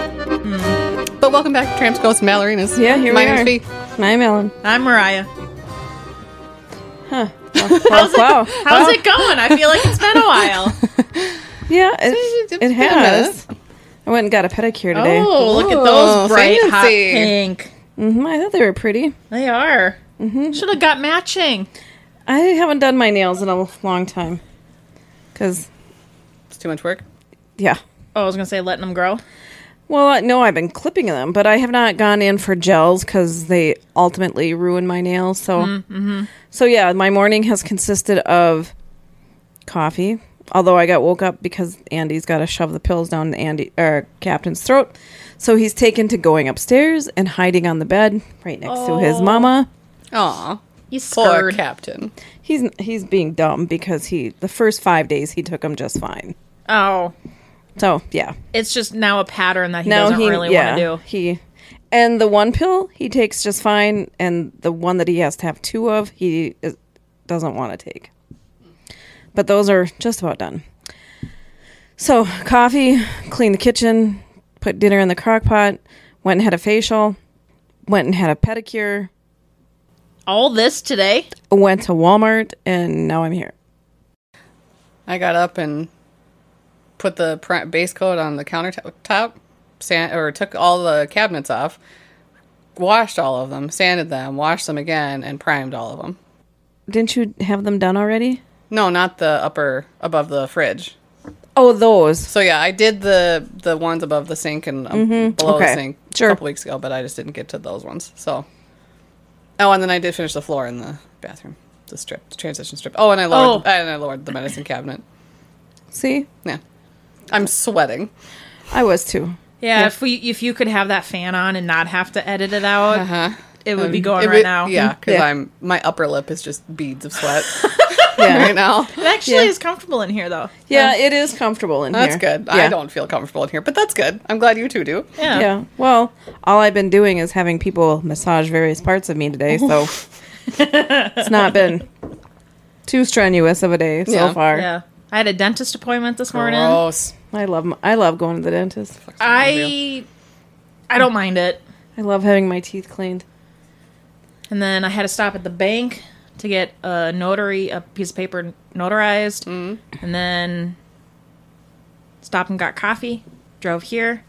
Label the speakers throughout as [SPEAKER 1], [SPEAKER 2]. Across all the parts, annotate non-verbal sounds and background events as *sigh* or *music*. [SPEAKER 1] But welcome back to Tramps, Ghosts, and Ballerinas.
[SPEAKER 2] Yeah, here
[SPEAKER 1] My
[SPEAKER 2] we are.
[SPEAKER 1] name's Fee.
[SPEAKER 2] I'm
[SPEAKER 3] *laughs*
[SPEAKER 2] Ellen.
[SPEAKER 3] I'm Mariah.
[SPEAKER 2] Huh. Wow. wow.
[SPEAKER 3] How's it going? I feel like it's been a while.
[SPEAKER 2] Yeah,
[SPEAKER 1] It's
[SPEAKER 2] *laughs* it,
[SPEAKER 1] been a
[SPEAKER 2] it has. I went and got a pedicure today.
[SPEAKER 3] Oh, look at
[SPEAKER 1] Ooh,
[SPEAKER 3] those bright hot
[SPEAKER 1] fancy.
[SPEAKER 3] pink.
[SPEAKER 2] hmm I thought they were pretty.
[SPEAKER 3] They are. Should have got matching.
[SPEAKER 2] I haven't done my nails in a long time. Because,
[SPEAKER 1] It's too much work.
[SPEAKER 2] yeah.
[SPEAKER 3] Oh, I was gonna say letting them grow.
[SPEAKER 2] Well, I- no, I've been clipping them, but I have not gone in for gels because they ultimately ruin my nails. So, so yeah, my morning has consisted of coffee. Although I got woke up because Andy's got to shove the pills down Andy or Captain's throat, so he's taken to going upstairs and hiding on the bed right next to his mama.
[SPEAKER 1] Aw.
[SPEAKER 3] You
[SPEAKER 1] Poor
[SPEAKER 3] scared.
[SPEAKER 1] Captain.
[SPEAKER 2] He's he's being dumb because he the first five days he took them just fine.
[SPEAKER 3] Oh,
[SPEAKER 2] So yeah,
[SPEAKER 3] it's just now a pattern that he
[SPEAKER 2] now
[SPEAKER 3] doesn't
[SPEAKER 2] he
[SPEAKER 3] really
[SPEAKER 2] yeah
[SPEAKER 3] want to do.
[SPEAKER 2] he and the one pill he takes just fine and the one that he has to have two of he is, doesn't want to take but those are just about done so coffee cleaned the kitchen put dinner in the crock pot went and had a facial went and had a pedicure
[SPEAKER 3] All this today?
[SPEAKER 2] went to walmart and now i'm here
[SPEAKER 1] I got up and put the pr- base coat on the countertop, sand, or took all the cabinets off, washed all of them, sanded them, washed them again, and primed all of them.
[SPEAKER 2] didn't you have them done already
[SPEAKER 1] No, not the upper above the fridge.
[SPEAKER 2] oh those
[SPEAKER 1] So yeah, I did the the ones above the sink and um, below
[SPEAKER 2] Okay.
[SPEAKER 1] the sink
[SPEAKER 2] Sure.
[SPEAKER 1] a couple weeks ago, but I just didn't get to those ones. So oh, and then I did finish the floor in the bathroom, the strip, the transition strip. Oh, and I lowered
[SPEAKER 3] Oh.
[SPEAKER 1] and I lowered the medicine cabinet.
[SPEAKER 2] see
[SPEAKER 1] Yeah, I'm sweating.
[SPEAKER 2] i was too
[SPEAKER 3] Yeah, if we if you could have that fan on and not have to edit it out,
[SPEAKER 1] Huh?
[SPEAKER 3] it would be
[SPEAKER 1] Um,
[SPEAKER 3] going
[SPEAKER 1] It
[SPEAKER 3] right
[SPEAKER 1] would-
[SPEAKER 3] now. *laughs*
[SPEAKER 1] Yeah, because
[SPEAKER 2] Yeah.
[SPEAKER 1] I'm my upper lip is just beads of sweat *laughs*
[SPEAKER 2] yeah
[SPEAKER 1] right now.
[SPEAKER 3] It actually
[SPEAKER 2] Yeah.
[SPEAKER 3] is comfortable in here though.
[SPEAKER 2] Yeah, it is comfortable in
[SPEAKER 1] That's
[SPEAKER 2] here.
[SPEAKER 1] good.
[SPEAKER 2] Yeah.
[SPEAKER 1] I don't feel comfortable in here, but that's good. I'm glad you two do.
[SPEAKER 3] Yeah.
[SPEAKER 2] Yeah. Well, all I've been doing is having people massage various parts of me today,
[SPEAKER 1] *laughs*
[SPEAKER 2] so it's not been too strenuous of a day so
[SPEAKER 1] Yeah.
[SPEAKER 2] far.
[SPEAKER 3] Yeah. I had a dentist appointment this morning.
[SPEAKER 1] Gross.
[SPEAKER 2] I love m- I love going to the dentist.
[SPEAKER 3] I I don't mind it.
[SPEAKER 2] I love having my teeth cleaned.
[SPEAKER 3] And then I had to stop at the bank to get a notary, a piece of paper notarized. Mm. And then stopped and got coffee, drove here,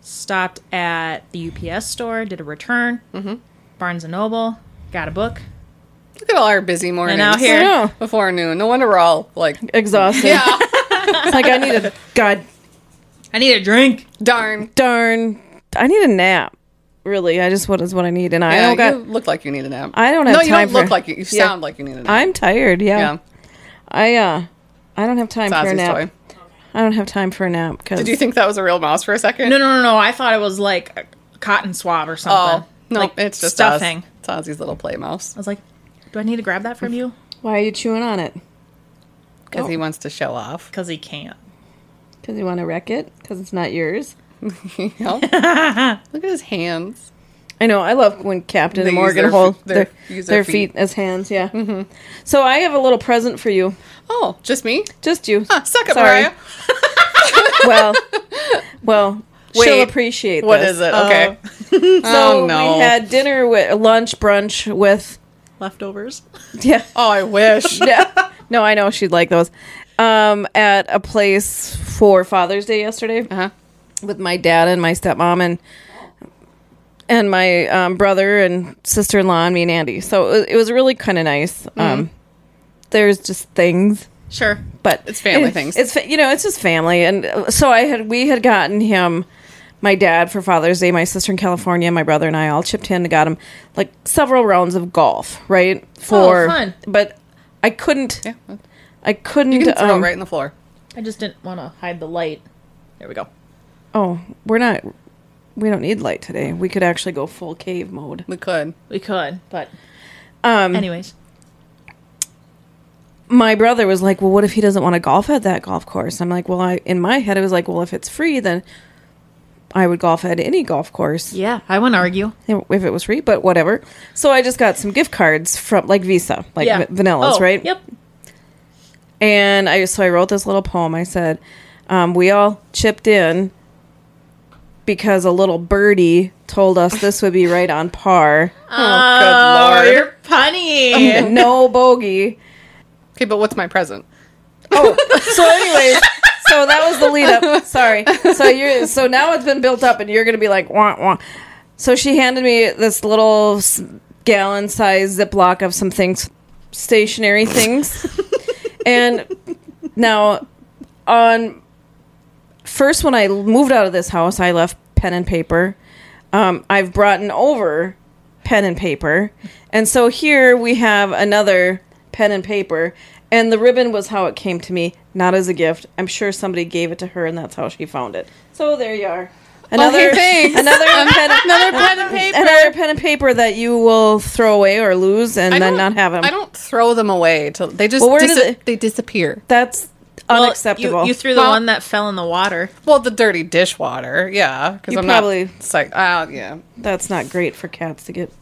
[SPEAKER 3] stopped at the UPS store, did a return, mm-hmm. Barnes and Noble, got a book.
[SPEAKER 1] Look at all our busy mornings.
[SPEAKER 3] out
[SPEAKER 2] I
[SPEAKER 3] here-
[SPEAKER 2] know.
[SPEAKER 1] *laughs* before noon. No wonder we're all like,
[SPEAKER 2] Exhausted.
[SPEAKER 1] yeah,
[SPEAKER 2] It's like I
[SPEAKER 1] *laughs*
[SPEAKER 2] need a god
[SPEAKER 3] I need a drink.
[SPEAKER 1] darn.
[SPEAKER 2] darn I need a nap. Really, I just what is what I need and I
[SPEAKER 1] Yeah,
[SPEAKER 2] don't got
[SPEAKER 1] you look like you need a nap.
[SPEAKER 2] I don't have
[SPEAKER 1] no, you
[SPEAKER 2] time
[SPEAKER 1] don't look
[SPEAKER 2] for-
[SPEAKER 1] like you. You
[SPEAKER 2] Yeah.
[SPEAKER 1] sound like you need a nap.
[SPEAKER 2] I'm tired, yeah.
[SPEAKER 1] yeah,
[SPEAKER 2] I uh I don't have time
[SPEAKER 1] it's
[SPEAKER 2] for a
[SPEAKER 1] Ozzy's
[SPEAKER 2] nap.
[SPEAKER 1] toy.
[SPEAKER 2] I don't have time for a nap cuz
[SPEAKER 1] Did you think that was a real mouse for a second?
[SPEAKER 3] No, no, no, no. I thought it was like a cotton swab or
[SPEAKER 1] Oh
[SPEAKER 3] something.
[SPEAKER 1] no,
[SPEAKER 3] like
[SPEAKER 1] it's just
[SPEAKER 3] stuffing.
[SPEAKER 1] Oz. It's Ozzy's little play mouse
[SPEAKER 3] I was like, do I need to grab that from you?
[SPEAKER 2] why are you chewing on it? Oh,
[SPEAKER 1] because he wants to show
[SPEAKER 2] *laughs*
[SPEAKER 1] off. *laughs*
[SPEAKER 3] Because he can't.
[SPEAKER 2] Because you want to wreck it? Because it's not yours?
[SPEAKER 1] You know? look at his hands.
[SPEAKER 2] I know. I love when Captain
[SPEAKER 1] They
[SPEAKER 2] and
[SPEAKER 1] use
[SPEAKER 2] Morgan
[SPEAKER 1] their
[SPEAKER 2] hold
[SPEAKER 1] fe-
[SPEAKER 2] their,
[SPEAKER 1] their-
[SPEAKER 2] their,
[SPEAKER 1] use their
[SPEAKER 2] feet.
[SPEAKER 1] feet. Mm-hmm.
[SPEAKER 2] as hands. Yeah. So I have a little present for you.
[SPEAKER 1] Oh, just me. *laughs*
[SPEAKER 2] Just you.
[SPEAKER 1] Huh, suck it,
[SPEAKER 2] Sorry.
[SPEAKER 1] Mariah.
[SPEAKER 2] well, well, she'll
[SPEAKER 1] Wait,
[SPEAKER 2] appreciate
[SPEAKER 1] What
[SPEAKER 2] this.
[SPEAKER 1] is it? Okay.
[SPEAKER 2] So
[SPEAKER 1] oh no.
[SPEAKER 2] we had dinner with lunch brunch with
[SPEAKER 3] Leftovers.
[SPEAKER 2] yeah.
[SPEAKER 1] *laughs* oh, I
[SPEAKER 2] *laughs*
[SPEAKER 1] wish.
[SPEAKER 2] yeah. No, I know she'd like those. Um, at a place for Father's Day yesterday
[SPEAKER 1] Uh-huh.
[SPEAKER 2] with my dad and my stepmom and and my um, brother and sister in law and me and Andy. So it was, it was really kind of nice.
[SPEAKER 1] Mm-hmm.
[SPEAKER 2] Um, there's just things,
[SPEAKER 3] Sure.
[SPEAKER 2] but
[SPEAKER 1] It's family
[SPEAKER 2] it-
[SPEAKER 1] things.
[SPEAKER 2] It's fa- you know, it's just family. And uh, so I had we had gotten him. My dad for Father's Day, my sister in California, my brother and I all chipped in and got him like several rounds of golf, right? For
[SPEAKER 3] fun.
[SPEAKER 2] but I couldn't
[SPEAKER 1] Oh, Yeah,
[SPEAKER 2] I couldn't.
[SPEAKER 1] you can throw
[SPEAKER 2] um,
[SPEAKER 1] it right in the floor.
[SPEAKER 3] I just didn't want to hide the light. There we go.
[SPEAKER 2] Oh, we're not. We don't need light today. We could actually go full cave mode.
[SPEAKER 1] We could.
[SPEAKER 3] We could, but
[SPEAKER 2] Um,
[SPEAKER 3] anyways.
[SPEAKER 2] my brother was like, "Well, what if he doesn't want to golf at that golf course?" I'm like, "Well, I in my head, I was like, well, if it's free, then I would golf at any golf course
[SPEAKER 3] Yeah, I wouldn't argue.
[SPEAKER 2] if it was free." But whatever. So I just got some gift cards from like Visa, like
[SPEAKER 3] yeah.
[SPEAKER 2] va- vanillas,
[SPEAKER 3] Oh,
[SPEAKER 2] right?
[SPEAKER 3] Yep.
[SPEAKER 2] And I so I wrote this little poem. I said, um, "We all chipped in because a little birdie told us this would be right on par. Uh,
[SPEAKER 1] Oh,
[SPEAKER 3] Oh,
[SPEAKER 1] good lord.
[SPEAKER 3] you're
[SPEAKER 2] Um,
[SPEAKER 3] punny.
[SPEAKER 2] no bogey."
[SPEAKER 1] Okay, but what's my present?
[SPEAKER 2] Oh, so anyways, so that was the lead up. Sorry. So you're so now it's been built up, and you're gonna be like, wah wah. So she handed me this little s- gallon size Ziploc of some things, stationary things, and now on first when I l- moved out of this house, I left pen and paper. Um, I've brought over pen and paper, and so here we have another pen and paper. And the ribbon was how it came to me, not as a gift. I'm sure somebody gave it to her, and that's how she found it. So there you are. Another,
[SPEAKER 1] thanks.
[SPEAKER 2] another pen,
[SPEAKER 1] Another pen and paper.
[SPEAKER 2] another pen and paper that you will throw away or lose, and
[SPEAKER 1] I
[SPEAKER 2] then
[SPEAKER 1] don't-
[SPEAKER 2] not have them.
[SPEAKER 1] I don't throw them away. Till, they just
[SPEAKER 2] Well, where
[SPEAKER 1] dis-
[SPEAKER 2] did it-
[SPEAKER 1] they disappear.
[SPEAKER 2] That's
[SPEAKER 3] Well,
[SPEAKER 2] unacceptable.
[SPEAKER 3] You, you threw the
[SPEAKER 1] Well-
[SPEAKER 3] one that fell in the water.
[SPEAKER 1] Well, the dirty dishwater, yeah. Because
[SPEAKER 2] You
[SPEAKER 1] I'm
[SPEAKER 2] probably-
[SPEAKER 1] not. It's like, ah, yeah,
[SPEAKER 2] That's not great for cats to get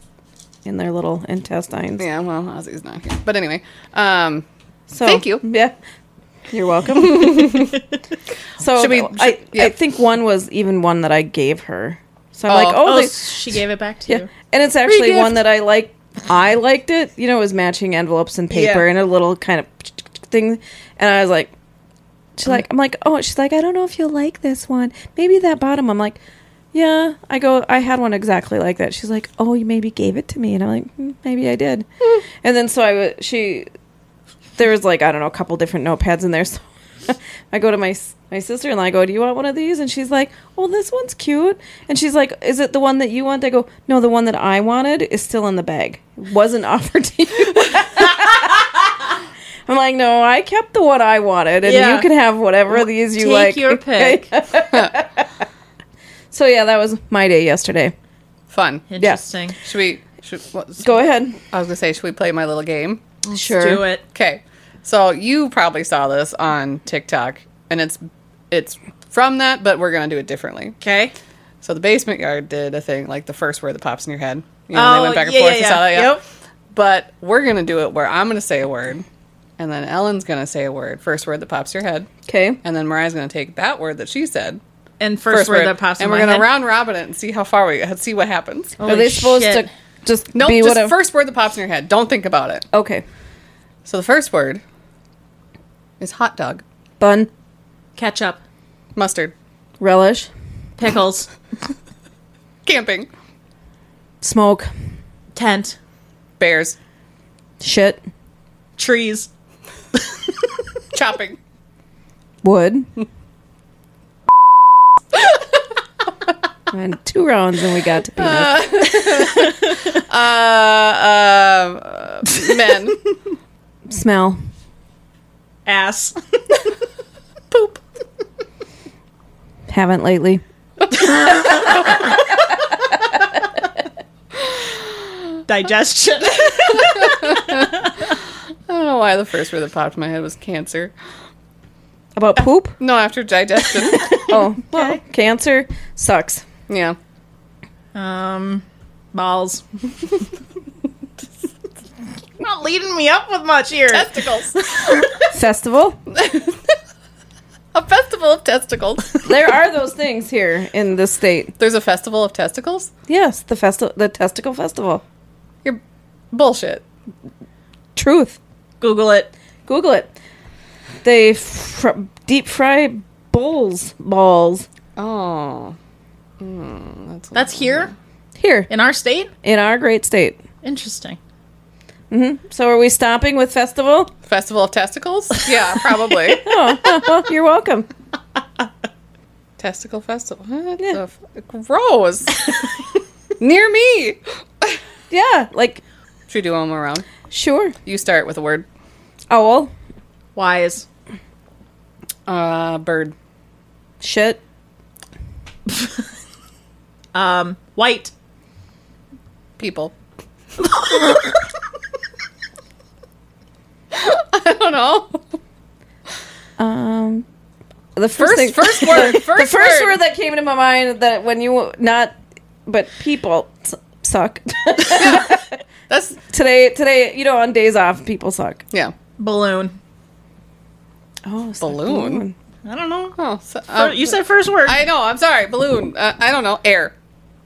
[SPEAKER 2] in their little intestines.
[SPEAKER 1] yeah. Well, Ozzy's not here, but anyway, um,
[SPEAKER 2] So
[SPEAKER 1] Thank you.
[SPEAKER 2] Yeah,
[SPEAKER 1] *laughs*
[SPEAKER 2] you're welcome. so
[SPEAKER 1] Should we-
[SPEAKER 2] I,
[SPEAKER 1] should- yeah.
[SPEAKER 2] I think one was even one that I gave her. So I'm like,
[SPEAKER 1] Oh.
[SPEAKER 2] oh,
[SPEAKER 3] Oh,
[SPEAKER 2] they-
[SPEAKER 3] she gave it back to
[SPEAKER 2] yeah,
[SPEAKER 3] you.
[SPEAKER 2] and it's actually
[SPEAKER 1] Free
[SPEAKER 2] one
[SPEAKER 1] gift.
[SPEAKER 2] that I like. I liked it. You know, it was matching envelopes and paper
[SPEAKER 1] Yeah.
[SPEAKER 2] and a little kind of thing, and I was like. She's like, I'm like, oh, she's like, I don't know if you'll like this one. Maybe that bottom. I'm like, yeah. I go, I had one exactly like that. She's like, oh, you maybe gave it to me, and I'm like, "Mm, maybe I did.
[SPEAKER 1] Hmm.
[SPEAKER 2] And then so I, wa- she, there was like I don't know a couple different notepads in there. So *laughs* I go to my s- my sister and I go, "Do you want one of these?" And she's like, "Well, this one's cute." And she's like, "Is it the one that you want?" I go, "No, the one that I wanted is still in the bag. It wasn't *laughs* offered to you." I'm like, "No, I kept the one I wanted, and
[SPEAKER 3] Yeah.
[SPEAKER 2] you can have whatever of these you
[SPEAKER 3] Take
[SPEAKER 2] like." *laughs*
[SPEAKER 3] your pick. *laughs*
[SPEAKER 2] so yeah, that was my day yesterday.
[SPEAKER 1] fun.
[SPEAKER 3] Interesting.
[SPEAKER 1] Should we? Should, what,
[SPEAKER 2] Go ahead.
[SPEAKER 1] I was gonna say, should we play my little game?
[SPEAKER 2] Sure.
[SPEAKER 3] Do it.
[SPEAKER 1] Okay, so you probably saw this on TikTok, and it's it's from that, but we're gonna do it differently.
[SPEAKER 3] Okay.
[SPEAKER 1] So the basement yard did a thing, like the first word that pops in your head. You know,
[SPEAKER 3] Oh,
[SPEAKER 1] they went back and
[SPEAKER 3] yeah,
[SPEAKER 1] forth
[SPEAKER 3] yeah,
[SPEAKER 1] and saw that.
[SPEAKER 3] yeah.
[SPEAKER 1] Yeah.
[SPEAKER 3] Yep.
[SPEAKER 1] But we're gonna do it where I'm gonna say a word, and then Ellen's gonna say a word, first word that pops your head,
[SPEAKER 2] Okay.
[SPEAKER 1] and then Mariah's gonna take that word that she said,
[SPEAKER 3] And first, word, that pops
[SPEAKER 1] and
[SPEAKER 3] in
[SPEAKER 1] we're
[SPEAKER 3] my
[SPEAKER 1] gonna
[SPEAKER 3] head.
[SPEAKER 1] round robin it and see how far we see what happens.
[SPEAKER 2] Are
[SPEAKER 3] Holy
[SPEAKER 2] they supposed
[SPEAKER 3] shit.
[SPEAKER 2] to just
[SPEAKER 1] No,
[SPEAKER 2] be
[SPEAKER 1] just
[SPEAKER 2] what?
[SPEAKER 1] first word that pops in your head. Don't think about it.
[SPEAKER 2] okay.
[SPEAKER 1] So the first word is hot dog,
[SPEAKER 2] Bun,
[SPEAKER 3] ketchup,
[SPEAKER 1] mustard,
[SPEAKER 2] relish,
[SPEAKER 3] pickles,
[SPEAKER 1] camping,
[SPEAKER 2] smoke,
[SPEAKER 3] tent,
[SPEAKER 1] bears,
[SPEAKER 2] shit,
[SPEAKER 3] trees, *laughs*
[SPEAKER 1] chopping.
[SPEAKER 2] wood. and two rounds, and we got to penis.
[SPEAKER 1] Uh, um, men,
[SPEAKER 2] Smell,
[SPEAKER 3] ass, *laughs*
[SPEAKER 1] poop,
[SPEAKER 2] haven't lately.
[SPEAKER 3] digestion.
[SPEAKER 1] I don't know why the first word that popped in my head was cancer.
[SPEAKER 2] About poop?
[SPEAKER 1] No, after
[SPEAKER 3] *laughs*
[SPEAKER 1] digestion.
[SPEAKER 2] Oh, well, cancer sucks.
[SPEAKER 1] yeah.
[SPEAKER 3] um, balls. *laughs* Not leading me up with much here.
[SPEAKER 1] Testicles.
[SPEAKER 2] Festival?
[SPEAKER 1] a festival of testicles.
[SPEAKER 2] There are those things here in this state.
[SPEAKER 1] *laughs* There's a festival of testicles?
[SPEAKER 2] Yes, the festival, the testicle festival.
[SPEAKER 1] You're bullshit.
[SPEAKER 2] Truth.
[SPEAKER 3] Google it.
[SPEAKER 2] Google it. They fr- deep fry bowls balls
[SPEAKER 1] Oh. Hmm, that's
[SPEAKER 3] That's here
[SPEAKER 2] here
[SPEAKER 3] in our state.
[SPEAKER 2] in our great state.
[SPEAKER 3] Interesting.
[SPEAKER 2] So are we stopping with festival?
[SPEAKER 1] festival of testicles? Yeah, probably.
[SPEAKER 2] Oh, *laughs* you're welcome.
[SPEAKER 1] Testicle festival. What
[SPEAKER 2] Yeah.
[SPEAKER 1] the f- gross. Near me.
[SPEAKER 2] Yeah, like
[SPEAKER 1] Should we do one more round?
[SPEAKER 2] sure.
[SPEAKER 1] You start with a word.
[SPEAKER 2] Owl,
[SPEAKER 3] Wise.
[SPEAKER 1] Uh, bird.
[SPEAKER 2] shit,
[SPEAKER 3] Um, white.
[SPEAKER 1] People. *laughs* I don't know.
[SPEAKER 2] Um, the first
[SPEAKER 1] First,
[SPEAKER 2] thing, *laughs*
[SPEAKER 1] first word. First,
[SPEAKER 2] the first
[SPEAKER 1] word.
[SPEAKER 2] word that came into my mind that when you not, but people s- suck *laughs*
[SPEAKER 1] That's
[SPEAKER 2] today. Today, you know, on days off, people suck.
[SPEAKER 1] yeah.
[SPEAKER 3] Balloon.
[SPEAKER 2] Oh, it's the
[SPEAKER 1] Balloon.
[SPEAKER 3] I don't know.
[SPEAKER 1] Oh, so,
[SPEAKER 3] Fir-
[SPEAKER 1] um,
[SPEAKER 3] you said first word.
[SPEAKER 1] I know. I'm sorry. Balloon. Uh, I don't know. Air.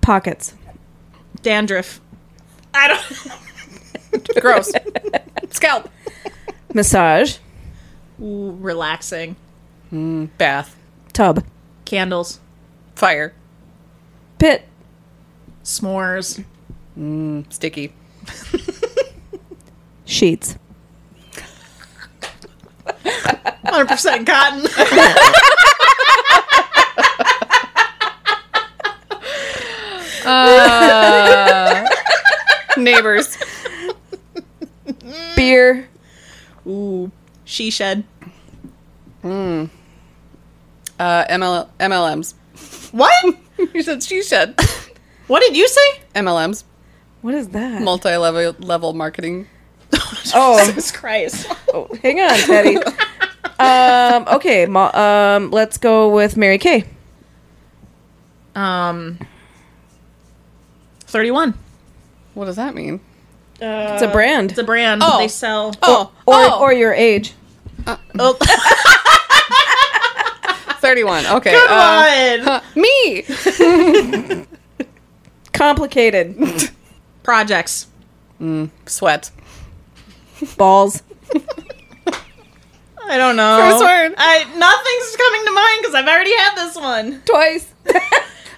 [SPEAKER 2] Pockets.
[SPEAKER 3] Dandruff. I *laughs* don't.
[SPEAKER 1] Gross. Scalp.
[SPEAKER 2] Massage.
[SPEAKER 3] Ooh, relaxing.
[SPEAKER 1] Bath.
[SPEAKER 2] Tub.
[SPEAKER 3] Candles.
[SPEAKER 1] Fire.
[SPEAKER 2] Pit.
[SPEAKER 3] S'mores.
[SPEAKER 1] Sticky.
[SPEAKER 2] Sheets.
[SPEAKER 3] 100% cotton.
[SPEAKER 1] Neighbors.
[SPEAKER 2] Beer.
[SPEAKER 3] Ooh. She shed.
[SPEAKER 1] Uh, ML- MLMs. *laughs*
[SPEAKER 3] What?
[SPEAKER 1] you said she said
[SPEAKER 3] What did you say? *laughs*
[SPEAKER 1] MLMs.
[SPEAKER 2] What is that?
[SPEAKER 1] Multi level level marketing.
[SPEAKER 2] oh,
[SPEAKER 3] Jesus Christ.
[SPEAKER 2] oh, hang on, Patty. um, okay. mul- um, let's go with Mary Kay.
[SPEAKER 3] Um. 31.
[SPEAKER 1] What does that mean?
[SPEAKER 2] It's a brand.
[SPEAKER 3] It's a brand.
[SPEAKER 1] Oh.
[SPEAKER 3] They sell.
[SPEAKER 1] Oh,
[SPEAKER 2] or
[SPEAKER 1] oh,
[SPEAKER 2] or your age.
[SPEAKER 3] Oh, come
[SPEAKER 1] 31. Okay. *laughs* uh,
[SPEAKER 3] on.
[SPEAKER 1] huh, *laughs* me.
[SPEAKER 2] Complicated.
[SPEAKER 3] Projects.
[SPEAKER 1] Sweat.
[SPEAKER 2] Balls.
[SPEAKER 3] I don't know.
[SPEAKER 1] First word.
[SPEAKER 3] I nothing's coming to mind because I've already had this one.
[SPEAKER 2] Twice.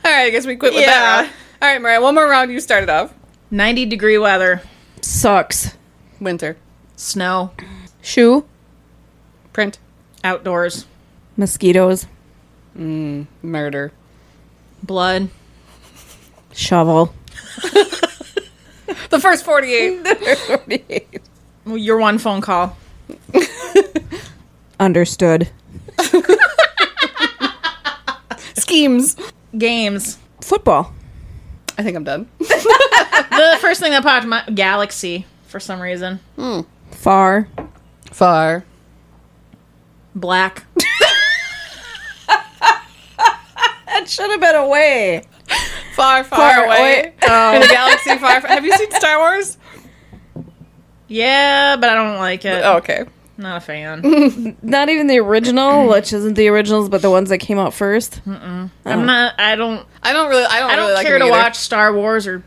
[SPEAKER 1] All right. I guess we quit with
[SPEAKER 3] Yeah.
[SPEAKER 1] that round. All right, Mariah. One more round. You started off.
[SPEAKER 3] 90 degree weather.
[SPEAKER 2] Sucks.
[SPEAKER 1] Winter.
[SPEAKER 3] Snow.
[SPEAKER 2] Shoe.
[SPEAKER 1] Print.
[SPEAKER 3] Outdoors.
[SPEAKER 2] Mosquitoes.
[SPEAKER 1] Murder.
[SPEAKER 3] Blood.
[SPEAKER 2] Shovel.
[SPEAKER 1] The first 48.
[SPEAKER 3] Well, Your one phone call.
[SPEAKER 2] Understood.
[SPEAKER 1] Schemes.
[SPEAKER 3] Games.
[SPEAKER 2] Football.
[SPEAKER 1] I think I'm done. *laughs*
[SPEAKER 3] The first thing that popped in my galaxy for some reason.
[SPEAKER 2] Far.
[SPEAKER 1] Far.
[SPEAKER 3] Black.
[SPEAKER 2] That should have been away.
[SPEAKER 1] Far, far,
[SPEAKER 2] Far
[SPEAKER 1] away.
[SPEAKER 2] away.
[SPEAKER 1] *laughs*
[SPEAKER 2] Oh.
[SPEAKER 1] In a galaxy far, far. Have you seen Star Wars?
[SPEAKER 3] Yeah, but I don't like it.
[SPEAKER 1] Oh, okay.
[SPEAKER 3] Not a
[SPEAKER 1] *laughs*
[SPEAKER 3] fan.
[SPEAKER 2] Not even the original, which isn't the originals, but the ones that came out first.
[SPEAKER 1] Hmm,
[SPEAKER 3] I'm not. I don't.
[SPEAKER 1] I don't really. Oh. I don't,
[SPEAKER 3] I don't
[SPEAKER 1] really like
[SPEAKER 3] care
[SPEAKER 1] them
[SPEAKER 3] to
[SPEAKER 1] either.
[SPEAKER 3] watch Star Wars or.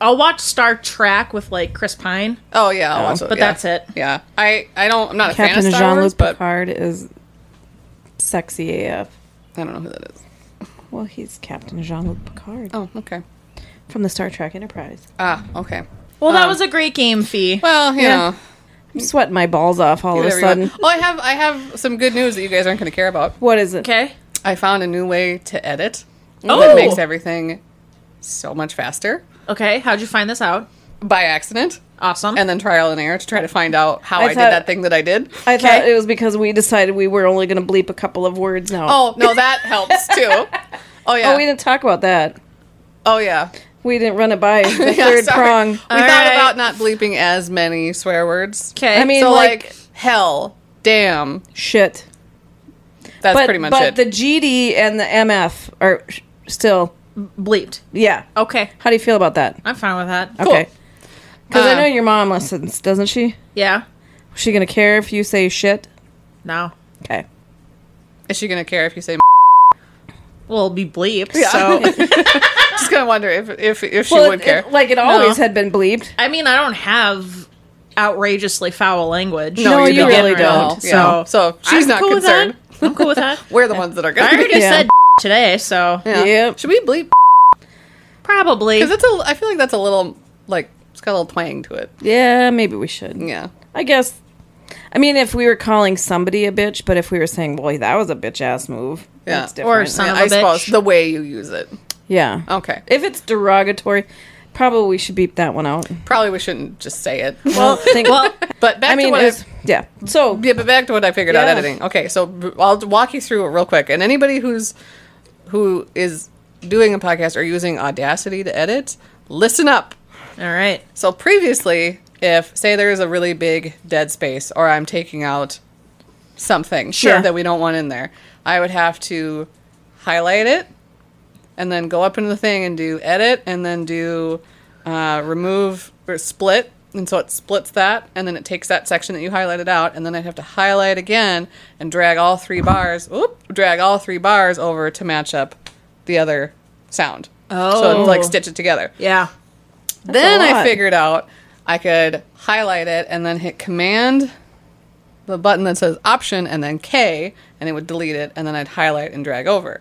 [SPEAKER 3] I'll watch Star Trek with like Chris Pine,
[SPEAKER 1] Oh yeah, I'll watch it,
[SPEAKER 3] but
[SPEAKER 1] yeah.
[SPEAKER 3] that's it.
[SPEAKER 1] Yeah, I I don't. I'm not a fan
[SPEAKER 2] Captain
[SPEAKER 1] of Star
[SPEAKER 2] Jean
[SPEAKER 1] Wars,
[SPEAKER 2] Luc
[SPEAKER 1] but I
[SPEAKER 2] Picard is sexy AF.
[SPEAKER 1] don't know who that is.
[SPEAKER 2] Well, he's Captain Jean Luc Picard
[SPEAKER 1] Oh, okay.
[SPEAKER 2] from the Star Trek Enterprise.
[SPEAKER 1] Ah, okay.
[SPEAKER 3] Well, that was a great game, Fee.
[SPEAKER 1] Well, you
[SPEAKER 2] Yeah.
[SPEAKER 1] know,
[SPEAKER 2] I'm sweating my balls off all of a
[SPEAKER 1] there we go.
[SPEAKER 2] sudden.
[SPEAKER 1] Well, I have I have some good news that you guys aren't going to care about.
[SPEAKER 2] What is it?
[SPEAKER 3] Okay.
[SPEAKER 1] I found a new way to edit
[SPEAKER 3] Oh!
[SPEAKER 1] that makes everything so much faster
[SPEAKER 3] Okay. How'd you find this out?
[SPEAKER 1] by accident,
[SPEAKER 3] Awesome.
[SPEAKER 1] and then trial and error to try to find out how I,
[SPEAKER 2] I
[SPEAKER 1] did
[SPEAKER 2] thought-
[SPEAKER 1] that thing that I did.
[SPEAKER 2] I thought
[SPEAKER 3] Okay.
[SPEAKER 2] it was because we decided we were only going to bleep a couple of words now.
[SPEAKER 1] Oh no, that helps
[SPEAKER 2] *laughs*
[SPEAKER 1] too. Oh yeah.
[SPEAKER 2] Oh, we didn't talk about that.
[SPEAKER 1] Oh yeah.
[SPEAKER 2] We didn't run
[SPEAKER 1] *laughs*
[SPEAKER 2] it by the
[SPEAKER 1] Yeah,
[SPEAKER 2] third
[SPEAKER 1] sorry. Uh, We
[SPEAKER 2] prong.
[SPEAKER 1] thought
[SPEAKER 3] right.
[SPEAKER 1] about not bleeping as many swear words.
[SPEAKER 3] 'Kay.
[SPEAKER 2] I mean,
[SPEAKER 1] so
[SPEAKER 2] like-
[SPEAKER 1] like, hell, damn.
[SPEAKER 2] Shit.
[SPEAKER 1] That's
[SPEAKER 2] but
[SPEAKER 1] pretty much
[SPEAKER 2] but
[SPEAKER 1] it.
[SPEAKER 2] the GD and the MF are sh- still
[SPEAKER 3] Bleeped.
[SPEAKER 2] yeah.
[SPEAKER 1] Oh.
[SPEAKER 3] Okay.
[SPEAKER 2] How do you feel about that?
[SPEAKER 3] I'm fine with that.
[SPEAKER 2] Okay. Because I
[SPEAKER 1] Uh,
[SPEAKER 2] know your mom listens, doesn't she? Is
[SPEAKER 3] Yeah.
[SPEAKER 2] she gonna care if you say shit?
[SPEAKER 3] No.
[SPEAKER 2] Okay.
[SPEAKER 1] Is she gonna care if you say? *laughs*
[SPEAKER 3] Well, it'll be bleeped.
[SPEAKER 1] So *laughs*
[SPEAKER 3] So
[SPEAKER 1] just gonna wonder if if if she
[SPEAKER 2] well,
[SPEAKER 1] would
[SPEAKER 2] it-
[SPEAKER 1] care.
[SPEAKER 2] it- like it always
[SPEAKER 3] No.
[SPEAKER 2] had been bleeped.
[SPEAKER 3] I mean, I don't have outrageously foul language.
[SPEAKER 2] No, you
[SPEAKER 3] to begin
[SPEAKER 2] really
[SPEAKER 3] with,
[SPEAKER 2] don't.
[SPEAKER 3] So,
[SPEAKER 1] Yeah. so she's
[SPEAKER 3] I'm
[SPEAKER 1] not
[SPEAKER 3] cool with that.
[SPEAKER 1] concerned.
[SPEAKER 3] I'm cool with
[SPEAKER 1] *laughs*
[SPEAKER 3] that.
[SPEAKER 1] We're the ones that are
[SPEAKER 3] I
[SPEAKER 1] gonna.
[SPEAKER 3] already
[SPEAKER 2] Yeah.
[SPEAKER 3] said *laughs* today, so
[SPEAKER 1] Yeah.
[SPEAKER 2] Yep.
[SPEAKER 1] Should we bleep?
[SPEAKER 3] probably.
[SPEAKER 1] Because it's a. I feel like that's a little like it's got a little twang to it.
[SPEAKER 2] Yeah, maybe we should.
[SPEAKER 1] Yeah.
[SPEAKER 2] I guess. I mean, if we were calling somebody a bitch, but if we were saying, "Well, that was a bitch ass move,"
[SPEAKER 1] Yeah.
[SPEAKER 2] that's
[SPEAKER 1] Or
[SPEAKER 2] different.
[SPEAKER 3] some- Son
[SPEAKER 1] Yeah,
[SPEAKER 3] of a
[SPEAKER 1] I suppose
[SPEAKER 3] bitch.
[SPEAKER 1] the way you use it.
[SPEAKER 2] yeah.
[SPEAKER 1] Okay.
[SPEAKER 2] If it's derogatory, probably we should beep that one out.
[SPEAKER 1] Probably we shouldn't just say
[SPEAKER 2] *laughs*
[SPEAKER 1] it.
[SPEAKER 2] Well, think,
[SPEAKER 3] well,
[SPEAKER 1] But back
[SPEAKER 2] I mean,
[SPEAKER 1] to what I-
[SPEAKER 2] it's, yeah. So
[SPEAKER 1] Yeah, but back to what I figured out
[SPEAKER 2] Yeah.
[SPEAKER 1] editing. Okay, so b- I'll walk you through it real quick. And anybody who's who is doing a podcast or using Audacity to edit, listen up.
[SPEAKER 3] all right.
[SPEAKER 1] So previously, if say there is a really big dead space or I'm taking out something
[SPEAKER 2] Sure.
[SPEAKER 1] that we don't want in there, I would have to highlight it and then go up into the thing and do edit and then do uh, remove or split And so it splits that, and then it takes that section that you highlighted out, and then I'd have to highlight again and drag all three bars, whoop, drag all three bars over to match up the other sound. So it'd
[SPEAKER 3] Oh.
[SPEAKER 1] like stitch it together.
[SPEAKER 3] Yeah.
[SPEAKER 1] then
[SPEAKER 2] a
[SPEAKER 1] I
[SPEAKER 2] lot.
[SPEAKER 1] figured out I could highlight it and then hit Command, the button that says Option, and then K, and it would delete it, and then I'd highlight and drag over.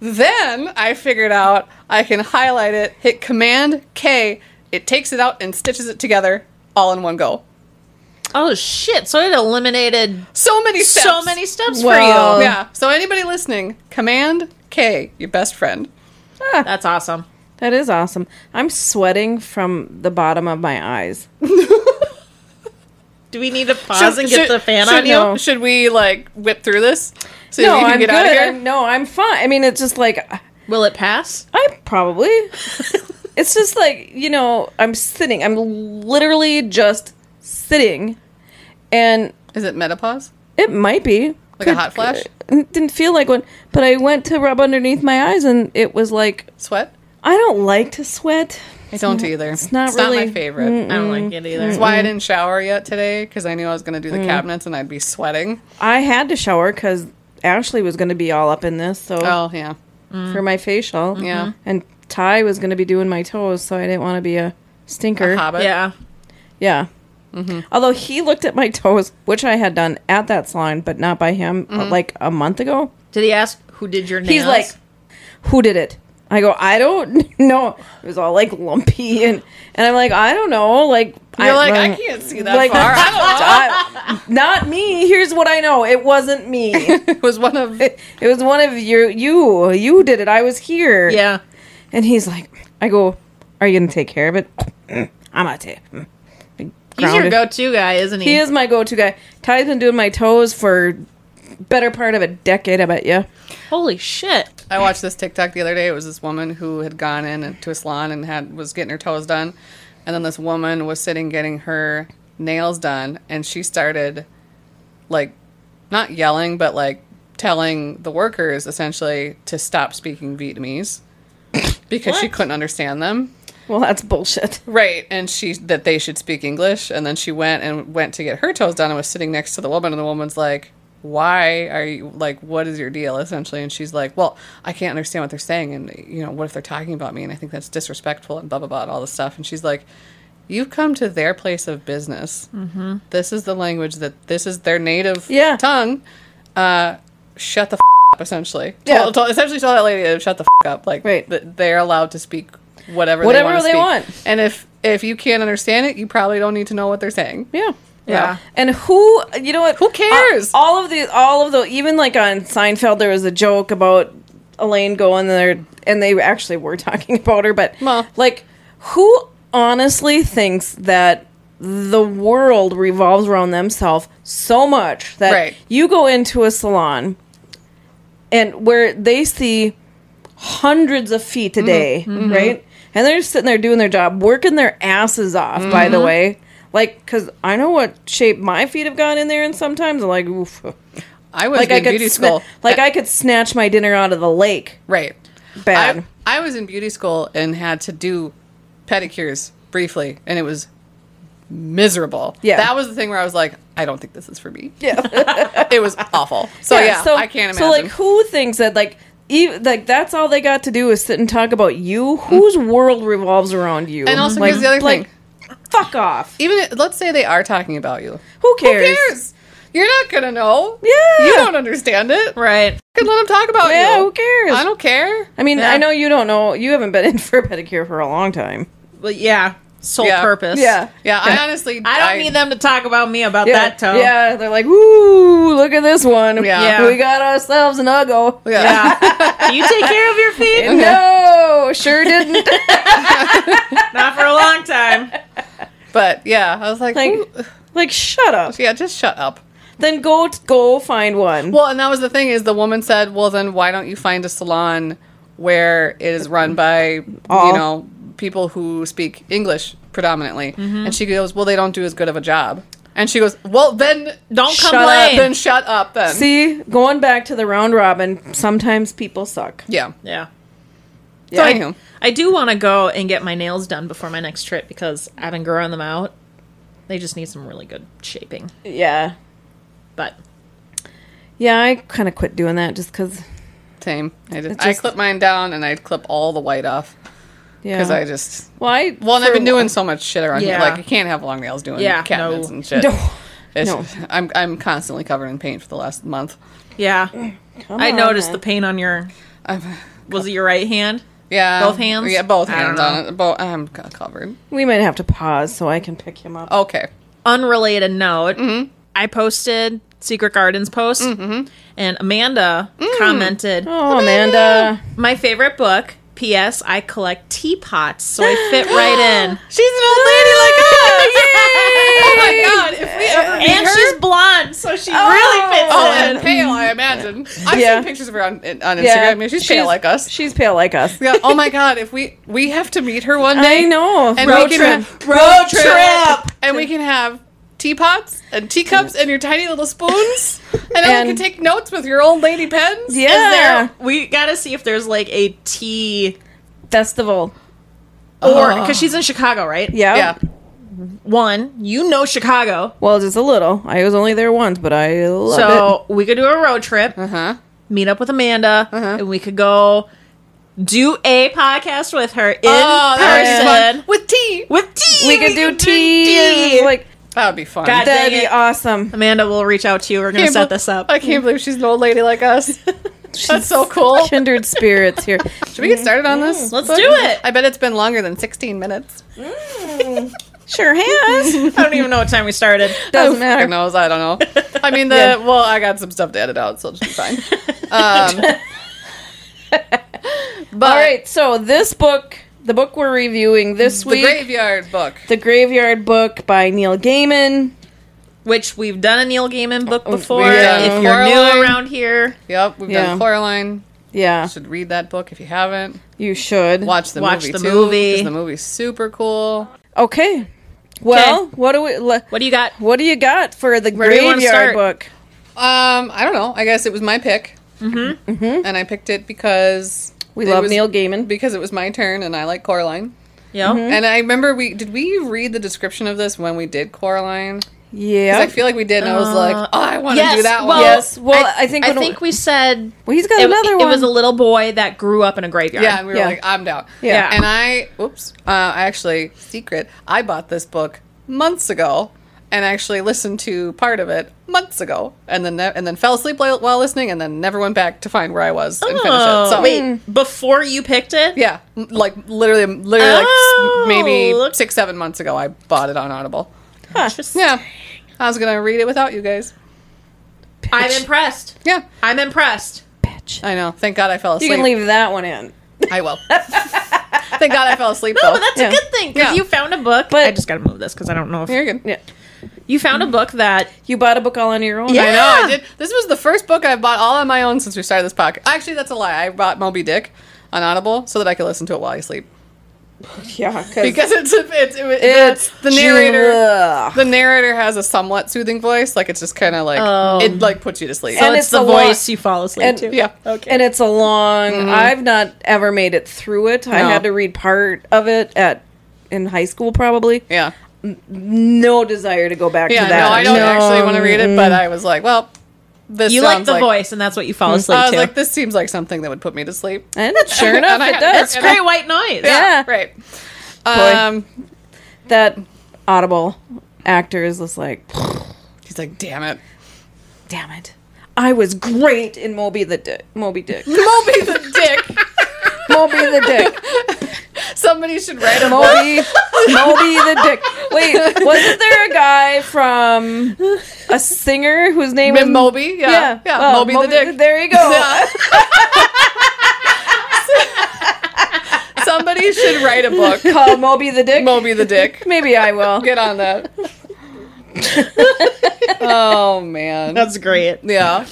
[SPEAKER 1] Then I figured out I can highlight it, hit Command K, it takes it out and stitches it together all in one go.
[SPEAKER 3] Oh shit! So it eliminated
[SPEAKER 1] So many steps. Oh.
[SPEAKER 3] so many steps
[SPEAKER 2] Well-
[SPEAKER 3] for you.
[SPEAKER 1] Yeah. So anybody listening, Command K, your best friend.
[SPEAKER 3] That's awesome.
[SPEAKER 2] That is awesome. I'm sweating from the bottom of my eyes.
[SPEAKER 3] Do we need to pause and get the fan
[SPEAKER 1] should,
[SPEAKER 3] on you?
[SPEAKER 2] no.
[SPEAKER 1] Should we like whip through this so
[SPEAKER 2] no,
[SPEAKER 1] you can
[SPEAKER 2] I'm
[SPEAKER 1] get
[SPEAKER 2] good.
[SPEAKER 1] out of here?
[SPEAKER 2] I'm, no, I'm fine. I mean, it's just like
[SPEAKER 3] Will it pass?
[SPEAKER 2] I
[SPEAKER 1] *laughs*
[SPEAKER 2] probably. it's just like, you know, I'm sitting. I'm literally just sitting. And
[SPEAKER 1] Is it menopause?
[SPEAKER 2] it might be.
[SPEAKER 1] Like a hot flash?
[SPEAKER 2] It didn't feel like one. But I went to rub underneath my eyes and it was like,
[SPEAKER 1] Sweat?
[SPEAKER 2] I don't like to sweat.
[SPEAKER 1] I don't either. It's
[SPEAKER 2] not really-
[SPEAKER 1] my favorite.
[SPEAKER 3] I don't like it either.
[SPEAKER 1] That's why I didn't shower yet today because I knew I was going to do the cabinets and I'd be sweating.
[SPEAKER 2] I had to shower because Ashley was going to be all up in this. So
[SPEAKER 1] Oh yeah,
[SPEAKER 2] for my facial.
[SPEAKER 1] Yeah.
[SPEAKER 2] And Ty was going to be doing my toes. So I didn't want to be a stinker.
[SPEAKER 1] a Mm-hmm. hobbit.
[SPEAKER 3] Yeah.
[SPEAKER 2] Yeah. Although he looked at my toes, which I had done at that salon, but not by him,
[SPEAKER 1] Mm-hmm.
[SPEAKER 2] uh, like a month ago.
[SPEAKER 3] Did he ask who did your nails?
[SPEAKER 2] He's like, "Who did it?" I go, "I don't *laughs* know." It was all like lumpy, and and I'm like, "I don't know." Like
[SPEAKER 1] You're like, "I can't see that
[SPEAKER 2] *laughs*
[SPEAKER 1] far.
[SPEAKER 2] I don't know. not me. Here's what I know. It
[SPEAKER 1] *laughs*
[SPEAKER 2] wasn't me.
[SPEAKER 1] *laughs* it was one of
[SPEAKER 2] it was one of your you. You did it. I was here.
[SPEAKER 3] yeah.
[SPEAKER 2] And he's like, I go, "Are you gonna take care of it?" *clears throat* I'm gonna take.
[SPEAKER 3] He's your
[SPEAKER 2] Grounded.
[SPEAKER 3] go-to guy, isn't he?
[SPEAKER 2] He is my go-to guy. Ty's been doing my toes for better part of a decade. I bet you.
[SPEAKER 3] Holy shit!
[SPEAKER 1] I watched this TikTok the other day. It was this woman who had gone in and- to a salon and had was getting her toes done, and then this woman was sitting getting her nails done, and she started like not yelling, but like telling the workers essentially to stop speaking Vietnamese because she
[SPEAKER 3] What?
[SPEAKER 1] couldn't understand them.
[SPEAKER 2] Well, that's bullshit.
[SPEAKER 1] Right, and she that they should speak English, and then she went and went to get her toes done, and was sitting next to the woman, and the woman's like, "Why are you like? What is your deal?" Essentially, and she's like, "Well, I can't understand what they're saying, and you know, what if they're talking about me, and I think that's disrespectful, and blah blah blah, and all this stuff." And she's like, "You've come to their place of business. Mm-hmm. This is the language that this is their native
[SPEAKER 2] Yeah.
[SPEAKER 1] tongue. Uh, shut the f- up." Essentially,
[SPEAKER 2] Yeah.
[SPEAKER 1] Tell- tell- essentially, tell that lady to shut the f- up. Like,
[SPEAKER 2] Right.
[SPEAKER 1] th- they're allowed to speak whatever
[SPEAKER 2] Whatever
[SPEAKER 1] wanna
[SPEAKER 2] they
[SPEAKER 1] speak.
[SPEAKER 2] want.
[SPEAKER 1] And if if you can't understand it, you probably don't need to know what they're saying.
[SPEAKER 2] Yeah.
[SPEAKER 3] Yeah.
[SPEAKER 2] And who, you know what?
[SPEAKER 1] Who cares?
[SPEAKER 2] Uh, all of these, all of the, even like on Seinfeld, there was a joke about Elaine going there, and they actually were *laughs* talking about her, but
[SPEAKER 1] Well.
[SPEAKER 2] like, who honestly thinks that the world revolves around themselves so much that
[SPEAKER 1] Right.
[SPEAKER 2] you go into a salon and where they see hundreds of feet a day, right? And they're just sitting there doing their job, working their asses off, by the way. Like, because I know what shape my feet have gone in there, and sometimes I'm like, oof.
[SPEAKER 1] I was
[SPEAKER 2] Like, I
[SPEAKER 1] in
[SPEAKER 2] could,
[SPEAKER 1] beauty
[SPEAKER 2] sna-
[SPEAKER 1] school.
[SPEAKER 2] like I could snatch my dinner out of the lake.
[SPEAKER 1] right.
[SPEAKER 2] Bad.
[SPEAKER 1] I, I was in beauty school and had to do pedicures briefly, and it was miserable.
[SPEAKER 2] Yeah.
[SPEAKER 1] that was the thing where I was like, I don't think this is for me.
[SPEAKER 2] yeah.
[SPEAKER 1] It was awful. So yeah, I can't imagine.
[SPEAKER 2] So, like, who thinks that, like, even, like that's all they got to do is sit and talk about you? Whose world revolves around you?
[SPEAKER 1] Mm-hmm. and also
[SPEAKER 2] like,
[SPEAKER 1] here's the other
[SPEAKER 2] like,
[SPEAKER 1] thing.
[SPEAKER 2] fuck off.
[SPEAKER 1] Even if, let's say they are talking about you.
[SPEAKER 2] Who cares?
[SPEAKER 1] Who cares? You're not gonna know.
[SPEAKER 2] Yeah.
[SPEAKER 1] you don't understand it.
[SPEAKER 3] Right.
[SPEAKER 1] You can let them talk about
[SPEAKER 2] Yeah,
[SPEAKER 1] you.
[SPEAKER 2] who cares?
[SPEAKER 1] I don't care.
[SPEAKER 2] I mean,
[SPEAKER 3] Yeah.
[SPEAKER 2] I know you don't know. You haven't been in *laughs* for a pedicure for a long time.
[SPEAKER 3] Well, yeah. Sole
[SPEAKER 1] Yeah.
[SPEAKER 3] purpose.
[SPEAKER 2] Yeah.
[SPEAKER 1] Yeah, I honestly
[SPEAKER 3] I don't need them to talk about me about
[SPEAKER 2] Yeah,
[SPEAKER 3] that toe.
[SPEAKER 2] yeah. They're like, "Ooh, look at this one.
[SPEAKER 1] Yeah.
[SPEAKER 3] Yeah.
[SPEAKER 2] we got ourselves an Uggo."
[SPEAKER 1] Yeah.
[SPEAKER 3] Yeah. you take care of your feet?
[SPEAKER 2] No, sure didn't.
[SPEAKER 3] *laughs*
[SPEAKER 2] *laughs*
[SPEAKER 3] Not for a long time.
[SPEAKER 1] But yeah, I was like,
[SPEAKER 2] like,
[SPEAKER 1] "Ooh."
[SPEAKER 2] like, shut
[SPEAKER 1] *laughs*
[SPEAKER 2] up.
[SPEAKER 1] yeah, just shut up.
[SPEAKER 2] Then go, t- go find one.
[SPEAKER 1] Well, and that was the thing is the woman said, well, then why don't you find a salon where it is run by
[SPEAKER 2] All.
[SPEAKER 1] you know people who speak English predominantly? And she goes, well, they don't do as good of a job. And she goes, well, then
[SPEAKER 3] Don't
[SPEAKER 1] shut
[SPEAKER 3] complain.
[SPEAKER 1] Up, then shut up. Then
[SPEAKER 2] See, going back to the round robin, sometimes people suck.
[SPEAKER 1] yeah,
[SPEAKER 3] Yeah.
[SPEAKER 1] So,
[SPEAKER 3] I,
[SPEAKER 1] anywho,
[SPEAKER 3] I do want to go and get my nails done before my next trip because I've been growing them out. They just need some really good shaping.
[SPEAKER 2] Yeah.
[SPEAKER 3] But
[SPEAKER 2] Yeah, I kind of quit doing that just because.
[SPEAKER 1] same. I just,
[SPEAKER 2] It's
[SPEAKER 1] I
[SPEAKER 2] just-
[SPEAKER 1] clip mine down and I clip all the white off
[SPEAKER 2] Yeah.
[SPEAKER 1] because I just
[SPEAKER 2] well, I,
[SPEAKER 1] well, and I've
[SPEAKER 2] for-
[SPEAKER 1] been doing so much shit around here.
[SPEAKER 3] Yeah.
[SPEAKER 1] Like you can't have long nails doing
[SPEAKER 3] Yeah,
[SPEAKER 1] cabinets
[SPEAKER 3] no.
[SPEAKER 1] and shit.
[SPEAKER 2] No.
[SPEAKER 1] It's,
[SPEAKER 2] No.
[SPEAKER 1] I'm I'm constantly covered in paint for the last month.
[SPEAKER 3] yeah,
[SPEAKER 2] Come
[SPEAKER 3] I
[SPEAKER 2] on,
[SPEAKER 3] noticed
[SPEAKER 2] man.
[SPEAKER 3] the paint on your
[SPEAKER 1] I'm,
[SPEAKER 3] was it your right hand?
[SPEAKER 1] yeah,
[SPEAKER 3] Both hands?
[SPEAKER 1] Yeah, both
[SPEAKER 3] I don't
[SPEAKER 1] hands
[SPEAKER 3] know.
[SPEAKER 1] on it. Both. I'm co- covered.
[SPEAKER 2] We might have to pause so I can pick him up.
[SPEAKER 1] Okay.
[SPEAKER 3] Unrelated note.
[SPEAKER 1] Mm-hmm.
[SPEAKER 3] I posted Secret Gardens post, and Amanda
[SPEAKER 1] Mm.
[SPEAKER 3] commented,
[SPEAKER 2] Oh, Amanda.
[SPEAKER 3] "My favorite book." P.S. I collect teapots, so I
[SPEAKER 1] *gasps*
[SPEAKER 3] fit right in.
[SPEAKER 1] She's an old lady like us.
[SPEAKER 3] Oh my god! If we ever meet and she's blonde, so she really fits
[SPEAKER 1] Oh,
[SPEAKER 3] in.
[SPEAKER 1] and pale, I imagine. I've
[SPEAKER 2] Yeah.
[SPEAKER 1] seen pictures of her on, on Instagram.
[SPEAKER 2] Yeah.
[SPEAKER 1] Yeah, she's, pale like us.
[SPEAKER 2] She's pale like us.
[SPEAKER 1] Yeah. Oh my god, if we we have to meet her one day,
[SPEAKER 2] I know.
[SPEAKER 1] and
[SPEAKER 2] Road
[SPEAKER 1] we
[SPEAKER 2] trip.
[SPEAKER 1] can have,
[SPEAKER 2] Road trip.
[SPEAKER 1] and we can have teapots and teacups and your tiny little spoons, and, then we can
[SPEAKER 2] And-
[SPEAKER 1] take notes with your old lady pens.
[SPEAKER 2] Yeah.
[SPEAKER 3] Is there? We gotta see if there's like a tea
[SPEAKER 2] Festival.
[SPEAKER 3] or because she's in Chicago, right?
[SPEAKER 2] Yeah.
[SPEAKER 1] Oh. yeah.
[SPEAKER 3] One, you know Chicago,
[SPEAKER 2] Well, just a little. I was only there once, but I love
[SPEAKER 3] so we could do a road trip,
[SPEAKER 1] Uh huh.
[SPEAKER 3] meet up with Amanda,
[SPEAKER 1] Uh-huh.
[SPEAKER 3] and we could go do a podcast with her in
[SPEAKER 1] Oh, that would be
[SPEAKER 3] person
[SPEAKER 1] fun. with tea.
[SPEAKER 3] with tea.
[SPEAKER 2] it. We could
[SPEAKER 1] E
[SPEAKER 2] do tea. and, like
[SPEAKER 1] That would be fun.
[SPEAKER 3] God
[SPEAKER 2] that'd
[SPEAKER 3] dang
[SPEAKER 2] be
[SPEAKER 3] it.
[SPEAKER 2] awesome.
[SPEAKER 3] Amanda will reach out to you. We're gonna
[SPEAKER 1] Can't
[SPEAKER 3] set
[SPEAKER 1] bel-
[SPEAKER 3] this up.
[SPEAKER 1] I can't believe she's an old lady like us. That's so cool.
[SPEAKER 2] Kindred spirits
[SPEAKER 1] *laughs*
[SPEAKER 2] here.
[SPEAKER 1] Should we get started on this?
[SPEAKER 3] Let's do it.
[SPEAKER 1] I bet it's been longer than 16
[SPEAKER 3] *laughs*
[SPEAKER 1] minutes.
[SPEAKER 2] Sure has.
[SPEAKER 3] I don't even know what time we started.
[SPEAKER 2] Doesn't
[SPEAKER 1] Who
[SPEAKER 2] matter.
[SPEAKER 1] knows? I don't know. I mean, the
[SPEAKER 2] Yeah.
[SPEAKER 1] well, I got some stuff to edit out, so it'll just be fine.
[SPEAKER 3] *laughs*
[SPEAKER 1] Um, *laughs* but
[SPEAKER 2] All right. So this book, the book we're reviewing this
[SPEAKER 1] the
[SPEAKER 2] week,
[SPEAKER 1] graveyard book.
[SPEAKER 2] the Graveyard Book by Neil Gaiman.
[SPEAKER 3] Which we've done a Neil Gaiman book before.
[SPEAKER 1] done
[SPEAKER 3] Oh, If you're
[SPEAKER 1] Coraline.
[SPEAKER 3] new around here,
[SPEAKER 1] Yep, we've
[SPEAKER 2] Yeah.
[SPEAKER 1] done Coraline.
[SPEAKER 2] Yeah,
[SPEAKER 1] Should read that book if you haven't.
[SPEAKER 2] you should
[SPEAKER 1] Watch the
[SPEAKER 3] Watch
[SPEAKER 1] movie
[SPEAKER 3] the
[SPEAKER 1] too.
[SPEAKER 3] movie.
[SPEAKER 1] 'cause The movie's super cool.
[SPEAKER 2] Okay. Well, what do we? le-
[SPEAKER 3] what do you got?
[SPEAKER 2] What do you got for the
[SPEAKER 3] Where do you wanna
[SPEAKER 2] Graveyard
[SPEAKER 3] start?
[SPEAKER 2] Book?
[SPEAKER 1] Um, I don't know. I guess it was my pick, mm-hmm. Mm-hmm. and I picked it because
[SPEAKER 2] We
[SPEAKER 1] it
[SPEAKER 2] love
[SPEAKER 1] was-
[SPEAKER 2] Neil Gaiman. Mm-hmm.
[SPEAKER 1] because it was my turn, and I like Coraline.
[SPEAKER 3] Yeah.
[SPEAKER 1] And I remember we did we read the description of this when we did Coraline. 'Cause I
[SPEAKER 2] Yeah.
[SPEAKER 1] feel like we did, and I was like, oh, I want to do that one.
[SPEAKER 3] well,
[SPEAKER 2] Yes. Well, I think
[SPEAKER 3] I
[SPEAKER 2] when-
[SPEAKER 3] think we said
[SPEAKER 2] Well, he's got
[SPEAKER 3] it,
[SPEAKER 2] another
[SPEAKER 3] it
[SPEAKER 2] one.
[SPEAKER 3] was a little boy that grew up in a graveyard.
[SPEAKER 1] Yeah, and we were
[SPEAKER 2] Yeah.
[SPEAKER 1] like, I'm down.
[SPEAKER 2] Yeah.
[SPEAKER 1] And I, oops, uh, I actually, secret, I bought this book months ago and actually listened to part of it months ago and then ne- and then fell asleep while, while listening and then never went back to find where I was and finish it.
[SPEAKER 3] Oh,
[SPEAKER 1] So,
[SPEAKER 3] wait, before you picked it?
[SPEAKER 1] Yeah, m- like literally, literally like
[SPEAKER 3] Oh,
[SPEAKER 1] s- maybe
[SPEAKER 3] look-
[SPEAKER 1] six, seven months ago, I bought it on Audible.
[SPEAKER 2] Huh.
[SPEAKER 1] Yeah. I was going to read it without you guys.
[SPEAKER 3] I'm impressed.
[SPEAKER 1] Yeah,
[SPEAKER 3] I'm impressed.
[SPEAKER 2] Bitch.
[SPEAKER 1] I know. Thank God I fell
[SPEAKER 2] You
[SPEAKER 1] asleep.
[SPEAKER 2] can leave that one in.
[SPEAKER 1] I will. Thank God I fell asleep,
[SPEAKER 3] *laughs* No,
[SPEAKER 1] though.
[SPEAKER 3] but Oh, that's
[SPEAKER 2] Yeah.
[SPEAKER 3] a good thing
[SPEAKER 1] Yeah.
[SPEAKER 3] because you found a book.
[SPEAKER 2] But-
[SPEAKER 3] I just got to move this because I don't know if
[SPEAKER 1] You're good.
[SPEAKER 2] Yeah.
[SPEAKER 3] you found a book that
[SPEAKER 2] You bought a book all on your own.
[SPEAKER 3] Yeah.
[SPEAKER 1] I know I did. This was the first book I've bought all on my own since we started this podcast. Actually, that's a lie. I bought Moby Dick on Audible so that I could listen to it while I sleep
[SPEAKER 2] *laughs* Yeah.
[SPEAKER 1] because it's it's, it,
[SPEAKER 2] it's
[SPEAKER 1] the narrator.
[SPEAKER 2] Ugh.
[SPEAKER 1] The narrator has a somewhat soothing voice, like it's just kind of like it like puts you to sleep.
[SPEAKER 3] Oh. so
[SPEAKER 2] And
[SPEAKER 3] it's,
[SPEAKER 2] it's a
[SPEAKER 3] the
[SPEAKER 2] lot-
[SPEAKER 3] voice you fall asleep
[SPEAKER 2] and-
[SPEAKER 3] to.
[SPEAKER 1] yeah,
[SPEAKER 3] Okay.
[SPEAKER 2] And it's a long. I've not ever made it through it. I
[SPEAKER 1] Mm-hmm. No.
[SPEAKER 2] had to read part of it at in high school probably.
[SPEAKER 1] yeah,
[SPEAKER 2] No desire to go back
[SPEAKER 1] yeah.
[SPEAKER 2] to that. Mm-hmm.
[SPEAKER 1] No, I don't actually want to read it, but I was like, well, this
[SPEAKER 3] you like Mm.
[SPEAKER 1] sounds
[SPEAKER 3] the voice, and that's what you fall asleep
[SPEAKER 1] I was
[SPEAKER 3] to.
[SPEAKER 1] like, this seems like something that would put me to sleep.
[SPEAKER 2] And it,
[SPEAKER 1] *laughs*
[SPEAKER 2] sure enough,
[SPEAKER 1] And I-
[SPEAKER 2] it does.
[SPEAKER 3] it's great white noise.
[SPEAKER 2] *laughs* Yeah.
[SPEAKER 1] right.
[SPEAKER 2] Boy.
[SPEAKER 1] Um,
[SPEAKER 2] that Audible actor is just like,
[SPEAKER 1] he's like, damn it, *laughs*
[SPEAKER 2] damn it. I was great in Moby the Dick. Moby Dick.
[SPEAKER 1] Moby the Dick.
[SPEAKER 2] Moby the
[SPEAKER 1] *laughs*
[SPEAKER 2] Dick.
[SPEAKER 1] Somebody should write a
[SPEAKER 2] Moby. Moby the Dick. Wait, wasn't there a guy from a singer whose name was
[SPEAKER 1] Mim Moby, yeah, yeah,
[SPEAKER 2] well,
[SPEAKER 1] Moby, the Dick.
[SPEAKER 2] There
[SPEAKER 1] *laughs*
[SPEAKER 2] you go.
[SPEAKER 1] Somebody should write a book,
[SPEAKER 2] Call Moby the Dick.
[SPEAKER 1] Moby the Dick.
[SPEAKER 2] Maybe I will.
[SPEAKER 1] Get on that. oh man,
[SPEAKER 3] That's great.
[SPEAKER 1] yeah.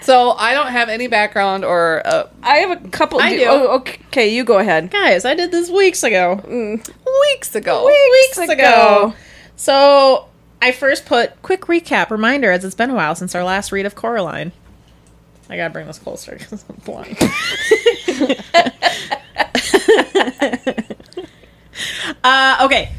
[SPEAKER 1] So I don't have any background or uh,
[SPEAKER 2] I have a couple.
[SPEAKER 3] I do.
[SPEAKER 2] Oh, okay, okay, you go ahead.
[SPEAKER 3] Guys, I did this weeks ago.
[SPEAKER 1] weeks ago.
[SPEAKER 3] weeks,
[SPEAKER 2] Weeks
[SPEAKER 3] ago.
[SPEAKER 2] ago.
[SPEAKER 3] So I first put quick recap reminder as it's been a while since our last read of Coraline. I gotta bring this closer because I'm blind. *laughs* uh, okay.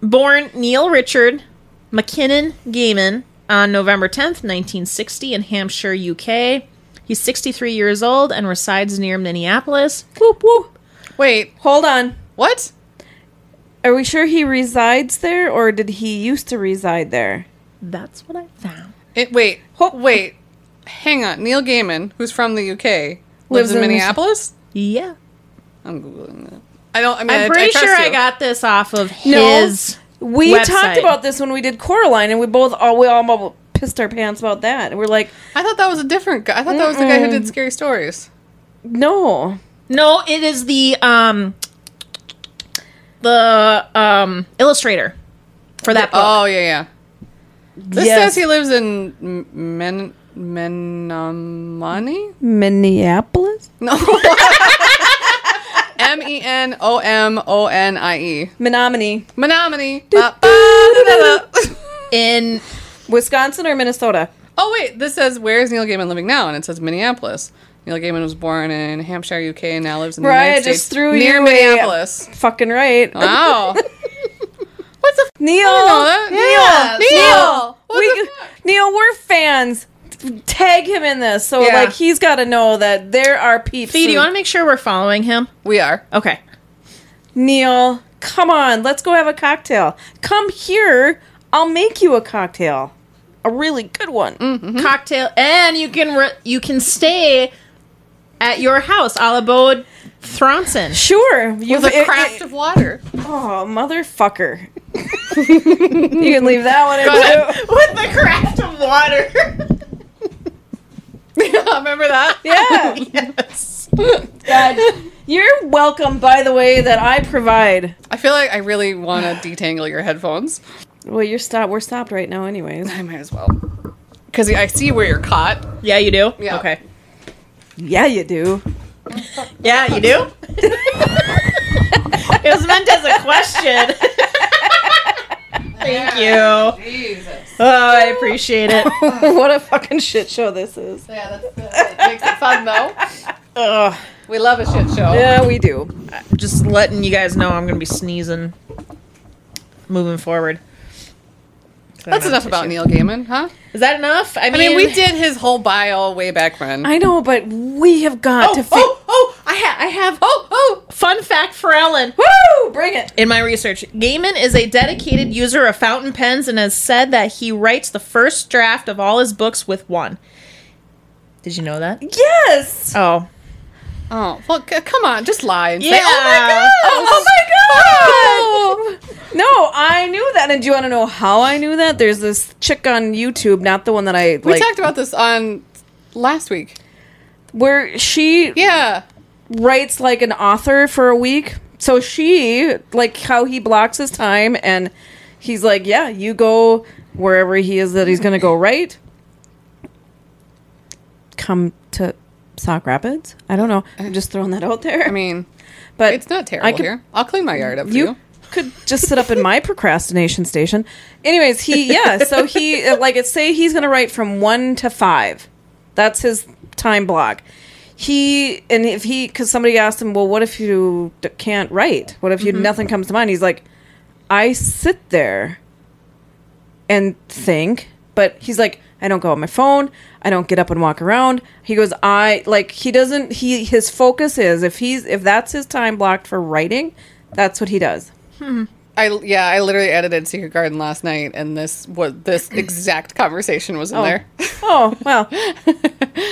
[SPEAKER 3] Born Neil Richard McKinnon Gaiman on November 10th, 1960, in Hampshire, UK. He's 63 years old and resides near Minneapolis.
[SPEAKER 2] Whoop whoop.
[SPEAKER 1] Wait,
[SPEAKER 2] Hold on.
[SPEAKER 1] what?
[SPEAKER 2] Are we sure he resides there, or did he used to reside there?
[SPEAKER 3] That's what I found.
[SPEAKER 1] It, wait,
[SPEAKER 2] Ho-
[SPEAKER 1] wait. Hang on. Neil Gaiman, who's from the UK, lives,
[SPEAKER 2] Lives
[SPEAKER 1] in
[SPEAKER 2] in-
[SPEAKER 1] Minneapolis.
[SPEAKER 3] Yeah. I'm
[SPEAKER 1] I'm googling that. I don't. I mean, I,
[SPEAKER 3] pretty
[SPEAKER 1] I trust
[SPEAKER 3] sure I
[SPEAKER 1] you.
[SPEAKER 3] got this off of
[SPEAKER 2] No.
[SPEAKER 3] his.
[SPEAKER 2] We
[SPEAKER 3] website.
[SPEAKER 2] talked about this when we did Coraline, and we both all we all pissed our pants about that. And we're like,
[SPEAKER 1] I thought that was a different guy. I thought that was the guy who did scary stories.
[SPEAKER 2] no,
[SPEAKER 3] No, it is the um the um illustrator for that book.
[SPEAKER 1] Oh yeah, yeah. This says
[SPEAKER 2] Yes.
[SPEAKER 1] he lives in M- Men Menominee.
[SPEAKER 2] Minneapolis,
[SPEAKER 1] No. M e n o m o n i e.
[SPEAKER 2] Menominee,
[SPEAKER 1] *laughs* Menominee. Ba- ba- da- da- da. *laughs*
[SPEAKER 3] Oh. In
[SPEAKER 2] Wisconsin, or Minnesota.
[SPEAKER 1] Oh wait, this says where is Neil Gaiman living now, and it says Minneapolis. Neil Gaiman was born in Hampshire, UK, and now lives in the
[SPEAKER 2] Right, I
[SPEAKER 1] United
[SPEAKER 2] just
[SPEAKER 1] States
[SPEAKER 2] threw
[SPEAKER 1] near
[SPEAKER 2] you a-
[SPEAKER 1] Minneapolis.
[SPEAKER 2] Fucking right.
[SPEAKER 1] Wow. What's the? F-
[SPEAKER 2] *laughs* Neil,
[SPEAKER 1] know that. Yeah.
[SPEAKER 2] Neil,
[SPEAKER 1] Neil.
[SPEAKER 2] Neil,
[SPEAKER 1] What
[SPEAKER 2] we,
[SPEAKER 1] the fuck?
[SPEAKER 2] Neil, we're fans. Tag him in this, so
[SPEAKER 1] Yeah.
[SPEAKER 2] like he's got to know that there are peeps.
[SPEAKER 3] Fee, do you
[SPEAKER 2] who-
[SPEAKER 3] want to make sure we're following him?
[SPEAKER 1] we
[SPEAKER 2] *laughs*
[SPEAKER 1] are.
[SPEAKER 3] Okay.
[SPEAKER 2] Neil? Come on, let's go have a cocktail. Come here, I'll make you a cocktail, a really good one.
[SPEAKER 1] Mm.
[SPEAKER 3] Mm-hmm. Cocktail and you can re- you can stay at your house, Alabode Thronson.
[SPEAKER 2] Sure, you
[SPEAKER 1] With a
[SPEAKER 2] it-
[SPEAKER 1] craft
[SPEAKER 2] it-
[SPEAKER 1] of water. *laughs*
[SPEAKER 2] oh, motherfucker. *laughs* you can leave that one.
[SPEAKER 1] Go
[SPEAKER 2] in
[SPEAKER 1] ahead.
[SPEAKER 2] too.
[SPEAKER 3] *laughs* With the craft of water. *laughs*
[SPEAKER 1] Remember that?
[SPEAKER 2] Yeah,
[SPEAKER 3] yes.
[SPEAKER 2] God. You're welcome. By the way, that I provide.
[SPEAKER 1] I feel like I really want
[SPEAKER 2] *sighs*
[SPEAKER 1] to detangle your headphones.
[SPEAKER 2] Well, you're stopped. We're stopped right now, anyways.
[SPEAKER 1] I might as well. Because I see where you're caught.
[SPEAKER 3] Yeah, you do?
[SPEAKER 1] Yeah.
[SPEAKER 3] Okay.
[SPEAKER 2] Yeah, you do. *laughs*
[SPEAKER 3] Yeah, you *laughs* do? it was meant as a question. Thank you.
[SPEAKER 1] Jesus.
[SPEAKER 3] Oh, I appreciate *laughs* it.
[SPEAKER 2] what a fucking shit show this is.
[SPEAKER 1] Yeah, that's that makes it fun though.
[SPEAKER 3] Ugh.
[SPEAKER 1] We love a shit show.
[SPEAKER 2] Yeah, we do.
[SPEAKER 3] Just letting you guys know I'm going to be sneezing moving forward.
[SPEAKER 1] That's enough about Neil Gaiman, huh?
[SPEAKER 3] Is that enough? I mean,
[SPEAKER 1] I mean, we did his whole bio way back when.
[SPEAKER 2] I know, but we have got
[SPEAKER 3] Oh,
[SPEAKER 2] to. Fi-
[SPEAKER 3] oh, oh, I, ha- I have. Oh, oh. Fun fact for Ellen.
[SPEAKER 2] Woo! Bring it.
[SPEAKER 3] in my research. Gaiman is a dedicated user of fountain pens and has said that he writes the first draft of all his books with one. Did you know that?
[SPEAKER 2] Yes.
[SPEAKER 3] Oh.
[SPEAKER 1] oh, well, c- come on, just lie and
[SPEAKER 3] Yeah.
[SPEAKER 1] say, "Oh
[SPEAKER 2] Oh my god! no, I knew that, and do you want to know how I knew that? There's this chick on YouTube, not the one that I
[SPEAKER 1] my-" We
[SPEAKER 2] like,
[SPEAKER 1] talked about this on last week.
[SPEAKER 2] where she
[SPEAKER 1] Yeah.
[SPEAKER 2] writes like an author for a week. So she like how he blocks his time and he's like, Yeah, you go wherever he is that he's gonna go right. Come to Sock Rapids? I don't know. I'm just throwing that out there.
[SPEAKER 1] I mean,
[SPEAKER 2] but
[SPEAKER 1] it's not terrible
[SPEAKER 2] I could-
[SPEAKER 1] here. I'll clean my yard up for you.
[SPEAKER 2] You could just sit up in my procrastination station. Anyways, he yeah, so he uh, like it's say he's gonna write from one to five. That's his time block. He and if he because somebody asked him, well, what if you d- can't write? What if you nothing comes to mind? He's like, I sit there and think, but he's like, I don't go on my phone. I don't get up and walk around. He goes, I like he doesn't he his focus is if he's if that's his time blocked for writing, that's what he does.
[SPEAKER 1] I yeah, I literally edited Secret Garden last night, and this was
[SPEAKER 2] *clears throat*
[SPEAKER 1] this exact conversation was in
[SPEAKER 2] *laughs*
[SPEAKER 1] there. *laughs*
[SPEAKER 2] Oh, well,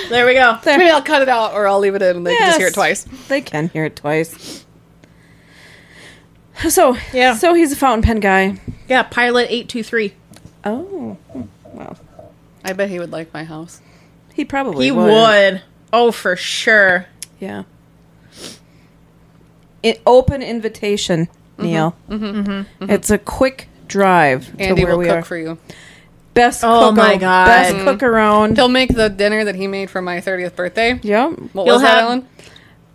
[SPEAKER 3] There we go.
[SPEAKER 2] there.
[SPEAKER 1] Maybe I'll cut it out, or I'll leave it in, and they can just hear it
[SPEAKER 2] Yes.
[SPEAKER 1] twice.
[SPEAKER 2] They can hear it twice. So,
[SPEAKER 3] Yeah.
[SPEAKER 2] So he's a fountain pen guy.
[SPEAKER 3] Yeah, Pilot 823.
[SPEAKER 2] Oh. Well,
[SPEAKER 1] I bet he would like my house.
[SPEAKER 2] he probably
[SPEAKER 3] He
[SPEAKER 2] would.
[SPEAKER 3] would. Oh, for sure.
[SPEAKER 2] Yeah. An open invitation, Neil. Mm-hmm, It's a quick drive to
[SPEAKER 1] Andy
[SPEAKER 2] where
[SPEAKER 1] will
[SPEAKER 2] we
[SPEAKER 1] cook
[SPEAKER 2] are.
[SPEAKER 1] for you.
[SPEAKER 2] Best
[SPEAKER 3] Oh
[SPEAKER 2] cook
[SPEAKER 3] my
[SPEAKER 2] ar-
[SPEAKER 3] God.
[SPEAKER 2] Best
[SPEAKER 3] Mm.
[SPEAKER 2] cook around.
[SPEAKER 1] He'll make the dinner that he made for my thirtieth birthday.
[SPEAKER 2] Yeah.
[SPEAKER 1] What
[SPEAKER 3] You'll
[SPEAKER 1] was that,
[SPEAKER 3] have-
[SPEAKER 1] Ellen?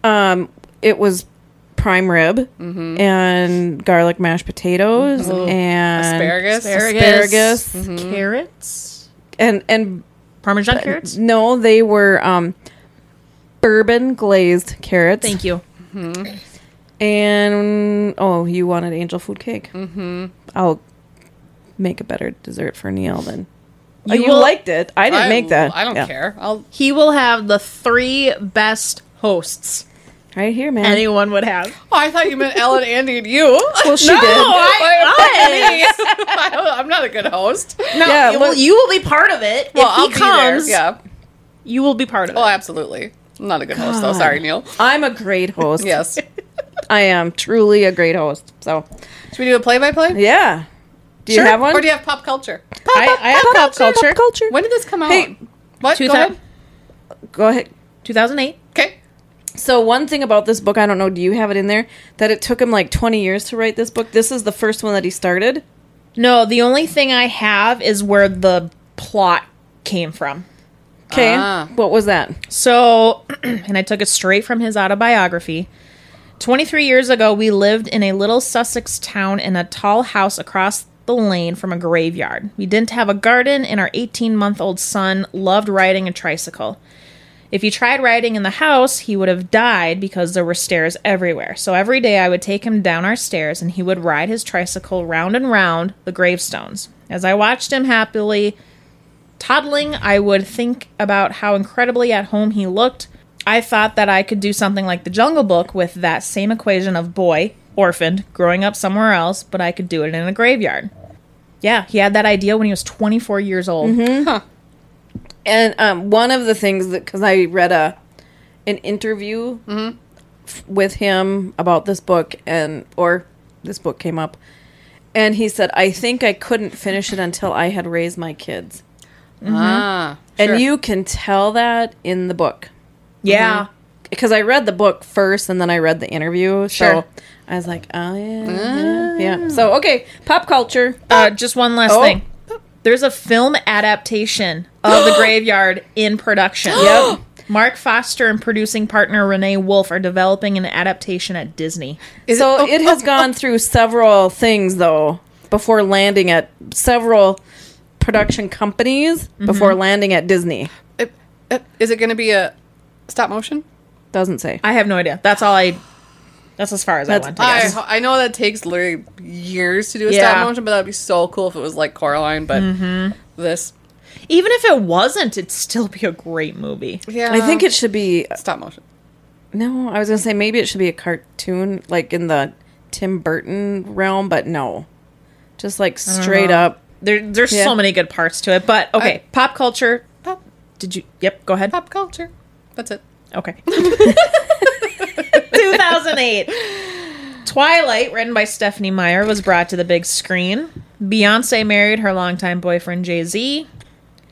[SPEAKER 2] Um, it was prime rib and garlic mashed potatoes and
[SPEAKER 1] Asparagus.
[SPEAKER 2] Asparagus.
[SPEAKER 3] Mm-hmm. Carrots.
[SPEAKER 2] and and
[SPEAKER 3] Parmesan carrots.
[SPEAKER 2] no, they were um bourbon glazed carrots.
[SPEAKER 3] Thank you.
[SPEAKER 2] And oh, you wanted angel food cake. Mm-hmm. I'll make a better dessert for Neil then. Oh,
[SPEAKER 3] You
[SPEAKER 2] You,
[SPEAKER 3] will-
[SPEAKER 2] liked it. I didn't
[SPEAKER 1] I-
[SPEAKER 2] make that.
[SPEAKER 1] I don't
[SPEAKER 2] Yeah.
[SPEAKER 1] care. I'll
[SPEAKER 3] He will have the three best hosts
[SPEAKER 2] Right here, man.
[SPEAKER 3] anyone would have.
[SPEAKER 1] Oh, I thought you meant Ellen, Andy, and you. *laughs*
[SPEAKER 2] well, she
[SPEAKER 1] no,
[SPEAKER 2] did.
[SPEAKER 3] Oh,
[SPEAKER 1] I, I, am not a good host.
[SPEAKER 3] No,
[SPEAKER 2] Yeah,
[SPEAKER 3] you, will,
[SPEAKER 2] look-
[SPEAKER 3] you will be part of it.
[SPEAKER 1] Well,
[SPEAKER 3] if
[SPEAKER 1] I'll
[SPEAKER 3] he comes,
[SPEAKER 1] be there. Yeah.
[SPEAKER 3] you will be part of it.
[SPEAKER 1] Oh, absolutely. I'm not a good host, though.
[SPEAKER 2] God.
[SPEAKER 1] Sorry, Neil.
[SPEAKER 2] I'm a great host.
[SPEAKER 1] Yes.
[SPEAKER 2] I am truly a great host. So,
[SPEAKER 1] Should we do a play-by-play?
[SPEAKER 2] yeah. Do you
[SPEAKER 1] Sure.
[SPEAKER 2] have one?
[SPEAKER 1] Or do you have pop culture?
[SPEAKER 3] I, I have pop culture.
[SPEAKER 2] Pop culture.
[SPEAKER 1] When did this come out?
[SPEAKER 2] Hey,
[SPEAKER 1] what?
[SPEAKER 3] two
[SPEAKER 1] Go
[SPEAKER 3] thou-
[SPEAKER 1] ahead.
[SPEAKER 2] Go ahead.
[SPEAKER 3] 2008.
[SPEAKER 1] Okay.
[SPEAKER 2] So one thing about this book, I don't know, do you have it in there? That it took him like 20 years to write this book. This is the first one that he started.
[SPEAKER 3] No, the only thing I have is where the plot came from.
[SPEAKER 2] Okay.
[SPEAKER 1] Ah.
[SPEAKER 2] What was that?
[SPEAKER 3] So, *clears throat* and I took it straight from his autobiography. 23 years ago, we lived in a little Sussex town in a tall house across the lane from a graveyard. We didn't have a garden, and our 18 month old son loved riding a tricycle. If he tried riding in the house, he would have died because there were stairs everywhere. So every day I would take him down our stairs and he would ride his tricycle round and round the gravestones. As I watched him happily toddling, I would think about how incredibly at home he looked. I thought that I could do something like the Jungle Book with that same equation of boy, orphaned, growing up somewhere else, but I could do it in a graveyard. Yeah, he had that idea when he was 24 years old.
[SPEAKER 2] Mm-hmm. And um, one of the things that because I read a an interview
[SPEAKER 1] Mm-hmm.
[SPEAKER 2] f- with him about this book, and or this book came up, and he said, "I think I couldn't finish it until I had raised my kids."
[SPEAKER 1] Ah. sure.
[SPEAKER 2] And you can tell that in the book Mm-hmm.
[SPEAKER 3] Yeah.
[SPEAKER 2] because I read the book first, and then I read the interview.
[SPEAKER 3] Sure.
[SPEAKER 2] So I was like, "Oh yeah,
[SPEAKER 1] Ah.
[SPEAKER 2] yeah, yeah." So okay,
[SPEAKER 1] *gasps*
[SPEAKER 2] pop culture.
[SPEAKER 3] Uh, just one last
[SPEAKER 2] Oh.
[SPEAKER 3] thing. There's a film adaptation
[SPEAKER 2] *gasps*
[SPEAKER 3] of The Graveyard in production.
[SPEAKER 2] Yep.
[SPEAKER 3] Mark Foster and producing partner Renee Wolf are developing an adaptation at Disney.
[SPEAKER 2] so
[SPEAKER 1] oh,
[SPEAKER 2] it has gone through several things though before landing at several production companies
[SPEAKER 1] Mm-hmm.
[SPEAKER 2] before landing at Disney.
[SPEAKER 1] Uh, uh, Is it going to be a stop motion?
[SPEAKER 2] Doesn't say.
[SPEAKER 3] I have no idea. That's all I. That's as far as
[SPEAKER 2] That's-
[SPEAKER 3] I went. I
[SPEAKER 1] I,
[SPEAKER 3] guess.
[SPEAKER 1] ho- I know that takes literally years to do a
[SPEAKER 3] Yeah.
[SPEAKER 1] stop motion, but that'd be so cool if it was like Coraline, but this.
[SPEAKER 3] Even if it wasn't, it'd still be a great movie.
[SPEAKER 1] Yeah.
[SPEAKER 2] I think it should be
[SPEAKER 1] stop motion.
[SPEAKER 2] no, I was going to say maybe it should be a cartoon like in the Tim Burton realm, but no. Just like straight
[SPEAKER 1] Uh-huh.
[SPEAKER 2] up.
[SPEAKER 3] There, there's
[SPEAKER 2] Yeah.
[SPEAKER 3] so many good parts to it. But okay,
[SPEAKER 1] I-
[SPEAKER 3] pop culture.
[SPEAKER 1] Pop,
[SPEAKER 3] Did you? Yep. Go ahead.
[SPEAKER 1] pop culture. That's it.
[SPEAKER 3] Okay. 2008. Twilight, written by Stephanie Meyer, was brought to the big screen. Beyonce married her longtime boyfriend Jay Z.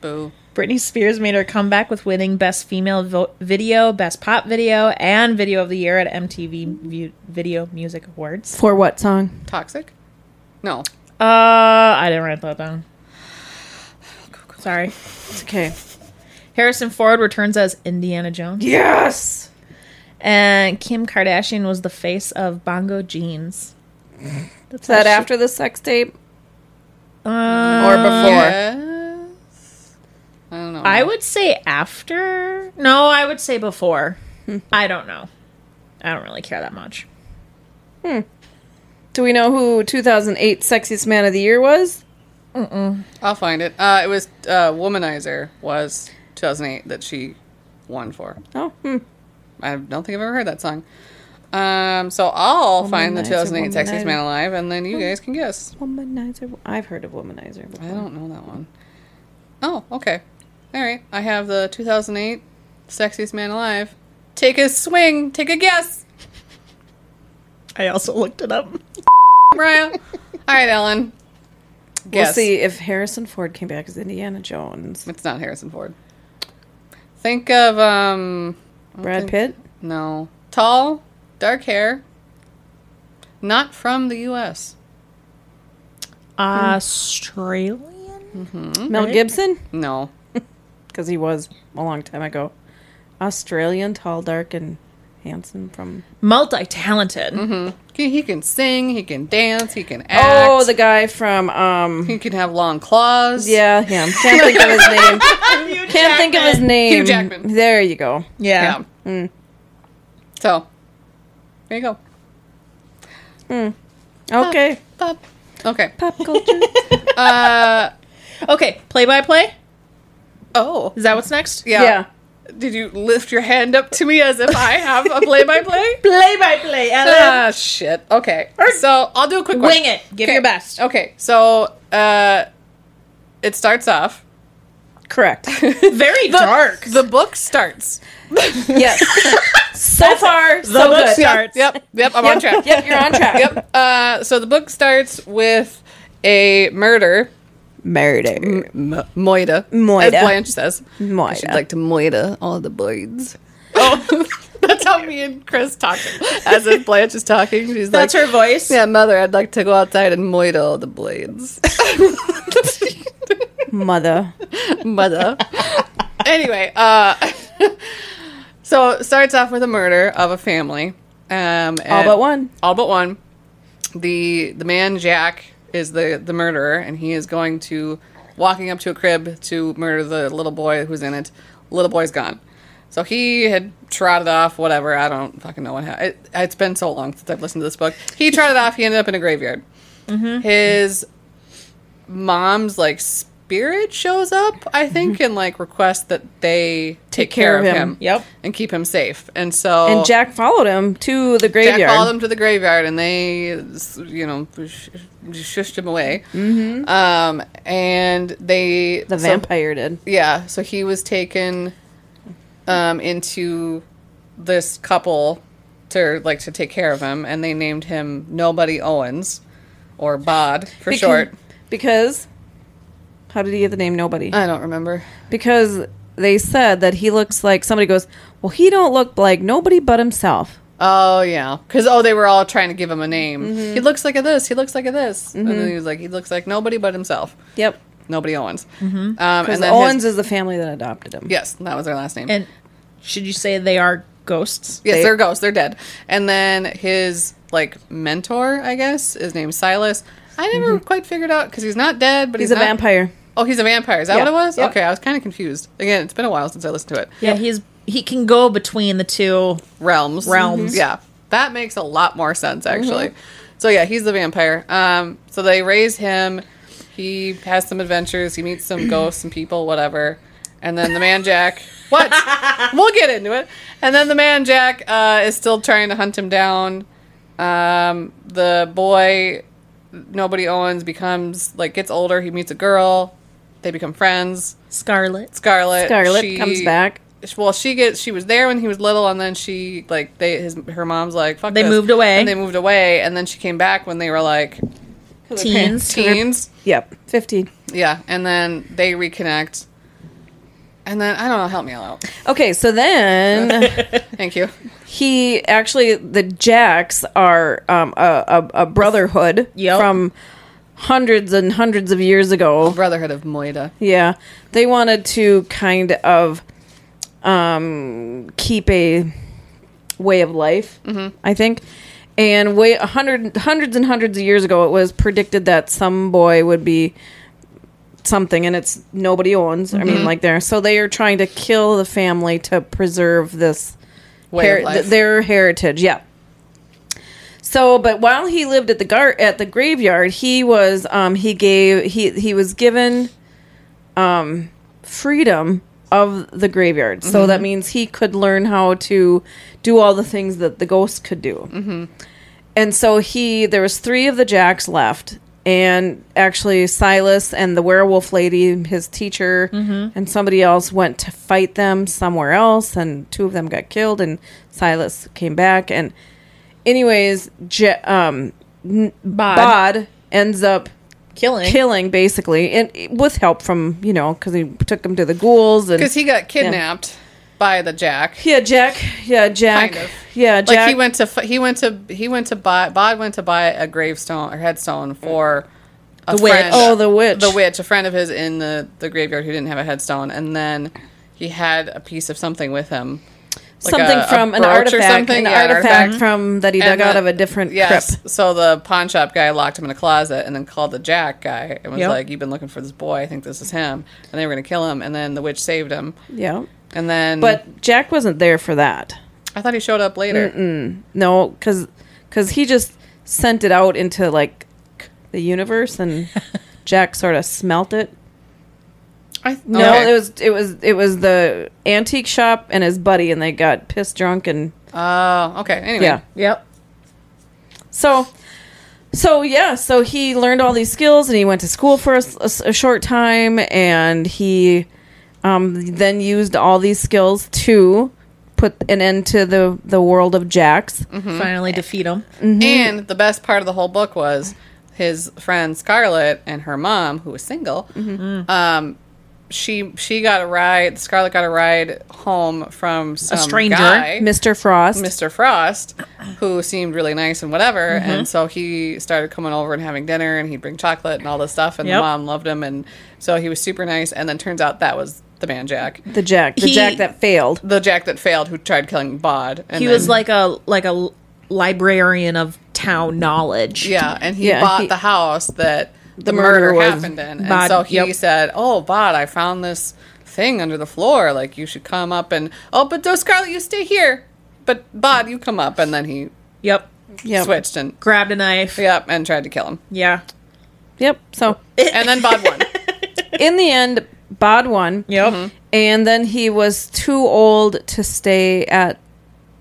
[SPEAKER 1] Boo.
[SPEAKER 3] Britney Spears made her comeback with winning Best Female Vo- Video, Best Pop Video, and Video of the Year at MTV Vu- Video Music Awards.
[SPEAKER 2] For what song?
[SPEAKER 1] Toxic? No.
[SPEAKER 3] Uh, I didn't write that down. Sorry.
[SPEAKER 2] It's okay.
[SPEAKER 3] Harrison Ford returns as Indiana Jones.
[SPEAKER 2] Yes.
[SPEAKER 3] And Kim Kardashian was the face of Bongo Jeans.
[SPEAKER 2] Is that after the sex tape
[SPEAKER 3] Uh,
[SPEAKER 2] or before?
[SPEAKER 1] Yes. I don't know.
[SPEAKER 3] I would say after. No, I would say before. I don't know. I don't really care that much.
[SPEAKER 2] Do we know who 2008 sexiest man of the year was?
[SPEAKER 1] I'll find it. Uh, it was uh, Womanizer was 2008 that she won for.
[SPEAKER 2] Oh, hmm.
[SPEAKER 1] I don't think I've ever heard that song. Um, so I'll find the
[SPEAKER 2] Womanizer,
[SPEAKER 1] 2008 Sexiest
[SPEAKER 2] Womanizer. Hmm.
[SPEAKER 1] Man Alive, and then you guys can guess.
[SPEAKER 2] Womanizer. I've heard of womanizer.
[SPEAKER 1] I
[SPEAKER 2] Before.
[SPEAKER 1] don't know that one. Oh, okay. All right. I have the 2008 Sexiest Man Alive. Take a swing. Take a guess,
[SPEAKER 3] I also looked it up.
[SPEAKER 2] *laughs*
[SPEAKER 1] Mariah. All right, Ellen.
[SPEAKER 2] We'll
[SPEAKER 1] Guess.
[SPEAKER 2] see if Harrison Ford came back as Indiana Jones.
[SPEAKER 1] It's not Harrison Ford. Think of um
[SPEAKER 2] Brad Pitt.
[SPEAKER 1] no tall, dark hair. Not from the U.S.
[SPEAKER 3] Australian?
[SPEAKER 1] Mm-hmm.
[SPEAKER 2] Mel
[SPEAKER 3] Right?
[SPEAKER 2] Gibson,
[SPEAKER 1] No.
[SPEAKER 2] because he was a long time ago. Australian, tall, dark, and handsome from.
[SPEAKER 3] Multi talented.
[SPEAKER 1] He, he can sing. He can dance. He can act.
[SPEAKER 2] Oh, the guy from. um
[SPEAKER 1] *laughs* He can have long claws.
[SPEAKER 2] Yeah, him. Can't think of his name.
[SPEAKER 1] *laughs*
[SPEAKER 2] Can't think of his name.
[SPEAKER 1] Jackman.
[SPEAKER 2] Mm. There you go.
[SPEAKER 3] Yeah.
[SPEAKER 1] Yeah. So, There you go.
[SPEAKER 2] Okay.
[SPEAKER 1] Pop. Okay. Uh,
[SPEAKER 2] Pop culture.
[SPEAKER 3] Okay, play by play.
[SPEAKER 1] Oh.
[SPEAKER 3] Is that what's next?
[SPEAKER 1] Yeah. Did you lift your hand up to me as if I have a play by play?
[SPEAKER 3] Play by play, Ellen.
[SPEAKER 1] Ah, *laughs* shit. Okay. So I'll do a quick one.
[SPEAKER 3] Uh, Wing it. Give
[SPEAKER 1] Okay.
[SPEAKER 3] your best.
[SPEAKER 1] Okay. So uh, it starts off. *laughs*
[SPEAKER 2] Correct.
[SPEAKER 3] *laughs* Very dark.
[SPEAKER 1] The book starts.
[SPEAKER 2] Yes. so far, so
[SPEAKER 3] The book
[SPEAKER 2] good.
[SPEAKER 3] starts.
[SPEAKER 1] Yep. Yep.
[SPEAKER 3] *laughs*
[SPEAKER 1] I'm on track.
[SPEAKER 2] Yep, you're on track.
[SPEAKER 1] Yep. Uh, so the book starts with a murder.
[SPEAKER 2] Murder.
[SPEAKER 1] M- moida.
[SPEAKER 2] Moida.
[SPEAKER 1] As Blanche says.
[SPEAKER 2] Moida.
[SPEAKER 1] She'd like to moida all the birds. Oh, *laughs* that's how me and Chris talk. As if Blanche is talking, she's
[SPEAKER 3] That's
[SPEAKER 1] like,
[SPEAKER 3] her voice.
[SPEAKER 1] Yeah, mother, I'd like to go outside and moida all the blades.
[SPEAKER 2] *laughs*
[SPEAKER 1] *laughs*
[SPEAKER 2] Mother.
[SPEAKER 1] mother. anyway, uh, *laughs* so it starts off with a murder of a family. Um,
[SPEAKER 2] All
[SPEAKER 1] and-
[SPEAKER 2] but one.
[SPEAKER 1] All but one. The the man Jack is the the murderer, and he is going to walking up to a crib to murder the little boy who's in it. Little boy's gone. So he had trotted off, whatever. I don't fucking know what happened. It, it's been so long since I've listened to this book. He trotted off. He ended up in a graveyard. Mm-hmm. His mom's like spirit shows up, I think, and like requests that they Mm-hmm. take, care, of him,
[SPEAKER 3] Yep.
[SPEAKER 1] and keep him safe. And so
[SPEAKER 2] And Jack followed him to the
[SPEAKER 1] Oh. Jack
[SPEAKER 2] graveyard.
[SPEAKER 1] followed him to the graveyard, and they, you know, sh- shushed him away. Mm-hmm. Um, and they
[SPEAKER 2] The
[SPEAKER 1] so-
[SPEAKER 2] vampire did.
[SPEAKER 1] yeah, so he was taken um, into this couple to like to take care of him, and they named him Nobody Owens or Bod for
[SPEAKER 2] Because-
[SPEAKER 1] short.
[SPEAKER 2] Because. How did he get the name Nobody?
[SPEAKER 1] I don't remember.
[SPEAKER 2] because they said that he looks like somebody goes, well, he don't look like nobody but himself.
[SPEAKER 1] Oh yeah, because oh they were all trying to give him a name.
[SPEAKER 2] Mm-hmm.
[SPEAKER 1] He looks like a this. He looks like a this, and then he was like he looks like nobody but himself.
[SPEAKER 2] Yep.
[SPEAKER 1] Nobody Owens. Um, and
[SPEAKER 2] Mm-hmm. Because
[SPEAKER 1] then
[SPEAKER 2] Owens
[SPEAKER 1] his,
[SPEAKER 2] is the family that adopted him.
[SPEAKER 1] yes, that was their last name.
[SPEAKER 3] And should you say they are ghosts?
[SPEAKER 1] yes,
[SPEAKER 2] they-
[SPEAKER 1] they, are ghosts. They're dead. And then his like mentor, I guess, is named Silas. I never quite figured out because he's not dead, but
[SPEAKER 2] Mm-hmm. He's
[SPEAKER 1] he's,
[SPEAKER 2] a
[SPEAKER 1] not-
[SPEAKER 2] vampire.
[SPEAKER 1] Oh, he's a vampire. Is that
[SPEAKER 2] Yeah.
[SPEAKER 1] what it was?
[SPEAKER 2] Yep.
[SPEAKER 1] Okay, I was kind of confused. Again, it's been a while since I listened to it.
[SPEAKER 3] Yeah, he's he can go between the two.
[SPEAKER 1] realms.
[SPEAKER 3] Realms. Mhm.
[SPEAKER 1] Yeah. That makes a lot more sense actually.
[SPEAKER 2] Mm-hmm.
[SPEAKER 1] So yeah, he's the vampire. Um so they raise him. He has some adventures. He meets some *clears throat* ghosts, some people, whatever. And then the man
[SPEAKER 2] *laughs*
[SPEAKER 1] Jack What? we'll get into it. And then the man Jack uh, is still trying to hunt him down. Um the boy nobody owens becomes like gets older, he meets a girl, they become friends.
[SPEAKER 3] Scarlet.
[SPEAKER 1] Scarlet
[SPEAKER 2] Scarlet
[SPEAKER 1] she-
[SPEAKER 2] comes back.
[SPEAKER 1] well she gets she was there when he was little and then she like they his her mom's like fuck
[SPEAKER 3] They
[SPEAKER 1] this.
[SPEAKER 3] moved away.
[SPEAKER 1] and they moved away and then she came back when they were like
[SPEAKER 3] Teens.
[SPEAKER 1] teens
[SPEAKER 2] Yep. 15.
[SPEAKER 1] yeah and then they reconnect and then I don't know help me out
[SPEAKER 2] Okay, so then
[SPEAKER 1] thank you
[SPEAKER 2] he actually, the Jacks are um, a, a, a brotherhood
[SPEAKER 3] Yep.
[SPEAKER 2] from hundreds and hundreds of years ago.
[SPEAKER 1] Brotherhood of Moida
[SPEAKER 2] Yeah. They wanted to kind of um, keep a way of life, I think. And way a hundred hundreds and hundreds of years ago, it was predicted that some boy would be something, and it's nobody owns. I mean, like there, so they are trying to kill the family to preserve this
[SPEAKER 1] way
[SPEAKER 2] her-
[SPEAKER 1] of life
[SPEAKER 2] th- their heritage. Yeah. So, but while he lived at the gar- at the graveyard, he was um, he gave he he was given um, freedom of the graveyard. So
[SPEAKER 1] Mm-hmm.
[SPEAKER 2] that means he could learn how to do all the things that the ghosts could do. And so he there was three of the jacks left. And actually, Silas and the werewolf lady, his teacher,
[SPEAKER 1] Mm-hmm.
[SPEAKER 2] and somebody else went to fight them somewhere else, and two of them got killed, and Silas came back. And, anyways, Ja um,
[SPEAKER 3] Bod.
[SPEAKER 2] Bod ends up
[SPEAKER 3] Killing.
[SPEAKER 2] killing basically, and with help from you know because he took him to the ghouls and
[SPEAKER 1] because he got kidnapped by the Jack
[SPEAKER 2] yeah, Jack, yeah, Jack,
[SPEAKER 1] Kind of.
[SPEAKER 2] yeah, Jack.
[SPEAKER 1] like he went to f- he went to he went to buy Bod went to buy a gravestone or headstone for a
[SPEAKER 3] The witch.
[SPEAKER 1] friend-
[SPEAKER 2] oh, the witch,
[SPEAKER 1] the witch, a friend of his in the, the graveyard who didn't have a headstone, and then he had a piece of something with him, Like
[SPEAKER 2] something
[SPEAKER 1] a- a
[SPEAKER 2] from an
[SPEAKER 1] brooch or
[SPEAKER 2] artifact,
[SPEAKER 1] something?
[SPEAKER 2] an
[SPEAKER 1] Yeah,
[SPEAKER 2] artifact,
[SPEAKER 1] artifact.
[SPEAKER 2] from that he dug
[SPEAKER 1] And
[SPEAKER 2] out
[SPEAKER 1] the-
[SPEAKER 2] of a different
[SPEAKER 1] yes.
[SPEAKER 2] crypt.
[SPEAKER 1] So the pawn shop guy locked him in a closet, and then called the Jack guy and was
[SPEAKER 3] Yep.
[SPEAKER 1] like, "You've been looking for this boy. I think this is him." And they were going to kill him, and then the witch saved him,
[SPEAKER 2] Yeah,
[SPEAKER 1] and then
[SPEAKER 2] but Jack wasn't there for that.
[SPEAKER 1] I thought he showed up later.
[SPEAKER 2] No, because he just sent it out into like the universe,
[SPEAKER 1] *laughs*
[SPEAKER 2] and Jack sort of smelt it.
[SPEAKER 1] I th-
[SPEAKER 2] No,
[SPEAKER 1] okay.
[SPEAKER 2] it was it was it was the antique shop and his buddy, and they got pissed drunk, and
[SPEAKER 1] Oh, okay. Anyway,
[SPEAKER 2] yeah.
[SPEAKER 3] Yep.
[SPEAKER 2] So, so yeah, so he learned all these skills, and he went to school for a, s- a s- a short time, and he um, then used all these skills to put an end to the the world of Jax.
[SPEAKER 3] Mm-hmm. Finally defeat him.
[SPEAKER 1] And the best part of the whole book was his friend Scarlett and her mom, who was single.
[SPEAKER 3] Mm-hmm.
[SPEAKER 1] Um, she she got a ride. Scarlett got a ride home from some
[SPEAKER 3] stranger.
[SPEAKER 1] guy,
[SPEAKER 2] Mr. Frost.
[SPEAKER 1] Mr. Frost, who seemed really nice and whatever.
[SPEAKER 3] Mm-hmm.
[SPEAKER 1] And so he started coming over and having dinner, and he'd bring chocolate and all this stuff. And
[SPEAKER 3] Yep.
[SPEAKER 1] the mom loved him, and so he was super nice. And then turns out that was the man Jack,
[SPEAKER 2] the Jack, the
[SPEAKER 3] He-
[SPEAKER 2] Jack that failed.
[SPEAKER 1] the Jack that failed, who tried killing Bod. And
[SPEAKER 3] He
[SPEAKER 1] then-
[SPEAKER 3] was like a like a librarian of town knowledge.
[SPEAKER 1] Yeah, and he
[SPEAKER 2] Yeah,
[SPEAKER 1] bought
[SPEAKER 2] he-
[SPEAKER 1] the house that the,
[SPEAKER 2] murder
[SPEAKER 1] murder,
[SPEAKER 2] was
[SPEAKER 1] happened in. And
[SPEAKER 3] Bod-
[SPEAKER 1] so he
[SPEAKER 3] yep.
[SPEAKER 1] said, "Oh, Bod, I found this thing under the floor. Like you should come up and oh, but do Scarlet, you stay here. But Bod, you come up." And then he
[SPEAKER 3] Yep.
[SPEAKER 2] Yep.
[SPEAKER 1] switched and *laughs*
[SPEAKER 3] Grabbed a knife.
[SPEAKER 1] yep, and tried to kill
[SPEAKER 2] *laughs*
[SPEAKER 1] him.
[SPEAKER 3] Yeah.
[SPEAKER 2] Yep. So
[SPEAKER 1] And then Bod won.
[SPEAKER 2] in the end, Bod won.
[SPEAKER 3] Yep.
[SPEAKER 2] And then he was too old to stay at.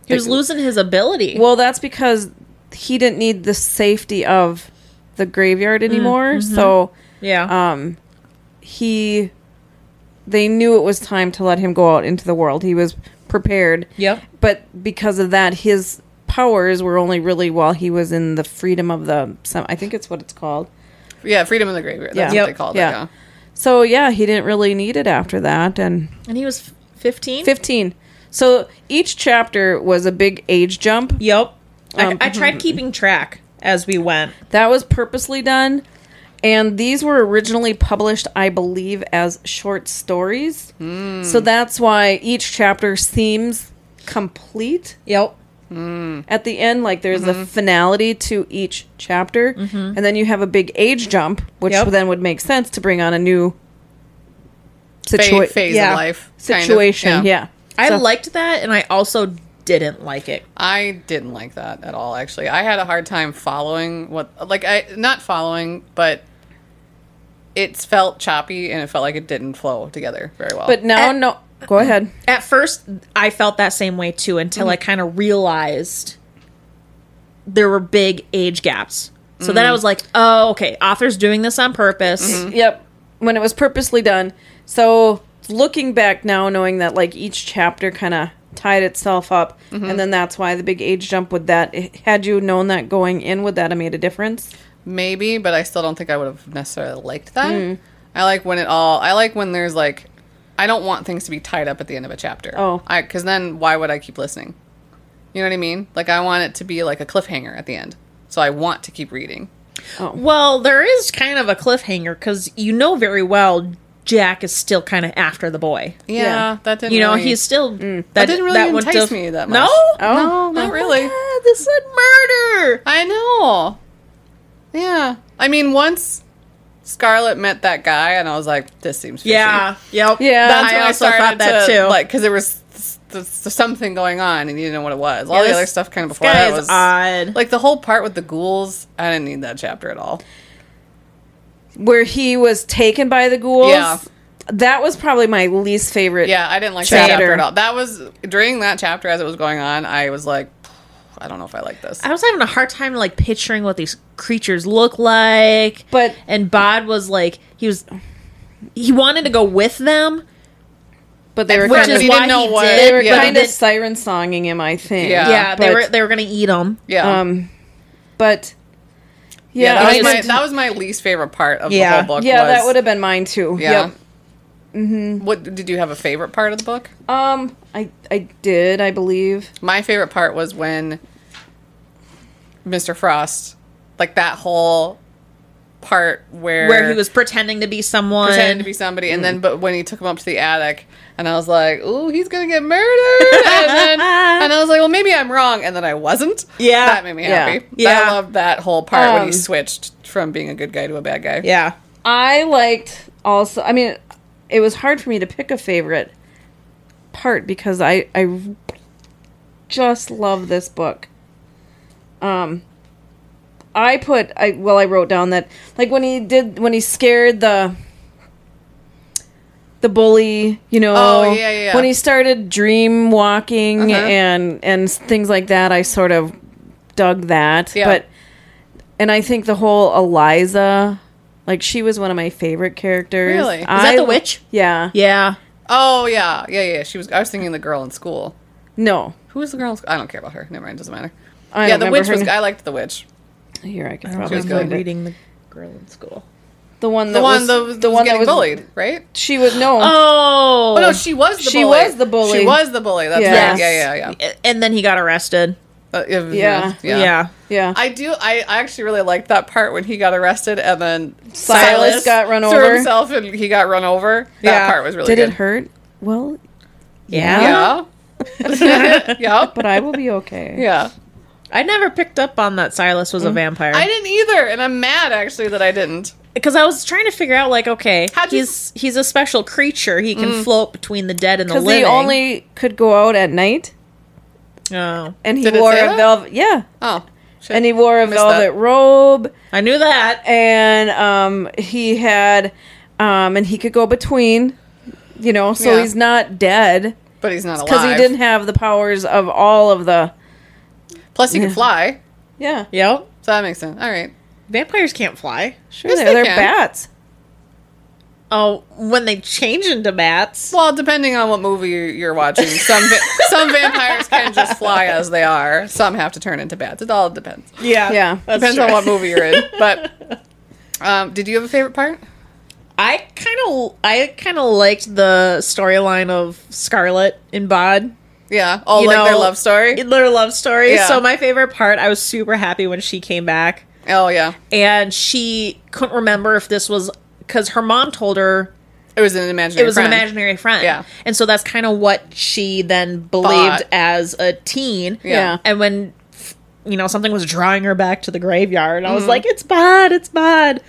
[SPEAKER 3] He was losing his ability.
[SPEAKER 2] Well, that's because he didn't need the safety of the graveyard anymore. So
[SPEAKER 3] yeah.
[SPEAKER 2] um, he, they knew it was time to let him go out into the world. He was prepared.
[SPEAKER 3] Yep.
[SPEAKER 2] But because of that, his powers were only really while he was in the freedom of the. Some, I think it's what it's called.
[SPEAKER 1] yeah, freedom in the graveyard. That's
[SPEAKER 2] Yeah.
[SPEAKER 1] what
[SPEAKER 2] Yep.
[SPEAKER 1] they called
[SPEAKER 2] Yeah.
[SPEAKER 1] it. Yeah.
[SPEAKER 2] So yeah, he didn't really need it after that, and
[SPEAKER 3] and he was 15?
[SPEAKER 2] 15. So each chapter was a big age jump.
[SPEAKER 3] Yep.
[SPEAKER 2] Um,
[SPEAKER 3] I, I tried keeping track as we went.
[SPEAKER 2] That was purposely done. And these were originally published, I believe, as short stories. So that's why each chapter seems complete.
[SPEAKER 3] Yep.
[SPEAKER 2] At the end, like there's a finality to each chapter. And then you have a big age jump, which
[SPEAKER 3] Yep.
[SPEAKER 2] then would make sense to bring on a new situa-
[SPEAKER 1] Fa- phase
[SPEAKER 2] yeah,
[SPEAKER 1] of life. kind of.
[SPEAKER 2] situation. yeah.
[SPEAKER 3] I
[SPEAKER 2] So-
[SPEAKER 3] liked that and I also didn't like it.
[SPEAKER 1] I didn't like that at all. Actually, I had a hard time following what, like, I not following, but it felt choppy and it felt like it didn't flow together very well.
[SPEAKER 2] But now,
[SPEAKER 3] At-
[SPEAKER 2] no. Go ahead.
[SPEAKER 3] At first, I felt that same way too until
[SPEAKER 1] Mm.
[SPEAKER 3] I kind of realized there were big age gaps. So
[SPEAKER 1] Mm.
[SPEAKER 3] then I was like, oh, okay, author's doing this on purpose.
[SPEAKER 1] Mm-hmm.
[SPEAKER 2] Yep. When it was purposely done. So looking back now, knowing that like each chapter kind of tied itself up, and then that's why the big age jump with that. Had you known that going in, would that have made a difference?
[SPEAKER 1] maybe, but I still don't think I would have necessarily liked that. I like when it all. I like when there's like, I don't want things to be tied up at the end of a chapter.
[SPEAKER 2] Oh.
[SPEAKER 1] I because then why would I keep listening? You know what I mean? Like I want it to be like a cliffhanger at the end, so I want to keep reading.
[SPEAKER 3] Well, there is kind of a cliffhanger because you know very well Jack is still kind of after the boy.
[SPEAKER 1] Yeah,
[SPEAKER 2] Yeah.
[SPEAKER 1] that didn't.
[SPEAKER 3] You know,
[SPEAKER 1] really-
[SPEAKER 3] he's still.
[SPEAKER 1] Mm. that didn't really
[SPEAKER 3] one
[SPEAKER 1] entice
[SPEAKER 3] def-
[SPEAKER 1] me that much.
[SPEAKER 3] No?
[SPEAKER 1] no,
[SPEAKER 2] Oh,
[SPEAKER 1] not really.
[SPEAKER 3] God, this said murder.
[SPEAKER 1] I know. Yeah. I mean, once Scarlett met that guy, and I was like, this seems fishy.
[SPEAKER 3] Yeah. Yep.
[SPEAKER 2] Yeah.
[SPEAKER 1] That's
[SPEAKER 3] I
[SPEAKER 1] when I,
[SPEAKER 3] also
[SPEAKER 1] started
[SPEAKER 3] thought that
[SPEAKER 1] to,
[SPEAKER 3] too.
[SPEAKER 1] Like, because there was s- s- something going on, and you didn't know what it was. All
[SPEAKER 3] Yeah,
[SPEAKER 1] the
[SPEAKER 3] this-
[SPEAKER 1] other stuff kind of
[SPEAKER 3] this
[SPEAKER 1] before
[SPEAKER 3] guy
[SPEAKER 1] that
[SPEAKER 3] is
[SPEAKER 1] was
[SPEAKER 3] odd.
[SPEAKER 1] Like the whole part with the ghouls, I didn't need that chapter at all.
[SPEAKER 2] Where he was taken by the ghouls.
[SPEAKER 1] Yeah.
[SPEAKER 2] That was probably my least favorite.
[SPEAKER 1] Yeah, I didn't like that
[SPEAKER 2] Chapter.
[SPEAKER 1] chapter at all. That was during that chapter as it was going on. I was like, I don't know if I like this.
[SPEAKER 3] I was having a hard time like picturing what these creatures look like.
[SPEAKER 2] But-
[SPEAKER 3] and Bod was like he was he wanted to go with them.
[SPEAKER 2] But they were
[SPEAKER 1] Which
[SPEAKER 2] kind
[SPEAKER 1] is
[SPEAKER 2] of,
[SPEAKER 1] he
[SPEAKER 3] why
[SPEAKER 1] didn't know
[SPEAKER 3] he
[SPEAKER 1] what-
[SPEAKER 3] did,
[SPEAKER 2] they were
[SPEAKER 1] yeah.
[SPEAKER 3] but
[SPEAKER 2] kind of
[SPEAKER 3] then-
[SPEAKER 2] siren songing him, I think.
[SPEAKER 1] Yeah.
[SPEAKER 3] yeah, they
[SPEAKER 2] but-
[SPEAKER 3] were they were gonna eat him.
[SPEAKER 1] yeah.
[SPEAKER 2] Um, but yeah,
[SPEAKER 1] yeah, that
[SPEAKER 2] I
[SPEAKER 1] was, my,
[SPEAKER 2] just-
[SPEAKER 1] that was my least favorite part of
[SPEAKER 3] Yeah.
[SPEAKER 1] the whole book.
[SPEAKER 2] yeah,
[SPEAKER 1] was-
[SPEAKER 2] that would have been mine too.
[SPEAKER 1] Yeah.
[SPEAKER 2] Yep.
[SPEAKER 3] Mm-hmm.
[SPEAKER 1] What did you have a favorite part of the book?
[SPEAKER 2] Um, I I did, I believe.
[SPEAKER 1] My favorite part was when Mr. Frost, like that whole part where
[SPEAKER 3] Where he was Mm-hmm. pretending to be someone.
[SPEAKER 1] pretending to be somebody, and then but when he took him up to the attic, and I was like, "Ooh, he's gonna get murdered," and then
[SPEAKER 3] *laughs*
[SPEAKER 1] and I was like, "Well, maybe I'm wrong," and then I wasn't.
[SPEAKER 3] Yeah.
[SPEAKER 1] that made me
[SPEAKER 2] Yeah.
[SPEAKER 1] happy.
[SPEAKER 3] Yeah.
[SPEAKER 1] I loved that whole part when
[SPEAKER 2] Um,
[SPEAKER 1] he switched from being a good guy to a bad guy.
[SPEAKER 3] yeah.
[SPEAKER 2] I liked also. I mean, it was hard for me to pick a favorite part because I I just love this book. Um, I put I well I wrote down that like when he did when he scared the the bully, you know,
[SPEAKER 1] Oh, yeah, yeah, yeah.
[SPEAKER 2] when he started dream walking
[SPEAKER 1] Uh-huh.
[SPEAKER 2] and and things like that, I sort of dug that.
[SPEAKER 1] Yeah.
[SPEAKER 2] But and I think the whole Eliza, like she was one of my favorite characters.
[SPEAKER 1] Really? Is
[SPEAKER 3] that
[SPEAKER 2] I-
[SPEAKER 3] the witch?
[SPEAKER 2] Yeah.
[SPEAKER 3] Yeah.
[SPEAKER 1] Oh yeah, yeah, yeah. She was. I was thinking the girl in school.
[SPEAKER 2] No.
[SPEAKER 1] Who was the girl? In school? I don't care about her. Never mind. Doesn't matter.
[SPEAKER 2] I
[SPEAKER 1] yeah,
[SPEAKER 2] don't
[SPEAKER 1] the
[SPEAKER 2] remember
[SPEAKER 1] witch
[SPEAKER 2] her
[SPEAKER 1] was.
[SPEAKER 2] na-
[SPEAKER 1] I liked the witch.
[SPEAKER 2] Here I could
[SPEAKER 3] I
[SPEAKER 2] probably
[SPEAKER 1] was
[SPEAKER 3] remember
[SPEAKER 2] find it.
[SPEAKER 3] reading the girl in school.
[SPEAKER 2] The one that
[SPEAKER 1] The one.
[SPEAKER 2] was,
[SPEAKER 1] the the one getting bullied, right?
[SPEAKER 2] She was no.
[SPEAKER 3] Oh.
[SPEAKER 1] Oh no, she was the
[SPEAKER 2] She
[SPEAKER 1] bully.
[SPEAKER 2] was the bully.
[SPEAKER 1] She was the bully. That's
[SPEAKER 2] Yes.
[SPEAKER 1] right. Yeah, yeah, yeah.
[SPEAKER 3] And then he got arrested.
[SPEAKER 1] Uh, yeah.
[SPEAKER 2] Yeah.
[SPEAKER 3] yeah.
[SPEAKER 2] yeah.
[SPEAKER 1] I do. I, I actually really liked that part when he got arrested and then
[SPEAKER 2] Silas got run
[SPEAKER 1] threw
[SPEAKER 2] over.
[SPEAKER 1] himself and he got run over. That
[SPEAKER 3] Yeah.
[SPEAKER 1] part was really
[SPEAKER 2] Did
[SPEAKER 1] good.
[SPEAKER 2] it hurt? Well,
[SPEAKER 3] Yeah.
[SPEAKER 2] *laughs*
[SPEAKER 1] Yeah. *laughs* yep.
[SPEAKER 2] but I will be okay. *laughs*
[SPEAKER 1] Yeah.
[SPEAKER 3] I never picked up on that Silas was a vampire.
[SPEAKER 1] Mm-hmm. I didn't either, and I'm mad actually that I didn't.
[SPEAKER 3] because I was trying to figure out, like, okay,
[SPEAKER 1] How'd you- Mm.
[SPEAKER 3] he's he's a special creature. He can float between the dead and the
[SPEAKER 2] Because
[SPEAKER 3] living.
[SPEAKER 2] he only could go out at night,
[SPEAKER 3] oh,
[SPEAKER 2] and he
[SPEAKER 1] Did it
[SPEAKER 2] wore
[SPEAKER 1] say
[SPEAKER 2] a
[SPEAKER 1] that?
[SPEAKER 2] velvet. Yeah,
[SPEAKER 1] Oh. Shit.
[SPEAKER 2] and he wore a
[SPEAKER 1] Missed that.
[SPEAKER 2] velvet robe,
[SPEAKER 3] I knew that.
[SPEAKER 2] and um, he had, um, and he could go between. You know, so
[SPEAKER 1] Yeah.
[SPEAKER 2] he's not dead
[SPEAKER 1] but he's not alive.
[SPEAKER 2] because he didn't have the powers of all of the.
[SPEAKER 1] Plus,
[SPEAKER 2] *laughs*
[SPEAKER 1] he could fly,
[SPEAKER 2] Yeah,
[SPEAKER 3] Yep.
[SPEAKER 1] so that makes sense. All right.
[SPEAKER 3] Vampires can't fly.
[SPEAKER 2] sure,
[SPEAKER 1] Yes,
[SPEAKER 2] they're,
[SPEAKER 1] they
[SPEAKER 2] they're
[SPEAKER 1] can.
[SPEAKER 2] bats.
[SPEAKER 3] Oh, when they change into bats.
[SPEAKER 1] Well, depending on what movie you- you're watching, some va-
[SPEAKER 3] *laughs*
[SPEAKER 1] some vampires can just fly as they are. Some have to turn into bats. It all depends.
[SPEAKER 3] Yeah.
[SPEAKER 2] Yeah.
[SPEAKER 3] that's
[SPEAKER 1] depends
[SPEAKER 3] true.
[SPEAKER 1] on what movie you're in. But um, did you have a favorite part?
[SPEAKER 3] I kind of I kind of liked the storyline of Scarlet and Bod.
[SPEAKER 1] Yeah. Oh,
[SPEAKER 3] You
[SPEAKER 1] like their
[SPEAKER 3] know,
[SPEAKER 1] love story.
[SPEAKER 3] Their love story.
[SPEAKER 1] Yeah.
[SPEAKER 3] So my favorite part, I was super happy when she came back
[SPEAKER 1] oh yeah.
[SPEAKER 3] and she couldn't remember if this was cuz her mom told her
[SPEAKER 1] It was an imaginary.
[SPEAKER 3] it was
[SPEAKER 1] friend.
[SPEAKER 3] an imaginary friend.
[SPEAKER 1] Yeah.
[SPEAKER 3] And so that's kind of what she then believed
[SPEAKER 1] Thought.
[SPEAKER 3] as a teen.
[SPEAKER 1] Yeah.
[SPEAKER 3] And when you know something was drawing her back to the graveyard, I was
[SPEAKER 1] Mm-hmm.
[SPEAKER 3] like, "It's bad, it's bad."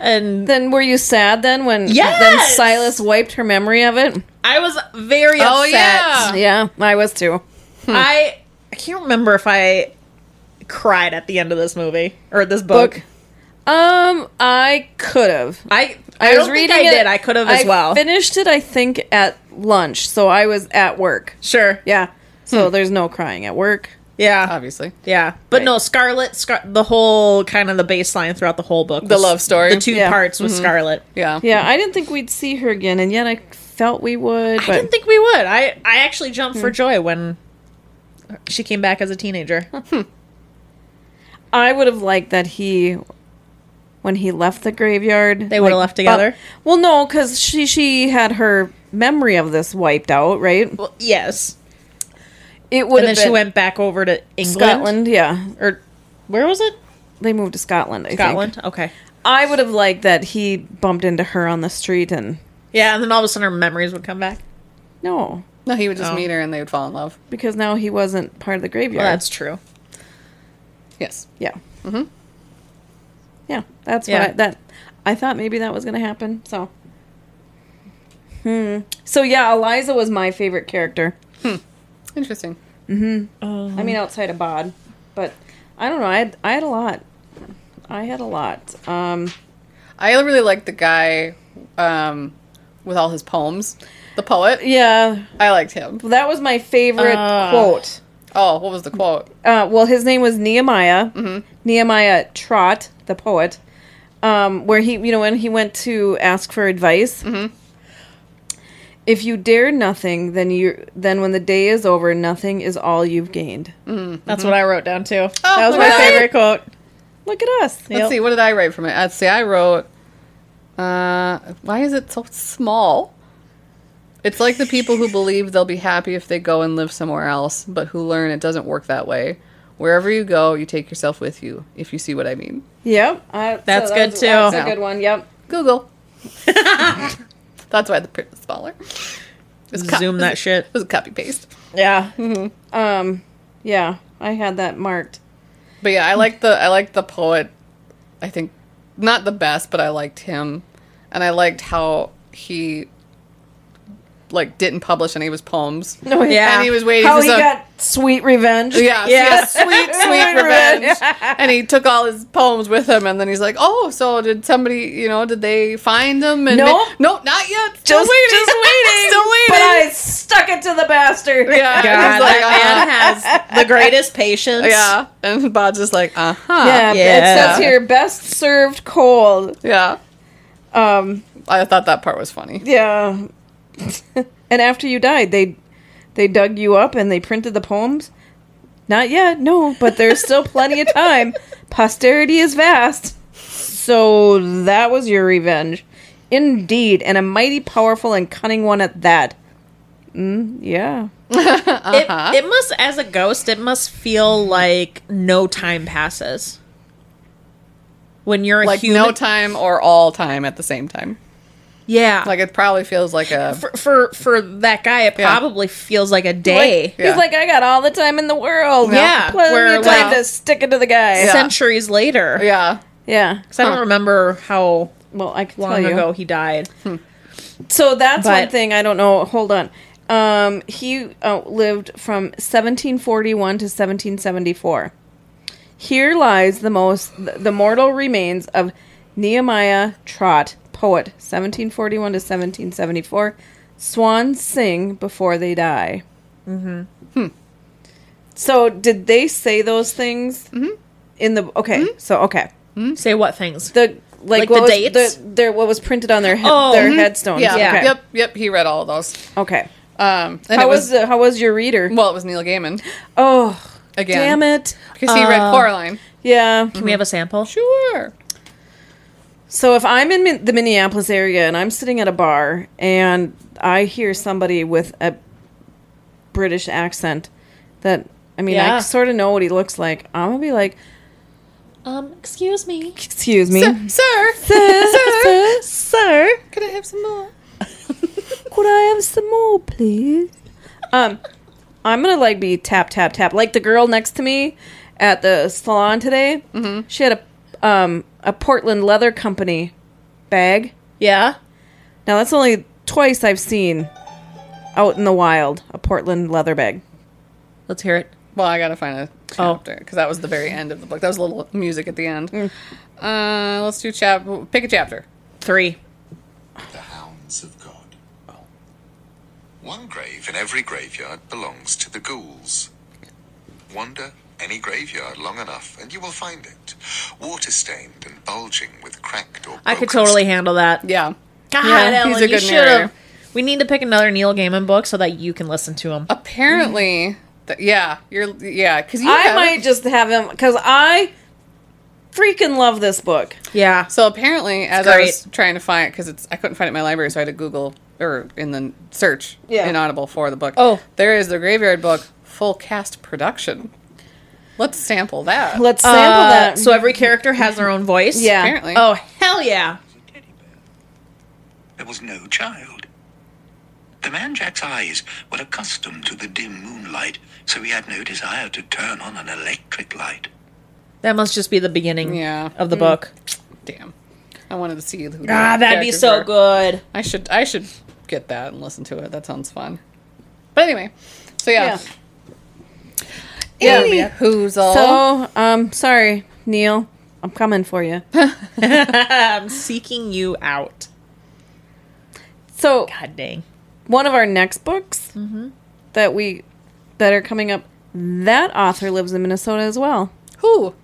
[SPEAKER 3] And
[SPEAKER 2] Then were you sad then when then
[SPEAKER 3] Yes!
[SPEAKER 2] Silas wiped her memory of it?
[SPEAKER 3] I was very upset.
[SPEAKER 1] Oh, yeah. Hmm.
[SPEAKER 2] Yeah, I was too.
[SPEAKER 3] I I can't remember if I cried at the end of this movie or this book.
[SPEAKER 2] Book. Um, I could have.
[SPEAKER 3] I I, don't think I did. I could have as
[SPEAKER 2] I
[SPEAKER 3] well.
[SPEAKER 2] Finished it, I think, at lunch, so I was at work.
[SPEAKER 3] sure.
[SPEAKER 2] Yeah, so
[SPEAKER 3] Hmm.
[SPEAKER 2] there's no crying at work.
[SPEAKER 3] Yeah.
[SPEAKER 1] Obviously.
[SPEAKER 3] Yeah. But no, Scarlet Scar- the whole kind of the baseline throughout the whole book.
[SPEAKER 1] The
[SPEAKER 3] was-
[SPEAKER 1] love story. Mm-hmm.
[SPEAKER 3] The two
[SPEAKER 2] Yeah.
[SPEAKER 3] parts with Scarlet.
[SPEAKER 1] Yeah.
[SPEAKER 2] Yeah, I didn't think we'd see her again, and yet I felt we would. But
[SPEAKER 3] Hmm.
[SPEAKER 2] Hmm.
[SPEAKER 3] I didn't think we would. I I actually jumped for joy when she came back as
[SPEAKER 2] *laughs*
[SPEAKER 3] a teenager.
[SPEAKER 2] I would have liked that he, when he left the graveyard,
[SPEAKER 3] They would've
[SPEAKER 2] like,
[SPEAKER 3] left together?
[SPEAKER 2] bu- well, no, because she she had her memory of this wiped out, right?
[SPEAKER 3] well, yes.
[SPEAKER 2] It would
[SPEAKER 3] and
[SPEAKER 2] have
[SPEAKER 3] then
[SPEAKER 2] been
[SPEAKER 3] she went back over to England
[SPEAKER 2] Scotland. Yeah,
[SPEAKER 3] or where was it?
[SPEAKER 2] they moved to Scotland. I Think.
[SPEAKER 3] Scotland. Okay.
[SPEAKER 2] I would have liked that he bumped into her on the street and
[SPEAKER 3] Yeah, and then all of a sudden her memories would come back.
[SPEAKER 2] no,
[SPEAKER 1] No, he would just
[SPEAKER 3] Oh.
[SPEAKER 1] meet her and they would fall in love.
[SPEAKER 2] because now he wasn't part of the graveyard.
[SPEAKER 3] Well, that's true.
[SPEAKER 1] Yes.
[SPEAKER 2] yeah. Mm-hmm. Yeah, that's
[SPEAKER 3] Yeah.
[SPEAKER 2] what I, that I thought maybe that was going to happen. So, hmm. So yeah, Eliza was my favorite character.
[SPEAKER 1] Interesting.
[SPEAKER 2] I mean, outside of Bod, but I don't know. I had, I had a lot. I had a lot. Um,
[SPEAKER 1] I really liked the guy um, with all his poems. The poet.
[SPEAKER 2] yeah,
[SPEAKER 1] I liked him.
[SPEAKER 2] that was my favorite
[SPEAKER 3] Uh.
[SPEAKER 2] quote.
[SPEAKER 1] Oh, what was the quote?
[SPEAKER 2] uh, well, his name was Nehemiah,
[SPEAKER 3] Mm-hmm.
[SPEAKER 2] Nehemiah Trot, the poet, um, where he, you know, when he went to ask for advice.
[SPEAKER 3] Mm-hmm.
[SPEAKER 2] If you dare nothing, then you then when the day is over, nothing is all you've gained.
[SPEAKER 3] That's
[SPEAKER 2] Mm-hmm.
[SPEAKER 3] what I wrote down too.
[SPEAKER 1] Oh,
[SPEAKER 3] that was my
[SPEAKER 1] really?
[SPEAKER 3] favorite quote.
[SPEAKER 2] Look at us.
[SPEAKER 1] Let's see. What did I write from it? Let's see. I wrote. Uh, why is it so small? It's like the people who believe they'll be happy if they go and live somewhere else, but who learn it doesn't work that way. Wherever you go, you take yourself with you, if you see what I mean.
[SPEAKER 2] Yep, I- so
[SPEAKER 3] That's
[SPEAKER 2] that
[SPEAKER 3] good
[SPEAKER 2] was-
[SPEAKER 3] too.
[SPEAKER 2] That's a
[SPEAKER 1] Yeah.
[SPEAKER 2] good one. Yep.
[SPEAKER 1] Google. That's why the print was smaller. It's co-
[SPEAKER 3] Zoom
[SPEAKER 2] *laughs*
[SPEAKER 3] that shit.
[SPEAKER 1] It was a copy paste.
[SPEAKER 3] Yeah.
[SPEAKER 2] Um, yeah, I had that marked.
[SPEAKER 1] But yeah, I like the I like the poet. I think not the best, but I liked him, and I liked how he like didn't publish any of his poems.
[SPEAKER 2] No, he-
[SPEAKER 3] Yeah.
[SPEAKER 1] And *laughs* he was waiting
[SPEAKER 2] Oh, How
[SPEAKER 1] for
[SPEAKER 2] he
[SPEAKER 1] some-
[SPEAKER 2] got sweet revenge. *laughs*
[SPEAKER 1] Yeah,
[SPEAKER 3] Yeah.
[SPEAKER 1] yeah. sweet, sweet revenge. And he took all his poems with him, and then he's like, "Oh, so did somebody? You know, did they find them?" And
[SPEAKER 2] Nope.
[SPEAKER 1] nope, not yet. Still
[SPEAKER 2] Just,
[SPEAKER 1] waiting,
[SPEAKER 2] just
[SPEAKER 1] *laughs*
[SPEAKER 2] waiting.
[SPEAKER 1] still waiting.
[SPEAKER 2] But I stuck it to the bastard.
[SPEAKER 1] yeah,
[SPEAKER 3] God,
[SPEAKER 1] he's like, uh-huh.
[SPEAKER 3] that man has the greatest
[SPEAKER 1] *laughs*
[SPEAKER 3] patience.
[SPEAKER 1] yeah. And Bob's just like, "Uh huh."
[SPEAKER 2] Yeah,
[SPEAKER 3] Yeah.
[SPEAKER 2] It says here best served cold.
[SPEAKER 1] yeah.
[SPEAKER 2] Um,
[SPEAKER 1] I thought that part was funny.
[SPEAKER 2] yeah. *laughs* and after you died, they they dug you up and they printed the poems. Not yet, no, but there's still plenty of
[SPEAKER 3] *laughs*
[SPEAKER 2] time. Posterity is vast. So that was your revenge. Indeed, and a mighty powerful and cunning one at that. Mm, yeah. Uh-huh.
[SPEAKER 3] It, it must, as a ghost, it must feel like no time passes. When you're a
[SPEAKER 1] Like
[SPEAKER 3] human,
[SPEAKER 1] no time or all time at the same time.
[SPEAKER 3] yeah,
[SPEAKER 1] Like it probably feels like a
[SPEAKER 3] for, for for that guy, it
[SPEAKER 1] Yeah.
[SPEAKER 3] probably feels like a day.
[SPEAKER 2] Like,
[SPEAKER 1] Yeah.
[SPEAKER 2] He's like, I got all the time in the world.
[SPEAKER 3] Yeah,
[SPEAKER 2] Plenty
[SPEAKER 3] where,
[SPEAKER 2] of time
[SPEAKER 3] like-
[SPEAKER 2] to stick it to the guy.
[SPEAKER 1] Yeah.
[SPEAKER 3] Centuries later,
[SPEAKER 1] yeah.
[SPEAKER 2] yeah.
[SPEAKER 3] 'Cause I don't remember how
[SPEAKER 2] Well, I can
[SPEAKER 3] long
[SPEAKER 2] tell you.
[SPEAKER 3] ago he died.
[SPEAKER 2] So that's one
[SPEAKER 3] But-
[SPEAKER 2] thing I don't know. Hold on. Um, he uh, lived from 1741 to 1774. Here lies the most the mortal remains of Nehemiah Trot, poet, 1741 to 1774. Swans sing before they die. Mm-hmm.
[SPEAKER 3] Mm-hmm.
[SPEAKER 2] So did they say those things
[SPEAKER 3] Mm-hmm.
[SPEAKER 2] in the? Okay, so okay,
[SPEAKER 1] Hmm?
[SPEAKER 3] Say what things?
[SPEAKER 2] the like,
[SPEAKER 3] Mm-hmm. Like
[SPEAKER 2] what
[SPEAKER 3] the
[SPEAKER 2] was
[SPEAKER 3] dates?
[SPEAKER 2] The, their, what was printed on their he-
[SPEAKER 3] Oh,
[SPEAKER 2] their
[SPEAKER 3] mhm.
[SPEAKER 2] headstones?
[SPEAKER 1] Yeah.
[SPEAKER 2] Okay.
[SPEAKER 1] Yep. Yep. He read all of those.
[SPEAKER 2] Okay.
[SPEAKER 1] Um, and
[SPEAKER 2] How
[SPEAKER 1] it
[SPEAKER 2] was,
[SPEAKER 1] was,
[SPEAKER 2] the, how was your reader?
[SPEAKER 1] well, it was Neil Gaiman
[SPEAKER 2] Oh,
[SPEAKER 1] again.
[SPEAKER 2] damn it!
[SPEAKER 1] Because he read
[SPEAKER 3] Uh,
[SPEAKER 1] Coraline.
[SPEAKER 2] Yeah.
[SPEAKER 3] Can we have a sample?
[SPEAKER 1] Sure.
[SPEAKER 2] So if I'm in Min- the Minneapolis area and I'm sitting at a bar and I hear somebody with a British accent, that I mean,
[SPEAKER 3] Yeah.
[SPEAKER 2] I sort of know what he looks like. I'm gonna be like,
[SPEAKER 3] Um, excuse me.
[SPEAKER 2] "Excuse me,
[SPEAKER 1] Sir, sir,
[SPEAKER 2] sir, sir,
[SPEAKER 1] could I have some more?
[SPEAKER 2] could I have some more, please?" Um, I'm gonna like be tap tap tap like the girl next to me at the salon today. Mm-hmm. She had a um a Portland leather company bag.
[SPEAKER 3] Yeah.
[SPEAKER 2] Now that's only twice I've seen out in the wild a Portland leather bag.
[SPEAKER 3] Let's hear it.
[SPEAKER 1] Well, I gotta find a chapter because that was the very end of the book. That was a little music at the end. Uh, let's do chap. Pick a chapter.
[SPEAKER 3] Three.
[SPEAKER 4] the hounds of God. One grave in every graveyard belongs to the ghouls. Wander any graveyard long enough and you will find it. Water stained and bulging with cracked or
[SPEAKER 3] I could
[SPEAKER 4] broken
[SPEAKER 3] totally handle that.
[SPEAKER 1] Yeah,
[SPEAKER 3] God,
[SPEAKER 1] Yeah, he's
[SPEAKER 3] Ellen,
[SPEAKER 1] a
[SPEAKER 3] you
[SPEAKER 1] good
[SPEAKER 3] should have.
[SPEAKER 1] narrator.
[SPEAKER 3] We need to pick another Neil Gaiman book so that you can listen to
[SPEAKER 1] Uh,
[SPEAKER 3] him.
[SPEAKER 1] apparently, th- yeah, you're yeah because you
[SPEAKER 2] I
[SPEAKER 1] have-
[SPEAKER 2] might just have him because I freaking love this book.
[SPEAKER 3] Yeah.
[SPEAKER 1] So apparently, as I
[SPEAKER 3] great.
[SPEAKER 1] was trying to find because it's I couldn't find it in my library, so I had to Google or in the search
[SPEAKER 2] Yeah.
[SPEAKER 1] in Audible for the book.
[SPEAKER 3] Oh.
[SPEAKER 1] there is the graveyard book full cast production. Let's sample that.
[SPEAKER 2] Let's sample
[SPEAKER 3] Uh,
[SPEAKER 2] that.
[SPEAKER 3] So every character has their own voice.
[SPEAKER 2] Yeah.
[SPEAKER 1] apparently.
[SPEAKER 3] Oh hell yeah!
[SPEAKER 4] a teddy bear. There was no child. The man Jack's eyes were accustomed to the dim moonlight, so he had no desire to turn on an electric light.
[SPEAKER 3] That must just be the beginning.
[SPEAKER 1] Yeah. Mm.
[SPEAKER 3] Of the book.
[SPEAKER 1] damn! I wanted to see who. the
[SPEAKER 3] Ah, that'd be
[SPEAKER 1] characters
[SPEAKER 3] so
[SPEAKER 1] were.
[SPEAKER 3] good.
[SPEAKER 1] I should I should get that and listen to it. That sounds fun. But anyway, so yeah.
[SPEAKER 2] Yeah.
[SPEAKER 1] Any Who's all?
[SPEAKER 2] So um, sorry, Neil, I'm coming for *laughs* you.
[SPEAKER 3] I'm Um, seeking you out.
[SPEAKER 2] So
[SPEAKER 3] God dang.
[SPEAKER 2] one of our next books
[SPEAKER 1] Mm-hmm.
[SPEAKER 2] that we that are coming up, that author lives in Minnesota as well.
[SPEAKER 1] who?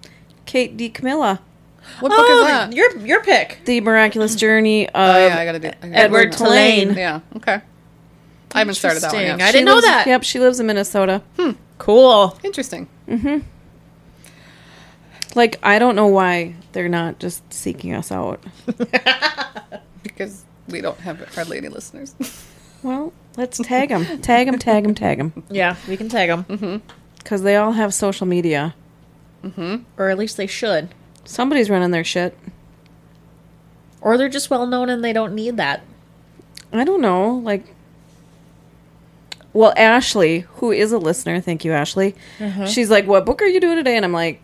[SPEAKER 2] Kate D. Camilla,
[SPEAKER 1] What book
[SPEAKER 3] Oh,
[SPEAKER 1] is that?
[SPEAKER 3] your your pick.
[SPEAKER 1] *clears throat*
[SPEAKER 2] The Miraculous Journey of
[SPEAKER 1] oh yeah, I gotta do. I gotta-
[SPEAKER 3] Edward Tulane.
[SPEAKER 1] Yeah. Okay. I haven't started that one yet.
[SPEAKER 3] Interesting. I didn't know
[SPEAKER 2] lives-
[SPEAKER 3] that.
[SPEAKER 2] Yep, she lives in Minnesota.
[SPEAKER 3] Cool.
[SPEAKER 1] Interesting.
[SPEAKER 2] Like I don't know why they're not just seeking us out.
[SPEAKER 1] because we don't have hardly any listeners. *laughs*
[SPEAKER 2] Well, let's tag them, tag them, tag them, tag them,
[SPEAKER 3] Yeah, we can tag
[SPEAKER 1] Mm-hmm.
[SPEAKER 3] them,
[SPEAKER 2] because they all have social media.
[SPEAKER 3] or at least they should.
[SPEAKER 2] Somebody's running their shit.
[SPEAKER 3] Or they're just well known and they don't need that.
[SPEAKER 2] I don't know, like. Well,
[SPEAKER 1] Mm-hmm.
[SPEAKER 2] Ashley, who is a listener, thank you, Ashley. She's like, "What book are you doing today?" And I'm like,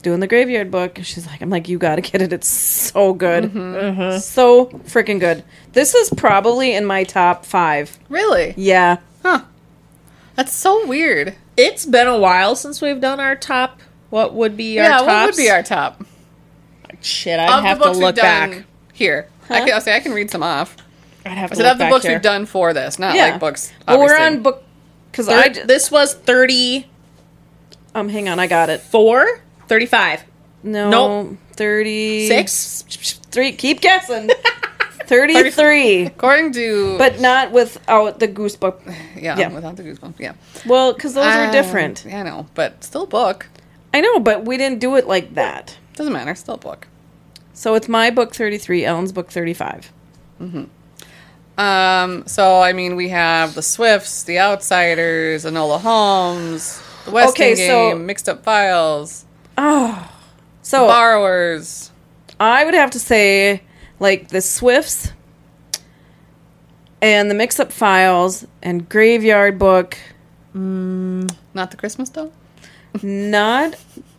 [SPEAKER 2] doing the graveyard book. And she's like, I'm like, you got to get it. It's so good.
[SPEAKER 1] Mm-hmm.
[SPEAKER 2] So freaking good. This is probably in my top five.
[SPEAKER 1] Really?
[SPEAKER 2] Yeah.
[SPEAKER 1] Huh. That's so weird.
[SPEAKER 3] It's been a while since we've done our top. What would be our
[SPEAKER 1] yeah,
[SPEAKER 3] tops?
[SPEAKER 1] what would be our top?
[SPEAKER 3] shit? I'd have to look back.
[SPEAKER 1] here. I can I'll say I can read some off.
[SPEAKER 3] I'd have
[SPEAKER 1] I
[SPEAKER 3] to
[SPEAKER 1] said
[SPEAKER 3] look
[SPEAKER 1] of the
[SPEAKER 3] back
[SPEAKER 1] books
[SPEAKER 3] here.
[SPEAKER 1] we've done for this, not
[SPEAKER 2] yeah.
[SPEAKER 1] like books.
[SPEAKER 2] Well, we're
[SPEAKER 1] obviously.
[SPEAKER 2] on book. Because
[SPEAKER 3] Thir-
[SPEAKER 2] I. d-
[SPEAKER 3] this was 34,
[SPEAKER 2] um, hang on. I got it.
[SPEAKER 3] 35,
[SPEAKER 2] No.
[SPEAKER 3] Nope.
[SPEAKER 2] 30.
[SPEAKER 3] 6.
[SPEAKER 2] Three.
[SPEAKER 1] *laughs*
[SPEAKER 2] Keep guessing. 33.
[SPEAKER 1] according to
[SPEAKER 2] But not without the goosebump.
[SPEAKER 1] yeah,
[SPEAKER 2] yeah.
[SPEAKER 1] without the goosebumps. Yeah,
[SPEAKER 2] Well, because those are
[SPEAKER 1] Um,
[SPEAKER 2] different.
[SPEAKER 1] Yeah, I know, but still a book.
[SPEAKER 2] I know, but we didn't do it like that.
[SPEAKER 1] Doesn't matter. Still a book.
[SPEAKER 2] So it's my book 33, Ellen's book 35.
[SPEAKER 1] Um, so I mean, we have the Swifts, the Outsiders, Enola Holmes, the West
[SPEAKER 2] Okay,
[SPEAKER 1] End
[SPEAKER 2] so-
[SPEAKER 1] Game, Mixed Up Files, Oh.
[SPEAKER 2] So
[SPEAKER 1] Borrowers.
[SPEAKER 2] I would have to say, like, the Swifts and the Mix Up Files and Graveyard Book,
[SPEAKER 1] Not the Christmas doll.
[SPEAKER 2] not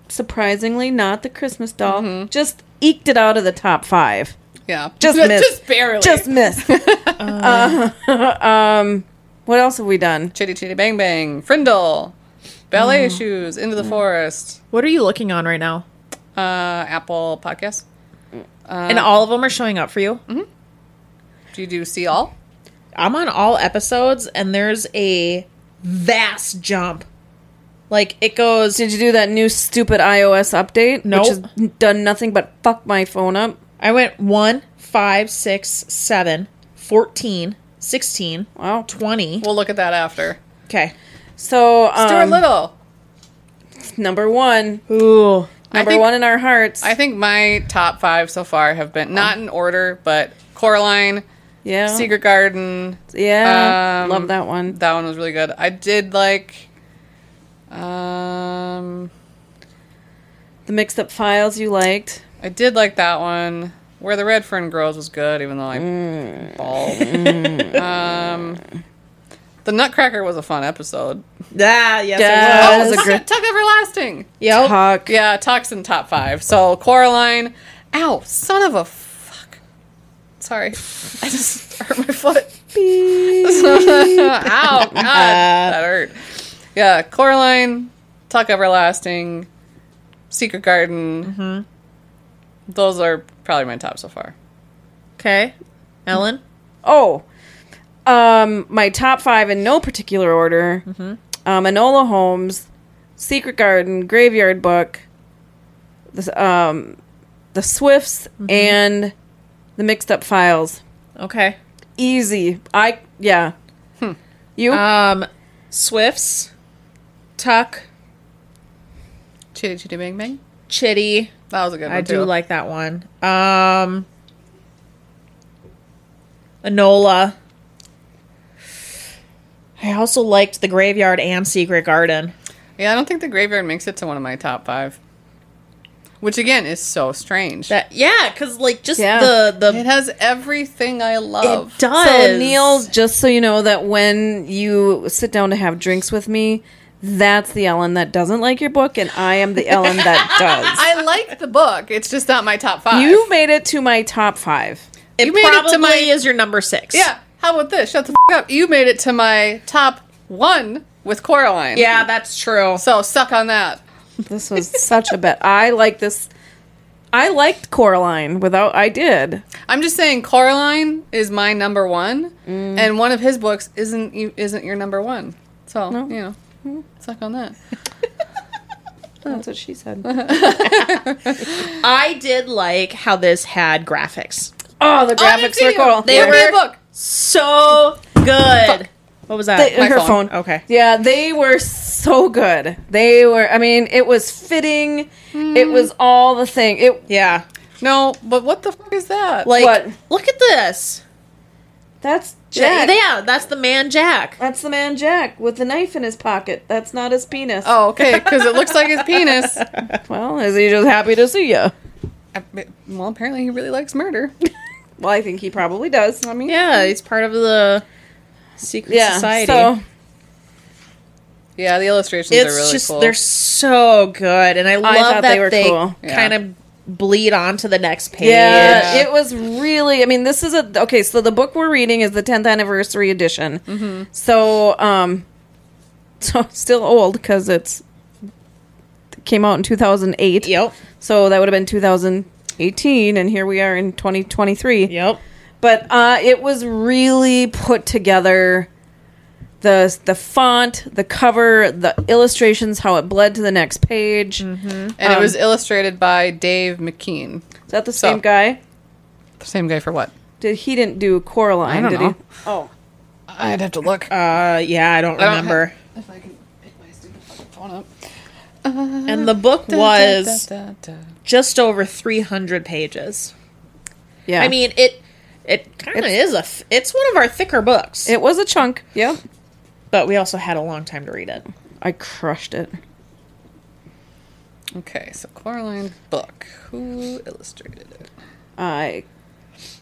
[SPEAKER 2] surprisingly, not the Christmas doll,
[SPEAKER 1] Mm-hmm.
[SPEAKER 2] just eked it out of the top five.
[SPEAKER 1] Yeah,
[SPEAKER 2] *laughs* Just missed.
[SPEAKER 1] just barely. Oh,
[SPEAKER 2] Just
[SPEAKER 1] *laughs*
[SPEAKER 2] missed. Uh, *laughs* um, what else have we done?
[SPEAKER 1] Chitty Chitty Bang Bang, Frindle, Ballet
[SPEAKER 2] Mm.
[SPEAKER 1] Shoes, Into the Forest,
[SPEAKER 3] What are you looking on right now?
[SPEAKER 1] uh, Apple Podcasts.
[SPEAKER 3] and
[SPEAKER 1] Uh,
[SPEAKER 3] all of them are showing up for you.
[SPEAKER 1] Do you do see all?
[SPEAKER 3] I'm on all episodes, and there's a vast jump. Like it goes.
[SPEAKER 2] Did you do that new stupid iOS update?
[SPEAKER 3] Nope.
[SPEAKER 2] Which has done nothing but fuck my phone up.
[SPEAKER 3] I went 1, 5, 6, 7, 14, 16,
[SPEAKER 2] Wow.
[SPEAKER 3] 20.
[SPEAKER 1] We'll look at that after.
[SPEAKER 3] Okay.
[SPEAKER 2] So, um,
[SPEAKER 1] Stuart Little.
[SPEAKER 2] number one,
[SPEAKER 3] Ooh.
[SPEAKER 2] number
[SPEAKER 1] think-
[SPEAKER 2] one in our hearts.
[SPEAKER 1] I think my top five so far have been
[SPEAKER 2] Oh.
[SPEAKER 1] not in order, but Coraline,
[SPEAKER 2] yeah.
[SPEAKER 1] Secret Garden.
[SPEAKER 2] Yeah.
[SPEAKER 1] Um,
[SPEAKER 2] Love that one.
[SPEAKER 1] That one was really good. I did like. Um,
[SPEAKER 2] The mixed up files you liked.
[SPEAKER 1] I did like that one. Where the Red Fern Grows was good, even though I bawled. um, the Nutcracker was a fun episode.
[SPEAKER 3] Ah, yes,
[SPEAKER 2] Yeah.
[SPEAKER 3] it
[SPEAKER 2] That
[SPEAKER 1] Oh,
[SPEAKER 2] was a
[SPEAKER 1] Tuck,
[SPEAKER 2] great-
[SPEAKER 1] Tuck Everlasting.
[SPEAKER 3] Yep.
[SPEAKER 2] Talk.
[SPEAKER 1] Yeah, Tuck's in top five. So Coraline, ow, son of a fuck. Sorry, I just hurt my foot. *laughs* ow, God, that hurt. Yeah, Coraline, Tuck Everlasting, Secret Garden. Those are probably my top so far.
[SPEAKER 3] Okay. Ellen?
[SPEAKER 2] Oh. Um, my top five in no particular order. Um, Enola Holmes, Secret Garden, Graveyard Book, the, um, the Swifts, and the mixed up files.
[SPEAKER 3] Okay.
[SPEAKER 2] easy. I yeah. Hmm. You
[SPEAKER 3] Um, Swifts, Tuck,
[SPEAKER 1] Chitty Chitty Bang Bang.
[SPEAKER 3] Chitty.
[SPEAKER 1] That was a good one.
[SPEAKER 3] I do
[SPEAKER 1] too.
[SPEAKER 3] like that one. Um, Enola. I also liked The Graveyard and Secret Garden.
[SPEAKER 1] Yeah, I don't think the graveyard makes it to one of my top five. Which again is so strange.
[SPEAKER 3] That yeah, because like just
[SPEAKER 2] Yeah.
[SPEAKER 3] the the
[SPEAKER 1] it has everything I love.
[SPEAKER 3] it does.
[SPEAKER 2] so Neil, just so you know that when you sit down to have drinks with me, that's the Ellen that doesn't like your book, and I am the Ellen *laughs* that does.
[SPEAKER 1] I like the book. It's just not my top five.
[SPEAKER 2] You made it to my top five.
[SPEAKER 3] it
[SPEAKER 1] you made it to
[SPEAKER 3] probably
[SPEAKER 1] my-
[SPEAKER 3] is your number six.
[SPEAKER 1] yeah. How about this? Shut the f- up. You made it to my top one with Coraline.
[SPEAKER 3] yeah, that's true.
[SPEAKER 1] So suck on that.
[SPEAKER 2] This *laughs* was such a bet. I like this. I liked Coraline without. I did.
[SPEAKER 1] I'm just saying Coraline is my number one,
[SPEAKER 3] Mm.
[SPEAKER 1] and one of his books isn't you- isn't your number one. So you know,
[SPEAKER 3] Mm-hmm.
[SPEAKER 1] suck on that.
[SPEAKER 2] That's what she *laughs* said.
[SPEAKER 3] I did like how this had graphics.
[SPEAKER 2] Oh, the
[SPEAKER 1] I did
[SPEAKER 2] graphics
[SPEAKER 1] too.
[SPEAKER 2] were cool.
[SPEAKER 1] They
[SPEAKER 2] Yeah.
[SPEAKER 1] were a book.
[SPEAKER 3] So good. What was that?
[SPEAKER 2] They-
[SPEAKER 1] My
[SPEAKER 2] her
[SPEAKER 1] phone.
[SPEAKER 2] phone.
[SPEAKER 3] Okay.
[SPEAKER 2] Yeah, they were so good. They were. I mean, it was fitting.
[SPEAKER 3] Mm.
[SPEAKER 2] It was all the thing. It
[SPEAKER 3] yeah.
[SPEAKER 1] No, but what the fuck is that?
[SPEAKER 3] Like
[SPEAKER 2] What?
[SPEAKER 3] look at this.
[SPEAKER 2] that's
[SPEAKER 3] Yeah,
[SPEAKER 2] Jack.
[SPEAKER 3] yeah, that's the man Jack.
[SPEAKER 2] that's the man Jack with the knife in his pocket. That's not his penis.
[SPEAKER 1] oh, okay, because it looks like his
[SPEAKER 3] *laughs*
[SPEAKER 1] penis.
[SPEAKER 2] well, is he just happy to see you?
[SPEAKER 1] I- well, apparently he really likes murder.
[SPEAKER 2] Well, I think he probably does. I mean,
[SPEAKER 3] Yeah, he's part of the secret
[SPEAKER 2] yeah.
[SPEAKER 3] society.
[SPEAKER 2] So
[SPEAKER 1] Yeah, the illustrations
[SPEAKER 3] It's
[SPEAKER 1] are really
[SPEAKER 3] just
[SPEAKER 1] cool.
[SPEAKER 3] they're so good, and I love
[SPEAKER 2] thought
[SPEAKER 3] that
[SPEAKER 2] they
[SPEAKER 3] they,
[SPEAKER 2] were cool.
[SPEAKER 1] Yeah.
[SPEAKER 3] kind of bleed onto the next page.
[SPEAKER 2] Yeah, it was really. I mean, this is a okay. So the book we're reading is the 10th anniversary edition.
[SPEAKER 3] Mm-hmm.
[SPEAKER 2] So, um, *laughs* so still old because it's it came out in 2008.
[SPEAKER 3] Yep.
[SPEAKER 2] So that would have been 2018, and here we are in 2023.
[SPEAKER 3] Yep.
[SPEAKER 2] But uh, it was really put together. The, the font, the cover, the illustrations, how it bled to the next page.
[SPEAKER 1] and it
[SPEAKER 3] um,
[SPEAKER 1] was illustrated by Dave McKean.
[SPEAKER 2] Is that the
[SPEAKER 1] So-
[SPEAKER 2] same guy?
[SPEAKER 1] The same guy for what?
[SPEAKER 2] Did he didn't do Coraline?
[SPEAKER 1] I don't
[SPEAKER 2] did
[SPEAKER 1] know.
[SPEAKER 2] he?
[SPEAKER 3] Oh.
[SPEAKER 1] I'd have to look.
[SPEAKER 3] Uh, yeah, I don't
[SPEAKER 1] I don't
[SPEAKER 3] remember.
[SPEAKER 1] have- if I can pick my stupid fucking phone up.
[SPEAKER 3] and the book
[SPEAKER 1] Da, da,
[SPEAKER 3] was
[SPEAKER 1] da, da, da.
[SPEAKER 3] just over 300 pages.
[SPEAKER 2] Yeah.
[SPEAKER 3] I mean, it it kind of is a f- it's one of our thicker books,
[SPEAKER 2] It was a chunk. Yeah.
[SPEAKER 3] but we also had a long time to read it.
[SPEAKER 2] I crushed it.
[SPEAKER 1] Okay, so Coraline's book. Who illustrated it?
[SPEAKER 2] I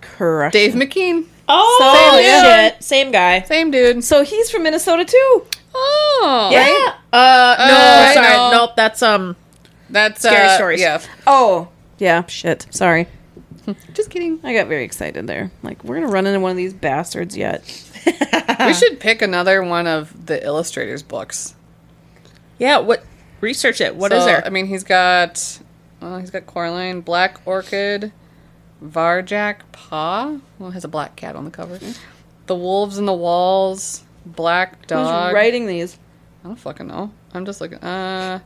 [SPEAKER 2] crushed
[SPEAKER 1] Dave
[SPEAKER 2] it.
[SPEAKER 1] McKean.
[SPEAKER 3] Oh,
[SPEAKER 2] Same
[SPEAKER 1] dude.
[SPEAKER 3] shit. Same guy.
[SPEAKER 1] Same dude.
[SPEAKER 2] So he's from Minnesota too.
[SPEAKER 1] Oh,
[SPEAKER 3] Yeah. Uh, no,
[SPEAKER 1] Uh,
[SPEAKER 3] sorry.
[SPEAKER 1] no.
[SPEAKER 3] Nope, that's um
[SPEAKER 1] That's
[SPEAKER 3] Scary
[SPEAKER 1] uh,
[SPEAKER 3] stories.
[SPEAKER 1] Yeah,
[SPEAKER 2] Oh. Yeah, shit. Sorry.
[SPEAKER 1] just kidding.
[SPEAKER 2] I got very excited there. Like, we're going to run into one of these bastards yet.
[SPEAKER 3] *laughs*
[SPEAKER 1] We should pick another one of the illustrator's books.
[SPEAKER 3] Yeah, what research it. What
[SPEAKER 1] So,
[SPEAKER 3] is there?
[SPEAKER 1] I mean, he's got. Well, he's got Coraline, Black Orchid, Varjak Paw. Well, it has a black cat on the cover.
[SPEAKER 3] Hmm.
[SPEAKER 1] The Wolves in the Walls, Black Dog.
[SPEAKER 2] Who's writing these?
[SPEAKER 1] I don't fucking know. I'm just looking. Uh,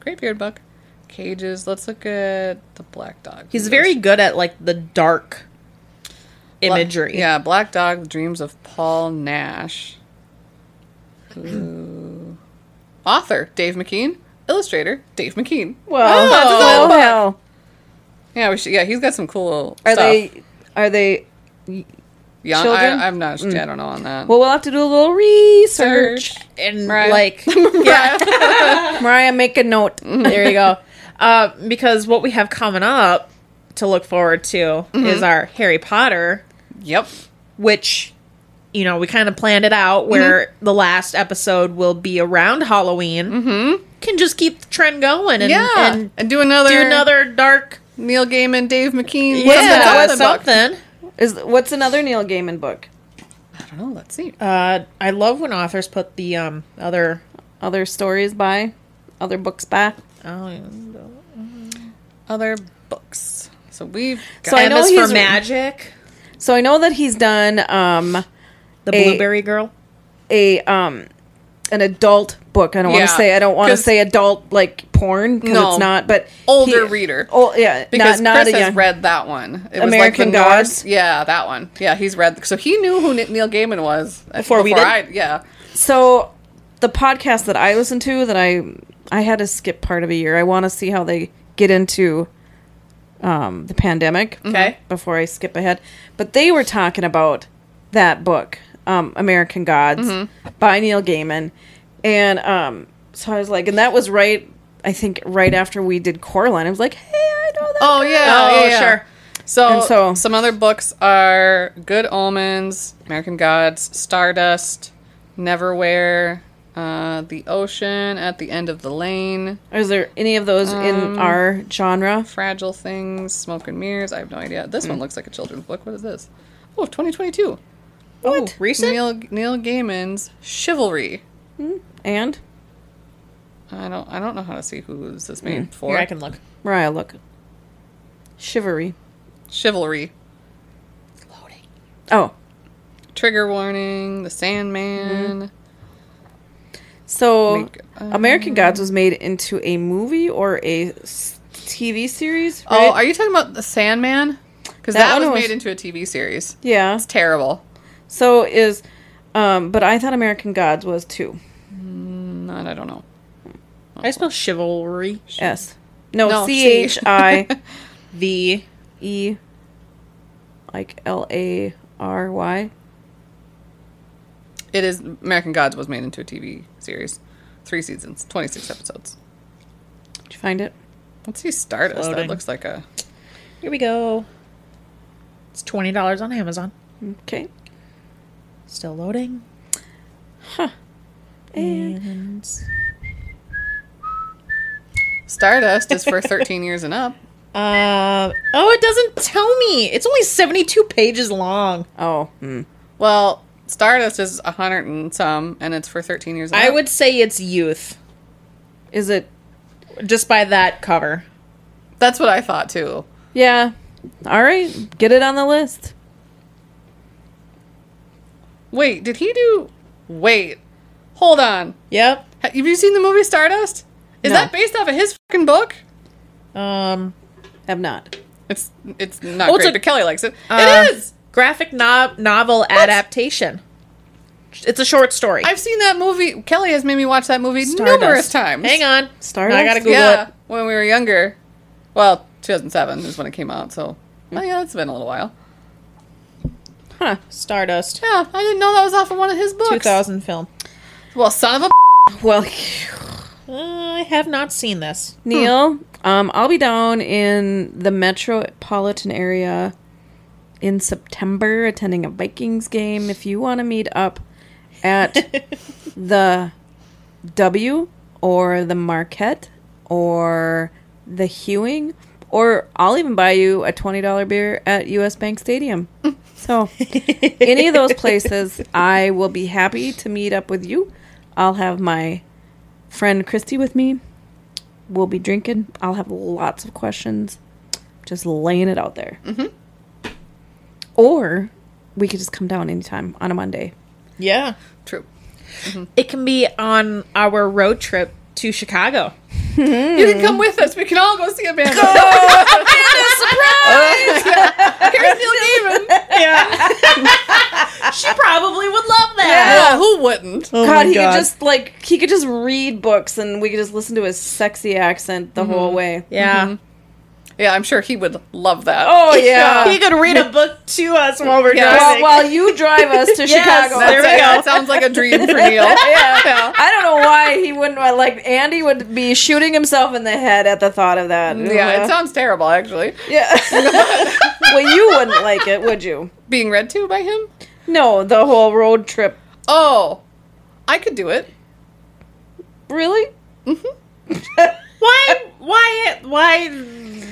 [SPEAKER 1] Graveyard Buck, Cages. Let's look at the Black Dog.
[SPEAKER 3] He's very good at like the dark imagery.
[SPEAKER 1] Bla- yeah, Black Dog, Dreams of Paul Nash. Ooh. Author Dave McKean, illustrator Dave McKean. Oh,
[SPEAKER 2] Well,
[SPEAKER 1] Ah, that's his own
[SPEAKER 2] well,
[SPEAKER 1] book.
[SPEAKER 2] hell.
[SPEAKER 1] Yeah, we should, yeah, he's got some cool.
[SPEAKER 2] Are
[SPEAKER 1] stuff.
[SPEAKER 2] they. Are they.
[SPEAKER 1] young?
[SPEAKER 2] children?
[SPEAKER 1] I, I'm not. I don't know on that. *laughs*
[SPEAKER 2] Well, we'll have to do a little research.
[SPEAKER 3] And
[SPEAKER 1] Mariah.
[SPEAKER 3] *laughs* like
[SPEAKER 2] Mariah, make a note.
[SPEAKER 3] there you go. Uh, because what we have coming up to look forward to is our Harry Potter,
[SPEAKER 1] yep.
[SPEAKER 3] which you know we kind of planned it out where the last episode will be around Halloween. Mm-hmm. Can just keep the trend going and,
[SPEAKER 1] yeah, and,
[SPEAKER 3] and
[SPEAKER 1] do another
[SPEAKER 3] do another dark
[SPEAKER 1] Neil Gaiman, Dave McKean.
[SPEAKER 3] yeah,
[SPEAKER 1] something, something.
[SPEAKER 3] something.
[SPEAKER 2] Is What's another Neil Gaiman book?
[SPEAKER 1] I don't know. Let's see.
[SPEAKER 3] Uh, I love when authors put the um, other.
[SPEAKER 2] Other stories by? Other books by?
[SPEAKER 3] Oh, yeah.
[SPEAKER 1] Other books. So we've. Got,
[SPEAKER 2] So I
[SPEAKER 3] M
[SPEAKER 2] know
[SPEAKER 3] is
[SPEAKER 2] he's-
[SPEAKER 3] for magic.
[SPEAKER 2] So I know that he's done. um
[SPEAKER 3] The
[SPEAKER 2] A-
[SPEAKER 3] blueberry girl.
[SPEAKER 2] a um an adult book. I don't want
[SPEAKER 1] Yeah,
[SPEAKER 2] to say I don't want to
[SPEAKER 1] 'cause-
[SPEAKER 2] say adult like porn because
[SPEAKER 1] No.
[SPEAKER 2] it's not. But
[SPEAKER 1] Older reader.
[SPEAKER 2] Oh yeah,
[SPEAKER 1] because
[SPEAKER 2] not, not
[SPEAKER 1] Chris
[SPEAKER 2] a
[SPEAKER 1] has
[SPEAKER 2] young.
[SPEAKER 1] read that one. It
[SPEAKER 2] American
[SPEAKER 1] Norse-
[SPEAKER 2] Gods?
[SPEAKER 1] Yeah, that one. Yeah, he's read. So he knew who Ni- Neil Gaiman was
[SPEAKER 3] Before we did?
[SPEAKER 1] I, yeah,
[SPEAKER 2] Mm-hmm. so the podcast that I listen to that I I had to skip part of a year. I want to see how they get into um, the pandemic.
[SPEAKER 1] Mm-hmm.
[SPEAKER 3] Okay.
[SPEAKER 2] before I skip ahead, but they were talking about that book, um, American Gods, by Neil Gaiman, and um, so I was like, and that was right. I think right after we did Coraline, I was like, "Hey, I know that."
[SPEAKER 1] Oh yeah.
[SPEAKER 3] Oh,
[SPEAKER 1] yeah, yeah.
[SPEAKER 3] sure.
[SPEAKER 1] So,
[SPEAKER 2] And so-
[SPEAKER 1] some other books are Good Omens, American Gods, Stardust, Neverwhere, uh, The Ocean at the End of the Lane,
[SPEAKER 2] Is there any of those in our genre?
[SPEAKER 1] Fragile Things, Smoke and Mirrors. I have no idea. This
[SPEAKER 2] Mm.
[SPEAKER 1] one looks like a children's book. What is this? Oh, 2022.
[SPEAKER 3] What? Oh, recent?
[SPEAKER 1] Neil Neil Gaiman's Chivalry.
[SPEAKER 2] And
[SPEAKER 1] I don't I don't know how to see who's this made for.
[SPEAKER 3] Here, I can look.
[SPEAKER 2] Mariah, look, Chivalry.
[SPEAKER 1] Chivalry.
[SPEAKER 3] Loading.
[SPEAKER 2] Oh,
[SPEAKER 1] Trigger warning, The Sandman.
[SPEAKER 2] so
[SPEAKER 1] Make- uh,
[SPEAKER 2] American Gods was made into a movie or a s- TV series?
[SPEAKER 1] Oh,
[SPEAKER 2] right?
[SPEAKER 1] are you talking about The Sandman? Because
[SPEAKER 2] That
[SPEAKER 1] that,
[SPEAKER 2] one
[SPEAKER 1] was,
[SPEAKER 2] was-
[SPEAKER 1] made into a TV series.
[SPEAKER 2] yeah.
[SPEAKER 1] It's terrible.
[SPEAKER 2] So is, um, but I thought American Gods was too.
[SPEAKER 1] Not, Mm, I don't know.
[SPEAKER 3] I spell chivalry.
[SPEAKER 2] S. No,
[SPEAKER 1] No,
[SPEAKER 2] C
[SPEAKER 1] C.
[SPEAKER 2] H I
[SPEAKER 3] The
[SPEAKER 2] E, like L A R Y.
[SPEAKER 1] It is American Gods was made into a TV series, three seasons, twenty six episodes.
[SPEAKER 2] Did you find it?
[SPEAKER 1] Let's see Stardust.
[SPEAKER 3] Floating.
[SPEAKER 1] That looks like a
[SPEAKER 3] Here we go. It's twenty dollars on Amazon.
[SPEAKER 2] Okay.
[SPEAKER 3] Still loading. Aliens.
[SPEAKER 1] Stardust is for 13 years and up.
[SPEAKER 3] Uh, oh, it doesn't tell me. It's only 72 pages long.
[SPEAKER 2] Oh, hmm.
[SPEAKER 1] Well, Stardust is 100 and some, and it's for 13 years and
[SPEAKER 3] I
[SPEAKER 1] up.
[SPEAKER 3] would say it's youth,
[SPEAKER 2] is it?
[SPEAKER 3] just by that cover.
[SPEAKER 1] That's what I thought too.
[SPEAKER 2] Yeah. All right, get it on the list.
[SPEAKER 1] Wait, did he do. Wait. Hold on.
[SPEAKER 3] Yep.
[SPEAKER 1] Ha- Have you seen the movie Stardust? Is
[SPEAKER 2] No.
[SPEAKER 1] that based off of his fucking book?
[SPEAKER 3] Um,
[SPEAKER 2] Have not.
[SPEAKER 1] It's it's not
[SPEAKER 3] Well, it's
[SPEAKER 1] great,
[SPEAKER 3] a-
[SPEAKER 1] but Kelly likes it.
[SPEAKER 3] uh,
[SPEAKER 1] it is.
[SPEAKER 3] graphic no- novel adaptation. It's a short story.
[SPEAKER 1] I've seen that movie. Kelly has made me watch that movie
[SPEAKER 3] Stardust.
[SPEAKER 1] numerous times.
[SPEAKER 3] Hang on.
[SPEAKER 2] Stardust?
[SPEAKER 3] I gotta Google
[SPEAKER 1] yeah,
[SPEAKER 3] it.
[SPEAKER 1] when we were younger. Well, 2007 is when it came out, so
[SPEAKER 3] Hmm.
[SPEAKER 1] oh yeah, it's been a little while.
[SPEAKER 2] Huh.
[SPEAKER 3] Stardust.
[SPEAKER 1] Yeah, I didn't know that was off of one of his books.
[SPEAKER 3] 2000 film.
[SPEAKER 1] Well, son of a
[SPEAKER 2] Well, *laughs*
[SPEAKER 3] Uh, I have not seen this.
[SPEAKER 2] Neil, um, I'll be down in the metropolitan area in September attending a Vikings game. If you want to meet up at the W or the Marquette or the Hewing, or I'll even buy you a $20 beer at US Bank Stadium. So, any of those places, I will be happy to meet up with you. I'll have my friend Christy with me we'll be drinking. I'll have lots of questions. Just laying it out there. Mm-hmm. Or we could just come down anytime on a Monday.
[SPEAKER 3] Yeah.
[SPEAKER 1] true.
[SPEAKER 3] It can be on our road trip to Chicago.
[SPEAKER 1] You
[SPEAKER 3] Hmm.
[SPEAKER 1] can come with us. We can all go see a
[SPEAKER 3] *laughs*
[SPEAKER 1] band. *laughs* Here's Neil
[SPEAKER 3] *laughs*
[SPEAKER 1] Gaiman.
[SPEAKER 3] Yeah. she probably would love that.
[SPEAKER 1] Well, who wouldn't?
[SPEAKER 3] Oh
[SPEAKER 2] Oh God, he could just like he could just read books and we could just listen to his sexy accent the whole way.
[SPEAKER 3] Yeah.
[SPEAKER 1] Yeah, I'm sure he would love that.
[SPEAKER 2] Oh yeah.
[SPEAKER 3] He could read a book to us while we're
[SPEAKER 1] Yeah.
[SPEAKER 2] while,
[SPEAKER 3] driving.
[SPEAKER 2] while you drive us *laughs* to
[SPEAKER 3] Yes,
[SPEAKER 2] Chicago.
[SPEAKER 1] That's
[SPEAKER 3] there we
[SPEAKER 1] it.
[SPEAKER 3] go.
[SPEAKER 1] That sounds like a dream for *laughs* Neil.
[SPEAKER 2] yeah. I don't know why he wouldn't like Andy would be shooting himself in the head at the thought of that.
[SPEAKER 1] Yeah, it sounds terrible actually.
[SPEAKER 2] Yeah. *laughs* well, you wouldn't like it, would you?
[SPEAKER 1] Being read to by him?
[SPEAKER 2] No, the whole road trip.
[SPEAKER 1] Oh. I could do it.
[SPEAKER 2] Really?
[SPEAKER 3] why? Why? Why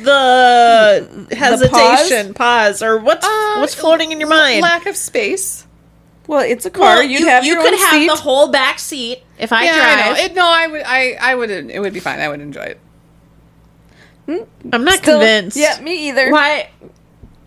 [SPEAKER 3] the hesitation, pause, or what's
[SPEAKER 1] Uh,
[SPEAKER 3] what's floating in your mind?
[SPEAKER 1] Lack of space.
[SPEAKER 2] Well, it's a car.
[SPEAKER 3] you
[SPEAKER 2] you have your
[SPEAKER 3] could
[SPEAKER 2] own
[SPEAKER 3] have
[SPEAKER 2] seat.
[SPEAKER 3] the whole back seat if I
[SPEAKER 1] yeah,
[SPEAKER 3] drive.
[SPEAKER 1] I know. It, no, I would I I would it would be fine. I would enjoy it.
[SPEAKER 3] I'm not
[SPEAKER 2] Hmm? Still-
[SPEAKER 3] convinced.
[SPEAKER 2] Yeah, me either.
[SPEAKER 3] Why?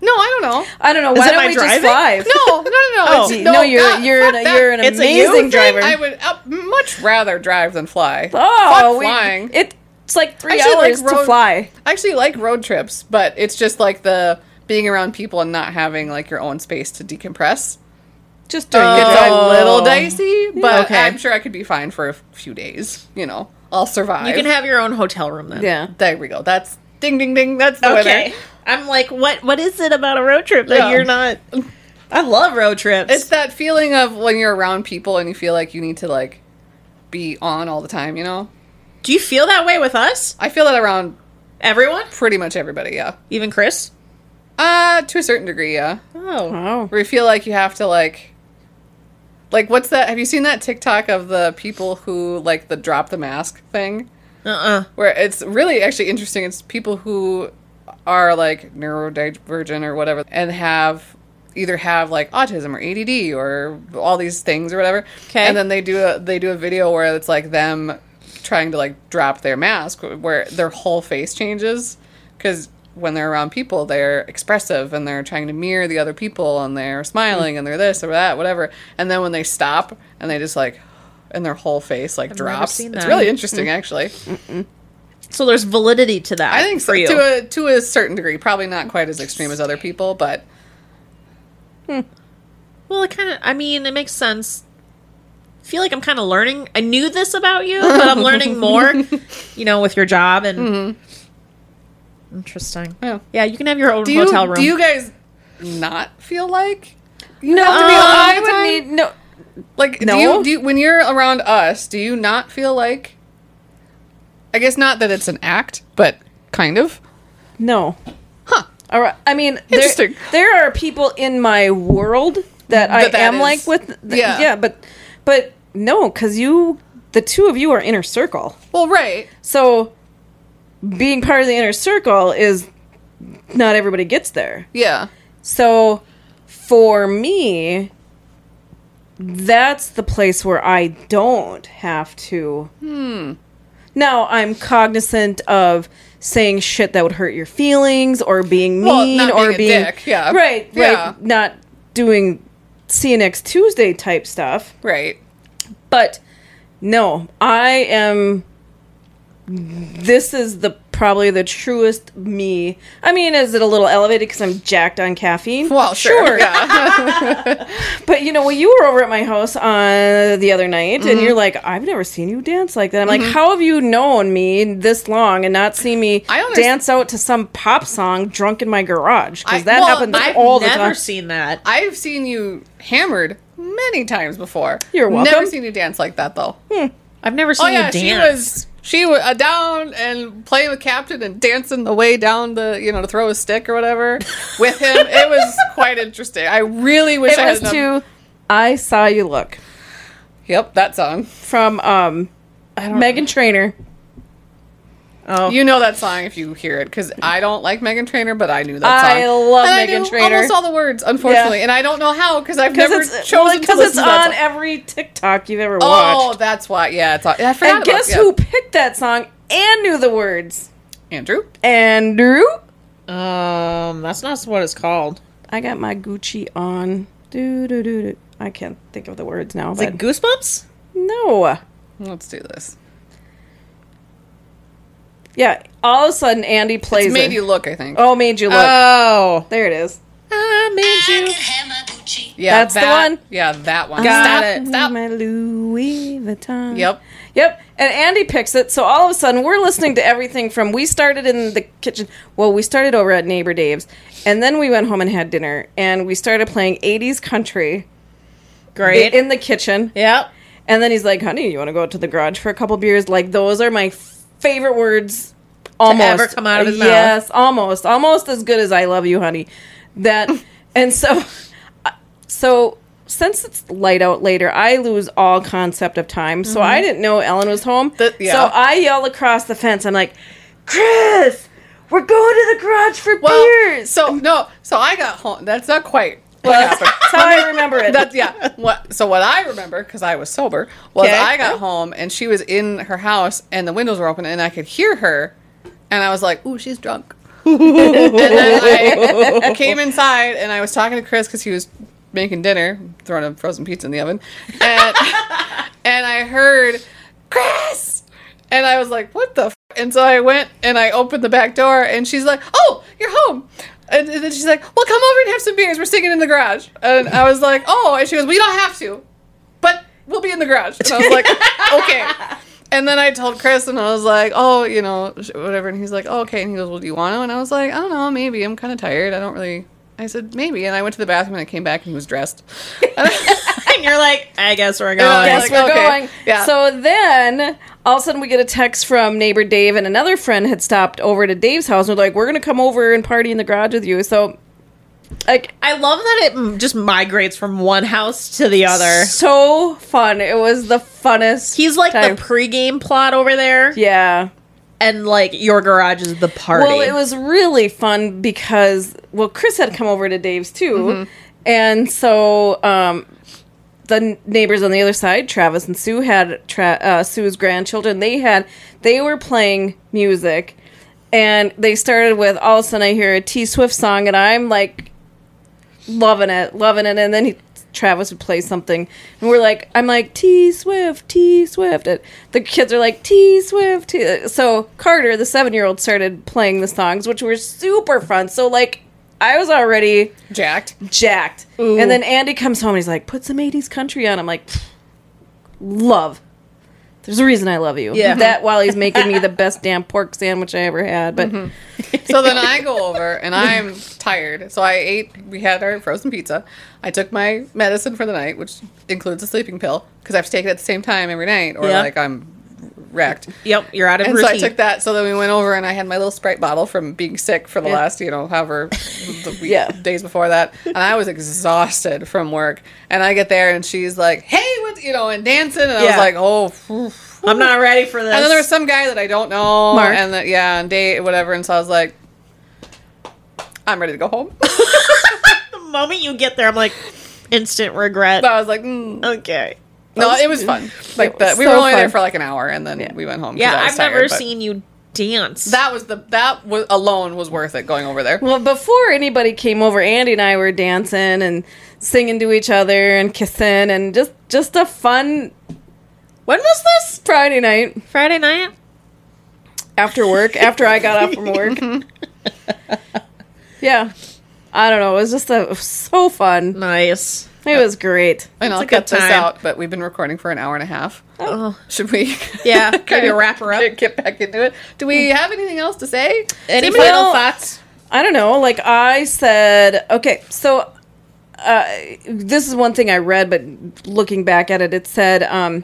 [SPEAKER 1] No, I don't know.
[SPEAKER 2] I don't know.
[SPEAKER 3] Is
[SPEAKER 2] Why
[SPEAKER 3] it
[SPEAKER 2] don't
[SPEAKER 3] my
[SPEAKER 2] we just
[SPEAKER 3] driving?
[SPEAKER 2] drive?
[SPEAKER 1] No, no, no, no.
[SPEAKER 3] Oh.
[SPEAKER 1] It's-
[SPEAKER 2] No, you're
[SPEAKER 1] God,
[SPEAKER 2] you're
[SPEAKER 1] fuck
[SPEAKER 2] an,
[SPEAKER 1] that.
[SPEAKER 2] you're an
[SPEAKER 3] It's a you
[SPEAKER 2] amazing
[SPEAKER 3] thing.
[SPEAKER 2] driver.
[SPEAKER 1] I would uh, much rather drive than fly.
[SPEAKER 2] oh,
[SPEAKER 1] Fuck
[SPEAKER 2] we,
[SPEAKER 1] flying.
[SPEAKER 2] it- it's like three
[SPEAKER 1] Actually, like
[SPEAKER 2] hours
[SPEAKER 1] road-
[SPEAKER 2] to fly.
[SPEAKER 1] I actually like road trips, but it's just like the being around people and not having like your own space to decompress.
[SPEAKER 2] Just during the
[SPEAKER 1] It's
[SPEAKER 2] drive.
[SPEAKER 1] a Oh. little dicey, but
[SPEAKER 3] Oh. Okay.
[SPEAKER 1] I'm sure I could be fine for a few days. You know, I'll survive.
[SPEAKER 3] You can have your own hotel room then.
[SPEAKER 2] Yeah.
[SPEAKER 1] There we go. That's ding, ding, ding. That's the
[SPEAKER 3] Okay.
[SPEAKER 1] winner.
[SPEAKER 3] I'm like, what? What is it about a road trip that
[SPEAKER 1] Yeah.
[SPEAKER 3] you're not? *laughs* I love road trips.
[SPEAKER 1] It's that feeling of when you're around people and you feel like you need to like be on all the time. You know,
[SPEAKER 3] Do you feel that way with us?
[SPEAKER 1] I feel that around
[SPEAKER 3] Everyone,
[SPEAKER 1] pretty much everybody. Yeah.
[SPEAKER 3] even Chris.
[SPEAKER 1] Uh, to a certain degree, yeah.
[SPEAKER 3] Oh,
[SPEAKER 2] Oh.
[SPEAKER 1] Where you feel like you have to like, like what's that? Have you seen that TikTok of the people who like the drop the mask thing?
[SPEAKER 3] uh, uh
[SPEAKER 1] Where it's really actually interesting. It's people who are like neurodivergent or whatever, and have either have like autism or ADD or all these things or whatever.
[SPEAKER 3] 'Kay.
[SPEAKER 1] And then they do a they do a video where it's like them trying to like drop their mask where their whole face changes because when they're around people they're expressive and they're trying to mirror the other people and they're smiling and they're this or that whatever and then when they stop and they just like and their whole face like
[SPEAKER 3] never
[SPEAKER 1] drops
[SPEAKER 3] seen
[SPEAKER 1] it's
[SPEAKER 3] that.
[SPEAKER 1] really interesting actually
[SPEAKER 3] so there's validity to that.
[SPEAKER 1] I think so
[SPEAKER 3] for you.
[SPEAKER 1] to a to a certain degree. Probably not quite as extreme as other people, but
[SPEAKER 3] Well, it kind of. I mean, it makes sense. I feel like I'm kind of learning. I knew this about *laughs* you, but I'm learning more. You know, with your job and. Interesting.
[SPEAKER 1] yeah.
[SPEAKER 3] Yeah, you can have your
[SPEAKER 1] Mm-hmm.
[SPEAKER 3] own
[SPEAKER 1] Do you
[SPEAKER 3] hotel room.
[SPEAKER 1] do you guys not feel like
[SPEAKER 2] No,
[SPEAKER 1] have to be on
[SPEAKER 2] Um,
[SPEAKER 1] all
[SPEAKER 2] I
[SPEAKER 1] the
[SPEAKER 2] would
[SPEAKER 1] time?
[SPEAKER 2] need no.
[SPEAKER 1] like do
[SPEAKER 2] No.
[SPEAKER 1] you, do you when you're around us? Do you not feel like? I guess not that it's an act, but kind of.
[SPEAKER 2] No.
[SPEAKER 1] Huh.
[SPEAKER 2] All right. I mean, there,
[SPEAKER 1] Interesting.
[SPEAKER 2] there are people in my world that, I
[SPEAKER 1] That that
[SPEAKER 2] am like
[SPEAKER 1] is-
[SPEAKER 2] with. th-
[SPEAKER 1] yeah.
[SPEAKER 2] Yeah, but but No, because you, the two of you are inner circle.
[SPEAKER 1] Well, right.
[SPEAKER 2] So being part of the inner circle is not everybody gets there.
[SPEAKER 1] Yeah.
[SPEAKER 2] So for me, that's the place where I don't have to. Hmm. Now I'm cognizant of saying shit that would hurt your feelings or being
[SPEAKER 1] Well,
[SPEAKER 2] mean
[SPEAKER 1] not
[SPEAKER 2] or
[SPEAKER 1] being a dick, yeah.
[SPEAKER 2] right, right,
[SPEAKER 1] Yeah.
[SPEAKER 2] not doing see you next Tuesday type stuff.
[SPEAKER 1] Right.
[SPEAKER 2] But no, I am. This is the probably the truest me. I mean, is it a little elevated because I'm jacked on caffeine?
[SPEAKER 1] Well, sure. Yeah.
[SPEAKER 2] But you know, when you were over at my house on the other night,
[SPEAKER 1] Mm-hmm.
[SPEAKER 2] and you're like, "I've never seen you dance like that." I'm like, "How have you known me this long and not seen me
[SPEAKER 1] I under-
[SPEAKER 2] dance out to some pop song drunk in my garage?"
[SPEAKER 1] I-
[SPEAKER 2] Because that
[SPEAKER 1] well,
[SPEAKER 2] happens
[SPEAKER 1] I've
[SPEAKER 2] all the
[SPEAKER 3] Never
[SPEAKER 2] time.
[SPEAKER 3] seen that.
[SPEAKER 1] I've seen you hammered many times before.
[SPEAKER 2] You're
[SPEAKER 1] Never
[SPEAKER 2] welcome.
[SPEAKER 1] seen you dance like that though.
[SPEAKER 3] I've never seen
[SPEAKER 1] Oh yeah,
[SPEAKER 3] you
[SPEAKER 1] she
[SPEAKER 3] dance.
[SPEAKER 1] was she was uh, down and playing with Captain and dancing the way down the you know to throw a stick or whatever
[SPEAKER 2] *laughs*
[SPEAKER 1] with him. it was quite interesting. I really wish I
[SPEAKER 2] it
[SPEAKER 1] had
[SPEAKER 2] was
[SPEAKER 1] known-
[SPEAKER 2] to "I Saw You Look"
[SPEAKER 1] Yep, that song.
[SPEAKER 2] from um, Megan Trainer.
[SPEAKER 3] Oh,
[SPEAKER 1] You know that song if you hear it because I don't like Megan Trainor, but I knew that song.
[SPEAKER 2] I love
[SPEAKER 1] And
[SPEAKER 2] Meghan
[SPEAKER 1] I knew
[SPEAKER 2] Trainor.
[SPEAKER 1] Almost all the words, unfortunately, and I don't know how because I've never
[SPEAKER 2] it's,
[SPEAKER 1] chosen to
[SPEAKER 2] because
[SPEAKER 1] listen
[SPEAKER 2] it's
[SPEAKER 1] to that
[SPEAKER 2] on
[SPEAKER 1] song.
[SPEAKER 2] every TikTok you've ever
[SPEAKER 1] Oh,
[SPEAKER 2] watched.
[SPEAKER 1] that's why. Yeah, it's on. I forgot.
[SPEAKER 2] and
[SPEAKER 1] about-
[SPEAKER 2] guess
[SPEAKER 1] yeah.
[SPEAKER 2] who picked that song and knew the words?
[SPEAKER 1] Andrew.
[SPEAKER 2] Andrew.
[SPEAKER 3] um, that's not what it's called.
[SPEAKER 2] I got my Gucci on. Do do do do. I can't think of the words now,
[SPEAKER 3] Is
[SPEAKER 2] but
[SPEAKER 3] it Goosebumps?
[SPEAKER 2] no.
[SPEAKER 1] Let's do this.
[SPEAKER 2] Yeah, all of a sudden Andy plays
[SPEAKER 1] It's made
[SPEAKER 2] it.
[SPEAKER 1] you look. I think.
[SPEAKER 2] oh, made you look.
[SPEAKER 3] Oh,
[SPEAKER 2] there it is.
[SPEAKER 3] I made *laughs* you.
[SPEAKER 1] yeah,
[SPEAKER 2] that's the
[SPEAKER 1] that-
[SPEAKER 2] one.
[SPEAKER 1] Yeah, that one.
[SPEAKER 3] Got
[SPEAKER 1] Stop.
[SPEAKER 3] it.
[SPEAKER 1] Stop.
[SPEAKER 2] My Louis Vuitton.
[SPEAKER 1] Yep.
[SPEAKER 2] Yep, and Andy picks it. So all of a sudden, we're listening to everything from we started in the kitchen. Well, we started over at Neighbor Dave's, and then we went home and had dinner, and we started playing '80s country
[SPEAKER 3] Great.
[SPEAKER 2] in the kitchen.
[SPEAKER 3] yep.
[SPEAKER 2] And then he's like, "Honey, you want to go out to the garage for a couple beers?" Like those are my f- favorite words. Almost
[SPEAKER 3] ever come out of his mouth.
[SPEAKER 2] Yes, almost, almost as good as "I love you, honey."
[SPEAKER 3] *laughs*
[SPEAKER 2] That, and so, uh, so since it's light out later, I lose all concept of time. So
[SPEAKER 3] Mm-hmm.
[SPEAKER 2] I didn't know Ellen was home.
[SPEAKER 1] The- yeah.
[SPEAKER 2] So I yell across the fence. I'm like, "Chris, we're going to the garage for beers."
[SPEAKER 1] So no. So I got home. That's not quite. What
[SPEAKER 2] Well,
[SPEAKER 1] happened.
[SPEAKER 2] that's how I remember
[SPEAKER 3] *laughs*
[SPEAKER 2] it.
[SPEAKER 1] That's yeah. What so what I remember because I was sober was
[SPEAKER 2] Okay.
[SPEAKER 1] I got home and she was in her house and the windows were open and I could hear her and I was like, "Ooh, she's drunk." *laughs* and then I *laughs* came inside and I was talking to Chris because he was making dinner, throwing a frozen pizza in the oven, and *laughs* and I heard Chris, and I was like, "What the?" F-? And so I went and I opened the back door and she's like, "Oh, you're home." And and then she's like, "Well, come over and have some beers. We're singing in the garage." And I was like, "Oh," and she goes, "We don't have to, but we'll be in the garage." And I was like, "Okay." And then I told Chris, and I was like, "Oh, you know, sh- whatever." And he's like, oh, "Okay." And he goes, "Well, do you want to?" And I was like, "I don't know, maybe. I'm kind of tired. I don't really." I said, "Maybe." And I went to the bathroom, and I came back, and he was dressed.
[SPEAKER 3] *laughs* and you're like, I guess we're
[SPEAKER 1] Yeah,
[SPEAKER 3] going.
[SPEAKER 1] yeah.
[SPEAKER 2] Yes,
[SPEAKER 1] Like,
[SPEAKER 2] we're
[SPEAKER 1] okay,
[SPEAKER 2] going.
[SPEAKER 1] yeah.
[SPEAKER 2] So then all of a sudden we get a text from neighbor Dave and another friend had stopped over to Dave's house and were like, We're gonna come over and party in the garage with you. So like
[SPEAKER 3] I love that it mm, just migrates from one house to the other.
[SPEAKER 2] so fun. It was the funnest.
[SPEAKER 3] He's like
[SPEAKER 2] time.
[SPEAKER 3] the pregame plot over there,
[SPEAKER 2] Yeah.
[SPEAKER 3] and like your garage is the party.
[SPEAKER 2] Well, it was really fun because well, Chris had come over to Dave's too, and so um, the n- neighbors on the other side, Travis and Sue, had tra- uh, Sue's grandchildren. They had they were playing music, and they started with all of a sudden I hear a T Swift song, and I'm like loving it, loving it, and then he. Travis would play something, and we're like, "I'm like T Swift, T Swift." And the kids are like T Swift. T-. So Carter, the seven year old, started playing the songs, which were super fun. So like, I was already
[SPEAKER 1] Jacked.
[SPEAKER 2] jacked, and then Andy comes home and he's like, "Put some '80s country on." I'm like, "Pfft, "Love." There's a reason I love you.
[SPEAKER 3] Yeah.
[SPEAKER 2] That while he's making me the best damn pork sandwich I ever had, but
[SPEAKER 1] So then I go over and I'm tired. So I ate, we had our frozen pizza. I took my medicine for the night, which includes a sleeping pill, because I have to take it at the same time every night, or
[SPEAKER 3] Yeah.
[SPEAKER 1] like I'm wrecked.
[SPEAKER 3] yep, you're out of
[SPEAKER 1] And so I
[SPEAKER 3] routine.
[SPEAKER 1] took that. So then we went over and I had my little Sprite bottle from being sick for the
[SPEAKER 2] Yeah.
[SPEAKER 1] last, you know, however the week,
[SPEAKER 2] Yeah.
[SPEAKER 1] days before that. And I was exhausted from work. And I get there and she's like, hey, what? you know, and dancing. And I was
[SPEAKER 2] Yeah.
[SPEAKER 1] like, oh, oof.
[SPEAKER 3] I'm not ready for this.
[SPEAKER 1] and then there was some guy that I don't know,
[SPEAKER 2] Mark.
[SPEAKER 1] and that yeah, and date whatever. And so I was like, I'm ready to go home. *laughs*
[SPEAKER 3] the moment you get there, I'm like, instant regret.
[SPEAKER 1] but I was like, mm.
[SPEAKER 3] Okay.
[SPEAKER 1] no, it was fun. Like
[SPEAKER 2] was
[SPEAKER 1] that, we were
[SPEAKER 2] so
[SPEAKER 1] only there
[SPEAKER 2] fun.
[SPEAKER 1] for like an hour, and then we went home. 'cause
[SPEAKER 3] Yeah,
[SPEAKER 1] I was
[SPEAKER 3] I've
[SPEAKER 1] tired,
[SPEAKER 3] never
[SPEAKER 1] but
[SPEAKER 3] seen you dance.
[SPEAKER 1] that was the that was alone was worth it going over there.
[SPEAKER 2] Well, before anybody came over, Andy and I were dancing and singing to each other and kissing and just just a fun
[SPEAKER 3] when was this?
[SPEAKER 2] Friday night
[SPEAKER 3] Friday night.
[SPEAKER 2] after work, after I got off from work. yeah. I don't know. It was just a, so fun.
[SPEAKER 3] Nice.
[SPEAKER 2] It was great.
[SPEAKER 1] And I'll
[SPEAKER 3] a good
[SPEAKER 1] cut this
[SPEAKER 3] time.
[SPEAKER 1] out, but we've been recording for an hour and a half.
[SPEAKER 3] Oh.
[SPEAKER 1] Should we?
[SPEAKER 3] *laughs*
[SPEAKER 1] *laughs*
[SPEAKER 3] Yeah,
[SPEAKER 1] kind
[SPEAKER 3] okay.
[SPEAKER 1] of wrap her up. *laughs* Get back into it. Do we have anything else to say?
[SPEAKER 3] Any
[SPEAKER 1] Anybody
[SPEAKER 2] final
[SPEAKER 1] else?
[SPEAKER 3] thoughts?
[SPEAKER 2] I don't know. Like I said, okay, so uh, this is one thing I read, but looking back at it, it said um,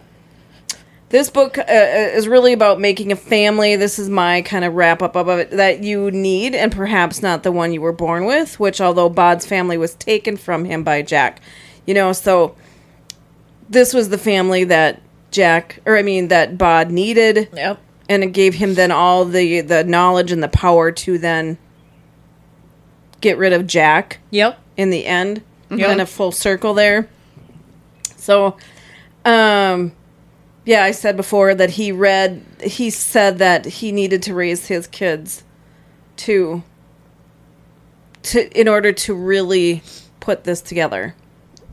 [SPEAKER 2] this book uh, is really about making a family. This is my kind of wrap up of it that you need, and perhaps not the one you were born with. Which, although Bod's family was taken from him by Jack, you know, so this was the family that Jack, or I mean, that Bod needed
[SPEAKER 3] Yep.
[SPEAKER 2] and it gave him then all the the knowledge and the power to then get rid of Jack
[SPEAKER 3] Yep.
[SPEAKER 2] in the end,
[SPEAKER 3] Yeah.
[SPEAKER 2] kind of full circle there. So, um, yeah, I said before that he read he said that he needed to raise his kids to to in order to really put this together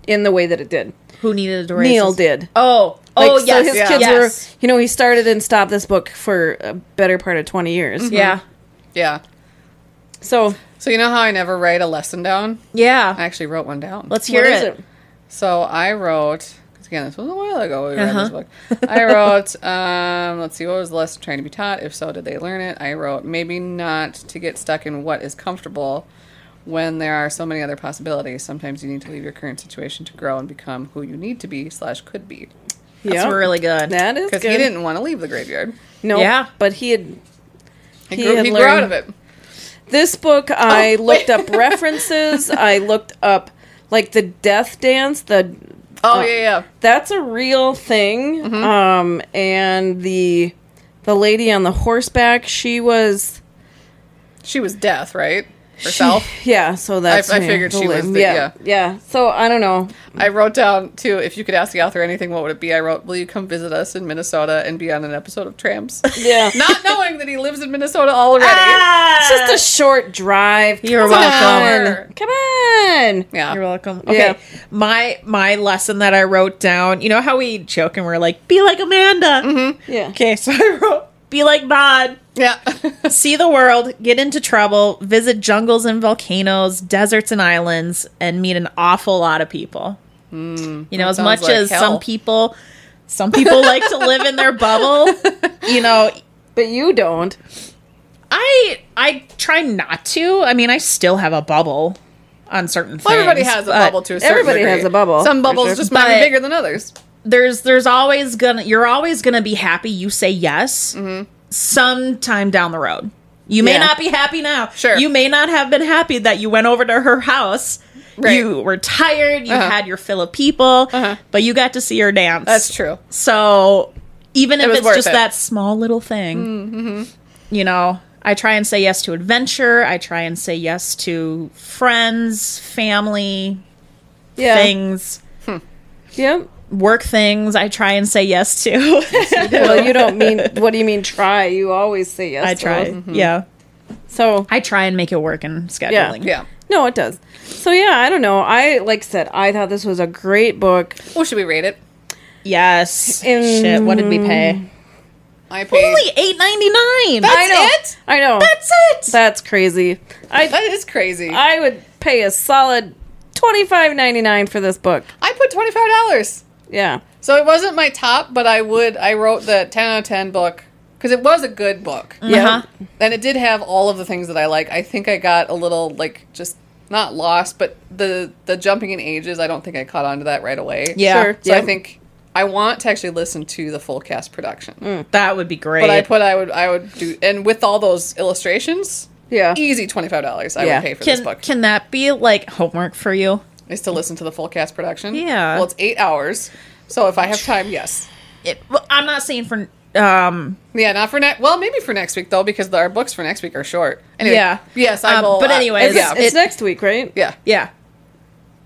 [SPEAKER 2] in the way that it did.
[SPEAKER 3] Who needed to raise
[SPEAKER 2] Neil
[SPEAKER 3] his-
[SPEAKER 2] did.
[SPEAKER 3] Oh.
[SPEAKER 2] Like,
[SPEAKER 3] oh yes.
[SPEAKER 2] so his
[SPEAKER 1] yeah.
[SPEAKER 2] kids
[SPEAKER 3] yes.
[SPEAKER 2] were, you know, he started and stopped this book for a better part of 20 years.
[SPEAKER 3] Mm-hmm. Yeah.
[SPEAKER 1] Yeah.
[SPEAKER 2] So,
[SPEAKER 1] So you know how I never write a lesson down?
[SPEAKER 3] Yeah.
[SPEAKER 1] I actually wrote one down.
[SPEAKER 3] Let's hear
[SPEAKER 2] what is
[SPEAKER 3] it.
[SPEAKER 1] So I wrote because again, this was a while ago. We read
[SPEAKER 3] Uh-huh.
[SPEAKER 1] this book. I wrote. *laughs* Um, let's see, what was the lesson trying to be taught? If so, did they learn it? I wrote maybe not to get stuck in what is comfortable when there are so many other possibilities. Sometimes you need to leave your current situation to grow and become who you need to be slash could be.
[SPEAKER 3] That's
[SPEAKER 2] Yeah.
[SPEAKER 3] really good.
[SPEAKER 2] That is
[SPEAKER 1] Because
[SPEAKER 2] good.
[SPEAKER 1] he didn't want to leave the graveyard.
[SPEAKER 2] No,
[SPEAKER 3] Yeah.
[SPEAKER 2] but he had.
[SPEAKER 1] He,
[SPEAKER 2] He
[SPEAKER 1] grew,
[SPEAKER 2] had
[SPEAKER 1] he grew out
[SPEAKER 2] learned-
[SPEAKER 1] of it.
[SPEAKER 2] This book, I
[SPEAKER 1] Oh,
[SPEAKER 2] looked up references. I looked up like the death dance. The
[SPEAKER 1] Oh yeah, yeah.
[SPEAKER 2] that's a real thing. Um, and the the lady on the horseback, she was
[SPEAKER 1] She was death, right? Herself.
[SPEAKER 2] She, yeah, so that's
[SPEAKER 1] I
[SPEAKER 2] yeah,
[SPEAKER 1] figured
[SPEAKER 2] the
[SPEAKER 1] she was
[SPEAKER 2] lady.
[SPEAKER 1] the- yeah.
[SPEAKER 2] yeah, yeah. So I don't know.
[SPEAKER 1] I wrote down too. If you could ask the author anything, what would it be? I wrote, "Will you come visit us in Minnesota and be on an episode of Tramps?" *laughs*
[SPEAKER 2] Yeah,
[SPEAKER 1] Not knowing that he lives in Minnesota already.
[SPEAKER 3] Ah,
[SPEAKER 2] It's just a short drive.
[SPEAKER 3] You're
[SPEAKER 2] Come
[SPEAKER 1] welcome.
[SPEAKER 2] on. Come on.
[SPEAKER 1] yeah,
[SPEAKER 3] You're welcome. Okay.
[SPEAKER 2] Yeah.
[SPEAKER 3] My my lesson that I wrote down, you know how we joke and we're like, be like Amanda.
[SPEAKER 2] Mm-hmm. Yeah.
[SPEAKER 3] Okay, *laughs* so I wrote be like Bod.
[SPEAKER 1] yeah. *laughs*
[SPEAKER 3] See the world, get into trouble, visit jungles and volcanoes, deserts and islands, and meet an awful lot of people. you know, as
[SPEAKER 1] Mm, sounds
[SPEAKER 3] much
[SPEAKER 1] like
[SPEAKER 3] as
[SPEAKER 1] hell.
[SPEAKER 3] some people some people like to live in
[SPEAKER 1] *laughs*
[SPEAKER 3] their bubble, you know,
[SPEAKER 2] But you don't.
[SPEAKER 3] I I try not to. I mean, I still have a bubble on certain things.
[SPEAKER 1] well, everybody has a
[SPEAKER 3] but
[SPEAKER 1] bubble to a certain
[SPEAKER 2] everybody
[SPEAKER 1] degree.
[SPEAKER 2] has a bubble,
[SPEAKER 1] Some
[SPEAKER 2] for
[SPEAKER 1] bubbles
[SPEAKER 2] sure.
[SPEAKER 1] just might be
[SPEAKER 3] But-
[SPEAKER 1] bigger than others.
[SPEAKER 3] There's there's always gonna you're always gonna be happy. You say yes
[SPEAKER 1] Mm-hmm.
[SPEAKER 3] sometime down the road. You may
[SPEAKER 2] Yeah.
[SPEAKER 3] not be happy now.
[SPEAKER 1] Sure.
[SPEAKER 3] You may not have been happy that you went over to her house.
[SPEAKER 1] Right.
[SPEAKER 3] You were tired. You
[SPEAKER 1] Uh-huh.
[SPEAKER 3] had your fill of people,
[SPEAKER 1] Uh-huh.
[SPEAKER 3] but you got to see her dance.
[SPEAKER 1] That's true.
[SPEAKER 3] So even if
[SPEAKER 1] was
[SPEAKER 3] it's
[SPEAKER 1] worth
[SPEAKER 3] just
[SPEAKER 1] it. Mm-hmm.
[SPEAKER 3] that small little thing, you know, I try and say yes to adventure. I try and say yes to friends, family,
[SPEAKER 2] Yeah.
[SPEAKER 3] things,
[SPEAKER 2] Yep.
[SPEAKER 3] work things. I try and say yes to.
[SPEAKER 2] Well, you don't mean. *laughs* What do you mean? Try. You always say yes.
[SPEAKER 3] *laughs* I
[SPEAKER 2] to
[SPEAKER 3] try.
[SPEAKER 2] those.
[SPEAKER 3] Yeah.
[SPEAKER 2] So
[SPEAKER 3] I try and make it work in scheduling.
[SPEAKER 1] Yeah.
[SPEAKER 2] no, it does. So yeah, I don't know. I like I said, I thought this was a great book.
[SPEAKER 1] Well, should we rate it?
[SPEAKER 3] Yes.
[SPEAKER 2] Um,
[SPEAKER 3] Shit. What did we pay?
[SPEAKER 1] I paid.
[SPEAKER 3] Only eight ninety nine.
[SPEAKER 1] That's
[SPEAKER 2] I know.
[SPEAKER 1] it.
[SPEAKER 2] I know.
[SPEAKER 3] That's it.
[SPEAKER 2] That's crazy. I
[SPEAKER 1] That is crazy. I,
[SPEAKER 2] I would pay a solid twenty five ninety nine for this book.
[SPEAKER 1] put twenty five dollars.
[SPEAKER 2] Yeah.
[SPEAKER 1] So it wasn't my top, but I would. I wrote the ten out of ten book because it was a good book.
[SPEAKER 2] Yeah.
[SPEAKER 1] And it did have all of the things that I like. I think I got a little like just not lost, but the the jumping in ages. I don't think I caught on to that right away.
[SPEAKER 3] Yeah.
[SPEAKER 2] Sure.
[SPEAKER 1] So I
[SPEAKER 2] Yep.
[SPEAKER 1] think I want to actually listen to the full cast production.
[SPEAKER 3] That would be great.
[SPEAKER 1] But I put I would I would do and with all those illustrations,
[SPEAKER 2] Yeah.
[SPEAKER 1] easy twenty five dollars I
[SPEAKER 2] Yeah.
[SPEAKER 1] would pay for this
[SPEAKER 3] can
[SPEAKER 1] book.
[SPEAKER 3] can that be like homework for you?
[SPEAKER 1] is to listen to the full cast production.
[SPEAKER 3] Yeah.
[SPEAKER 1] Well, it's eight hours, So if I have time, yes.
[SPEAKER 3] It, well, I'm not saying for um
[SPEAKER 1] Yeah, not for next. Well, maybe for next week though, because the, our books for next week are short. Anyway,
[SPEAKER 3] Yeah.
[SPEAKER 1] Yes, I
[SPEAKER 3] Um,
[SPEAKER 1] will.
[SPEAKER 3] but
[SPEAKER 1] uh,
[SPEAKER 3] anyways,
[SPEAKER 2] It's,
[SPEAKER 1] yeah,
[SPEAKER 3] it-
[SPEAKER 2] it's next week, right?
[SPEAKER 1] yeah.
[SPEAKER 3] yeah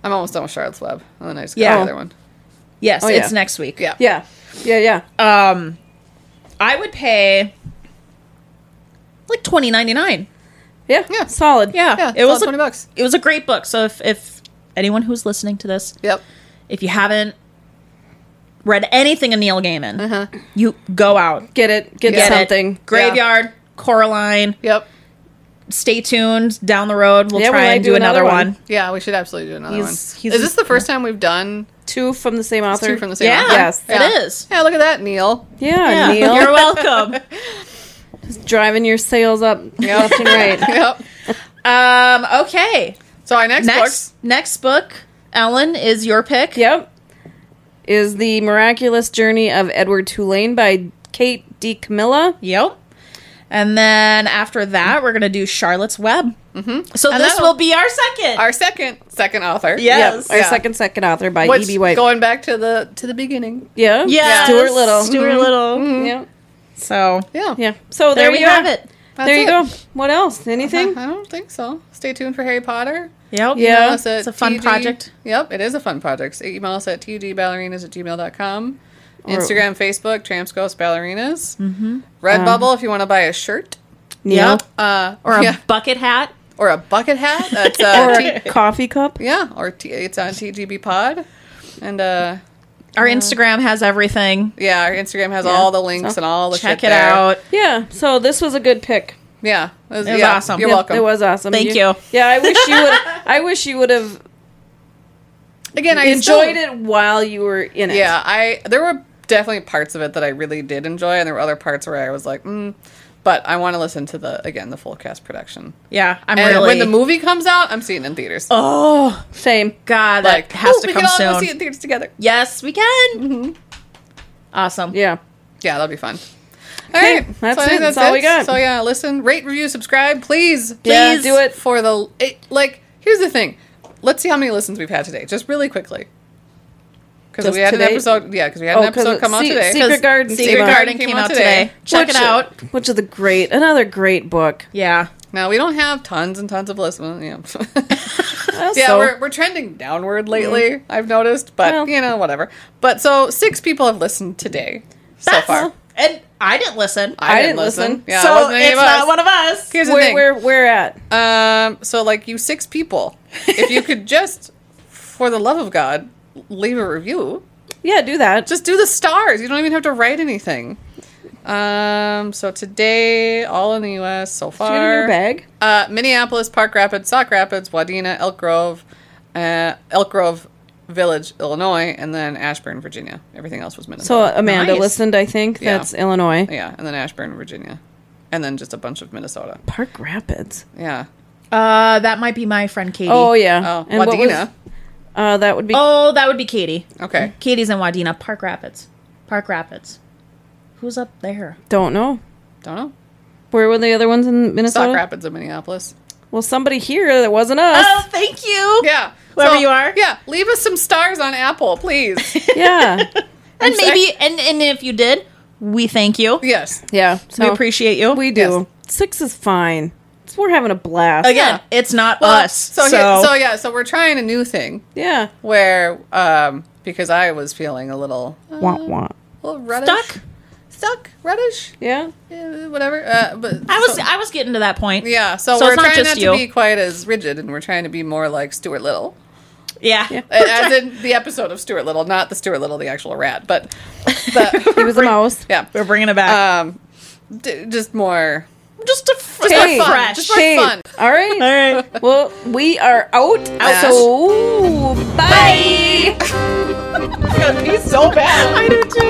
[SPEAKER 1] I'm almost done with Charlotte's Web, and then I just got
[SPEAKER 3] Yeah.
[SPEAKER 1] the other one.
[SPEAKER 3] yes
[SPEAKER 2] Oh,
[SPEAKER 3] it's
[SPEAKER 2] yeah.
[SPEAKER 3] next week
[SPEAKER 1] Yeah.
[SPEAKER 2] Yeah. Yeah, yeah.
[SPEAKER 3] um I would pay like twenty ninety nine
[SPEAKER 2] yeah.
[SPEAKER 1] yeah.
[SPEAKER 2] Solid.
[SPEAKER 3] yeah,
[SPEAKER 1] Yeah,
[SPEAKER 3] it
[SPEAKER 1] it's
[SPEAKER 3] was
[SPEAKER 1] all
[SPEAKER 3] a-
[SPEAKER 1] 20 bucks.
[SPEAKER 3] it was a great book so if if anyone who's listening to this
[SPEAKER 1] Yep.
[SPEAKER 3] if you haven't read anything of Neil Gaiman you go out
[SPEAKER 2] Get it. Get
[SPEAKER 3] get
[SPEAKER 2] something.
[SPEAKER 3] it. graveyard Coraline
[SPEAKER 1] Yep.
[SPEAKER 3] stay tuned down the road we'll
[SPEAKER 2] Yeah,
[SPEAKER 3] try
[SPEAKER 2] we might
[SPEAKER 3] and do, another, one,
[SPEAKER 1] Yeah, we should absolutely do another
[SPEAKER 2] He's-
[SPEAKER 1] one.
[SPEAKER 2] he's-
[SPEAKER 1] Is this the first time we've done
[SPEAKER 2] Two from the same author.
[SPEAKER 1] two from the same?
[SPEAKER 3] yeah
[SPEAKER 1] author?
[SPEAKER 2] Yes.
[SPEAKER 1] Yeah.
[SPEAKER 3] it is
[SPEAKER 1] Yeah, look at that,
[SPEAKER 2] *laughs*
[SPEAKER 1] Neil.
[SPEAKER 2] Yeah,
[SPEAKER 3] Yeah.
[SPEAKER 2] Neil.
[SPEAKER 3] *laughs* you're welcome
[SPEAKER 2] driving your sales up left
[SPEAKER 1] *laughs*
[SPEAKER 2] and right.
[SPEAKER 1] yep.
[SPEAKER 3] um okay
[SPEAKER 1] So our next,
[SPEAKER 3] next next book ellen is your pick
[SPEAKER 2] Yep. Is The Miraculous Journey of Edward Tulane by Kate DiCamilla.
[SPEAKER 3] yep and then after that we're gonna do charlotte's web mm-hmm. so
[SPEAKER 1] And
[SPEAKER 3] this
[SPEAKER 1] that'll-
[SPEAKER 3] will be our second
[SPEAKER 1] book, our second second author.
[SPEAKER 3] yes
[SPEAKER 2] Our
[SPEAKER 1] Yeah.
[SPEAKER 2] second second author by
[SPEAKER 1] What's
[SPEAKER 2] E.B. White.
[SPEAKER 1] going back to the to the beginning?
[SPEAKER 2] yeah.
[SPEAKER 3] Yes.
[SPEAKER 2] Stuart Little.
[SPEAKER 3] stuart little
[SPEAKER 2] Yeah.
[SPEAKER 3] so
[SPEAKER 1] Yeah.
[SPEAKER 2] Yeah. So there,
[SPEAKER 3] there,
[SPEAKER 2] we
[SPEAKER 3] we
[SPEAKER 2] you
[SPEAKER 3] have
[SPEAKER 2] go.
[SPEAKER 3] it
[SPEAKER 1] That's
[SPEAKER 2] there you
[SPEAKER 1] it. Uh-huh.
[SPEAKER 2] go. What else?
[SPEAKER 1] I
[SPEAKER 2] Anything?
[SPEAKER 1] don't think so. Stay tuned for Harry Potter.
[SPEAKER 3] yep
[SPEAKER 2] Yeah.
[SPEAKER 1] Email us at
[SPEAKER 3] It's a fun
[SPEAKER 1] TG
[SPEAKER 3] project.
[SPEAKER 1] Yep, it is a fun project. So email us at tgballerinas at gmail.com.
[SPEAKER 2] Or-
[SPEAKER 1] Instagram, Facebook, Tramps Ghost Ballerinas. Mm-hmm. Redbubble if you want to buy a shirt.
[SPEAKER 3] yep
[SPEAKER 1] Uh,
[SPEAKER 3] or a
[SPEAKER 1] yeah,
[SPEAKER 3] bucket hat
[SPEAKER 1] or a bucket hat. That's
[SPEAKER 2] Or
[SPEAKER 1] uh,
[SPEAKER 2] a coffee cup?
[SPEAKER 1] T- yeah, or t- it's on TGB Pod. And uh,
[SPEAKER 3] our instagram has everything
[SPEAKER 1] yeah, our Instagram has
[SPEAKER 2] Yeah,
[SPEAKER 1] all the links
[SPEAKER 2] so
[SPEAKER 1] and all the
[SPEAKER 3] check
[SPEAKER 1] shit
[SPEAKER 3] it
[SPEAKER 1] there.
[SPEAKER 3] out
[SPEAKER 2] Yeah. So this was a good pick.
[SPEAKER 1] Yeah, it was,
[SPEAKER 3] It was
[SPEAKER 1] yeah,
[SPEAKER 3] awesome.
[SPEAKER 1] You're
[SPEAKER 2] Yep,
[SPEAKER 1] welcome.
[SPEAKER 2] It was awesome.
[SPEAKER 3] Thank you.
[SPEAKER 2] Yeah, I wish you would. I wish you would have
[SPEAKER 1] Again, I
[SPEAKER 2] enjoyed
[SPEAKER 1] still-
[SPEAKER 2] it while you were in it.
[SPEAKER 1] Yeah, I there were definitely parts of it that I really did enjoy, and there were other parts where I was like, mm, but I want to listen to the again the full cast production.
[SPEAKER 3] yeah i'm
[SPEAKER 1] And
[SPEAKER 3] really
[SPEAKER 1] when the movie comes out, I'm seeing it in theaters.
[SPEAKER 3] oh
[SPEAKER 2] Same.
[SPEAKER 3] god that
[SPEAKER 1] like
[SPEAKER 3] has
[SPEAKER 1] "Ooh,
[SPEAKER 3] to
[SPEAKER 1] we
[SPEAKER 3] come
[SPEAKER 1] can all
[SPEAKER 3] soon
[SPEAKER 1] go see it in theaters together.
[SPEAKER 3] Yes, we can. Awesome.
[SPEAKER 2] Yeah.
[SPEAKER 1] Yeah, that'll be fun. All
[SPEAKER 2] Okay,
[SPEAKER 1] right,
[SPEAKER 2] that's
[SPEAKER 1] so I
[SPEAKER 2] it.
[SPEAKER 1] think
[SPEAKER 2] That's all we got.
[SPEAKER 1] So yeah, listen, rate, review, subscribe, please.
[SPEAKER 2] Yeah,
[SPEAKER 1] Please.
[SPEAKER 2] do it.
[SPEAKER 1] for the it, like. Here's the thing. Let's see how many listens we've had today, just really quickly. Because
[SPEAKER 2] Just
[SPEAKER 1] we had an
[SPEAKER 2] today?
[SPEAKER 1] episode. Yeah, because we had
[SPEAKER 2] Oh,
[SPEAKER 1] an
[SPEAKER 2] 'cause
[SPEAKER 1] episode come out
[SPEAKER 2] Se-
[SPEAKER 1] today.
[SPEAKER 2] Secret
[SPEAKER 3] 'Cause
[SPEAKER 2] Garden
[SPEAKER 3] Secret
[SPEAKER 2] came out.
[SPEAKER 3] Garden came out today. Check
[SPEAKER 1] Which-
[SPEAKER 3] it out.
[SPEAKER 2] Which is a great, another great book.
[SPEAKER 3] Yeah.
[SPEAKER 1] Now we don't have tons and tons of listeners. Yeah, *laughs*
[SPEAKER 2] Uh,
[SPEAKER 1] *laughs* yeah
[SPEAKER 2] so- Mm-hmm.
[SPEAKER 1] we're, we're trending downward lately. I've noticed, but
[SPEAKER 2] Well.
[SPEAKER 1] you know, whatever. But so six people have listened today so
[SPEAKER 3] That's-
[SPEAKER 1] far.
[SPEAKER 3] And I didn't listen.
[SPEAKER 2] I didn't listen.
[SPEAKER 1] Yeah, it
[SPEAKER 3] so
[SPEAKER 1] wasn't any
[SPEAKER 3] it's
[SPEAKER 1] of us.
[SPEAKER 3] not one of us.
[SPEAKER 1] Here's the
[SPEAKER 2] where,
[SPEAKER 1] thing.
[SPEAKER 2] where where at?
[SPEAKER 1] Um, so like you six people, if you could just, for the love of God, leave a review.
[SPEAKER 2] Yeah, do that.
[SPEAKER 1] Just do the stars. You don't even have to write anything. Um, so today, all in the U.S. so
[SPEAKER 2] Shoot
[SPEAKER 1] far.
[SPEAKER 2] in your bag.
[SPEAKER 1] Uh, Minneapolis, Park Rapids, Sauk Rapids, Wadena, Elk Grove, uh, Elk Grove Village, Illinois, and then Ashburn, Virginia. Everything else was Minnesota.
[SPEAKER 2] So Amanda
[SPEAKER 3] Nice.
[SPEAKER 2] listened. I think
[SPEAKER 1] Yeah.
[SPEAKER 2] that's Illinois.
[SPEAKER 1] yeah, and then Ashburn, Virginia, and then just a bunch of Minnesota.
[SPEAKER 2] Park Rapids.
[SPEAKER 1] Yeah.
[SPEAKER 3] Uh, that might be my friend Katie.
[SPEAKER 2] Oh yeah.
[SPEAKER 1] Oh,
[SPEAKER 2] what was-
[SPEAKER 1] Wadena.
[SPEAKER 2] uh, that would be.
[SPEAKER 3] Oh, that would be Katie.
[SPEAKER 1] Okay.
[SPEAKER 3] Katie's in Wadena, Park Rapids. Park Rapids. Who's up there?
[SPEAKER 2] Don't know.
[SPEAKER 1] Don't know.
[SPEAKER 2] Where were the other ones in Minnesota?
[SPEAKER 1] Sauk Rapids in Minneapolis.
[SPEAKER 2] Well, somebody here that wasn't us.
[SPEAKER 3] Oh, thank you.
[SPEAKER 1] Yeah.
[SPEAKER 3] Whoever you are.
[SPEAKER 1] Yeah. Leave us some stars on Apple, please. *laughs*
[SPEAKER 2] *laughs* Yeah.
[SPEAKER 3] And
[SPEAKER 1] I'm
[SPEAKER 3] maybe, and, and if you did, we thank you.
[SPEAKER 1] yes.
[SPEAKER 2] Yeah.
[SPEAKER 3] We
[SPEAKER 2] So
[SPEAKER 3] appreciate you.
[SPEAKER 2] we do. Six is fine. It's- We're having a blast.
[SPEAKER 3] Again, it's not
[SPEAKER 1] Well,
[SPEAKER 3] us.
[SPEAKER 1] Uh, So,
[SPEAKER 3] So,
[SPEAKER 1] he- so yeah, so we're trying a new thing
[SPEAKER 2] Yeah.
[SPEAKER 1] where um because I was feeling a little uh,
[SPEAKER 2] Wah wah.
[SPEAKER 1] a little reddish.
[SPEAKER 3] Stuck?
[SPEAKER 1] Stuck, reddish.
[SPEAKER 2] Yeah.
[SPEAKER 1] Yeah, whatever. Uh, but
[SPEAKER 3] I was
[SPEAKER 1] so-
[SPEAKER 3] I was getting to that point.
[SPEAKER 1] yeah. So,
[SPEAKER 3] so
[SPEAKER 1] we're
[SPEAKER 3] it's not
[SPEAKER 1] trying
[SPEAKER 3] just
[SPEAKER 1] not
[SPEAKER 3] you.
[SPEAKER 1] to be quite as rigid, and we're trying to be more like Stuart Little,
[SPEAKER 3] *laughs* Yeah.
[SPEAKER 2] Yeah.
[SPEAKER 1] Uh, as in the episode of Stuart Little, not the Stuart Little, the actual rat, but the
[SPEAKER 3] *laughs*
[SPEAKER 2] He was a mouse.
[SPEAKER 1] yeah,
[SPEAKER 3] We're bringing it back.
[SPEAKER 1] um, d- just more
[SPEAKER 3] just a fr-
[SPEAKER 2] Hey,
[SPEAKER 3] just a fresh.
[SPEAKER 1] Uh, just for
[SPEAKER 2] Hey,
[SPEAKER 1] fun.
[SPEAKER 2] All right.
[SPEAKER 3] All right.
[SPEAKER 2] Well, we are out.
[SPEAKER 1] Out.
[SPEAKER 2] So bye.
[SPEAKER 1] He's so bad.
[SPEAKER 3] I do too.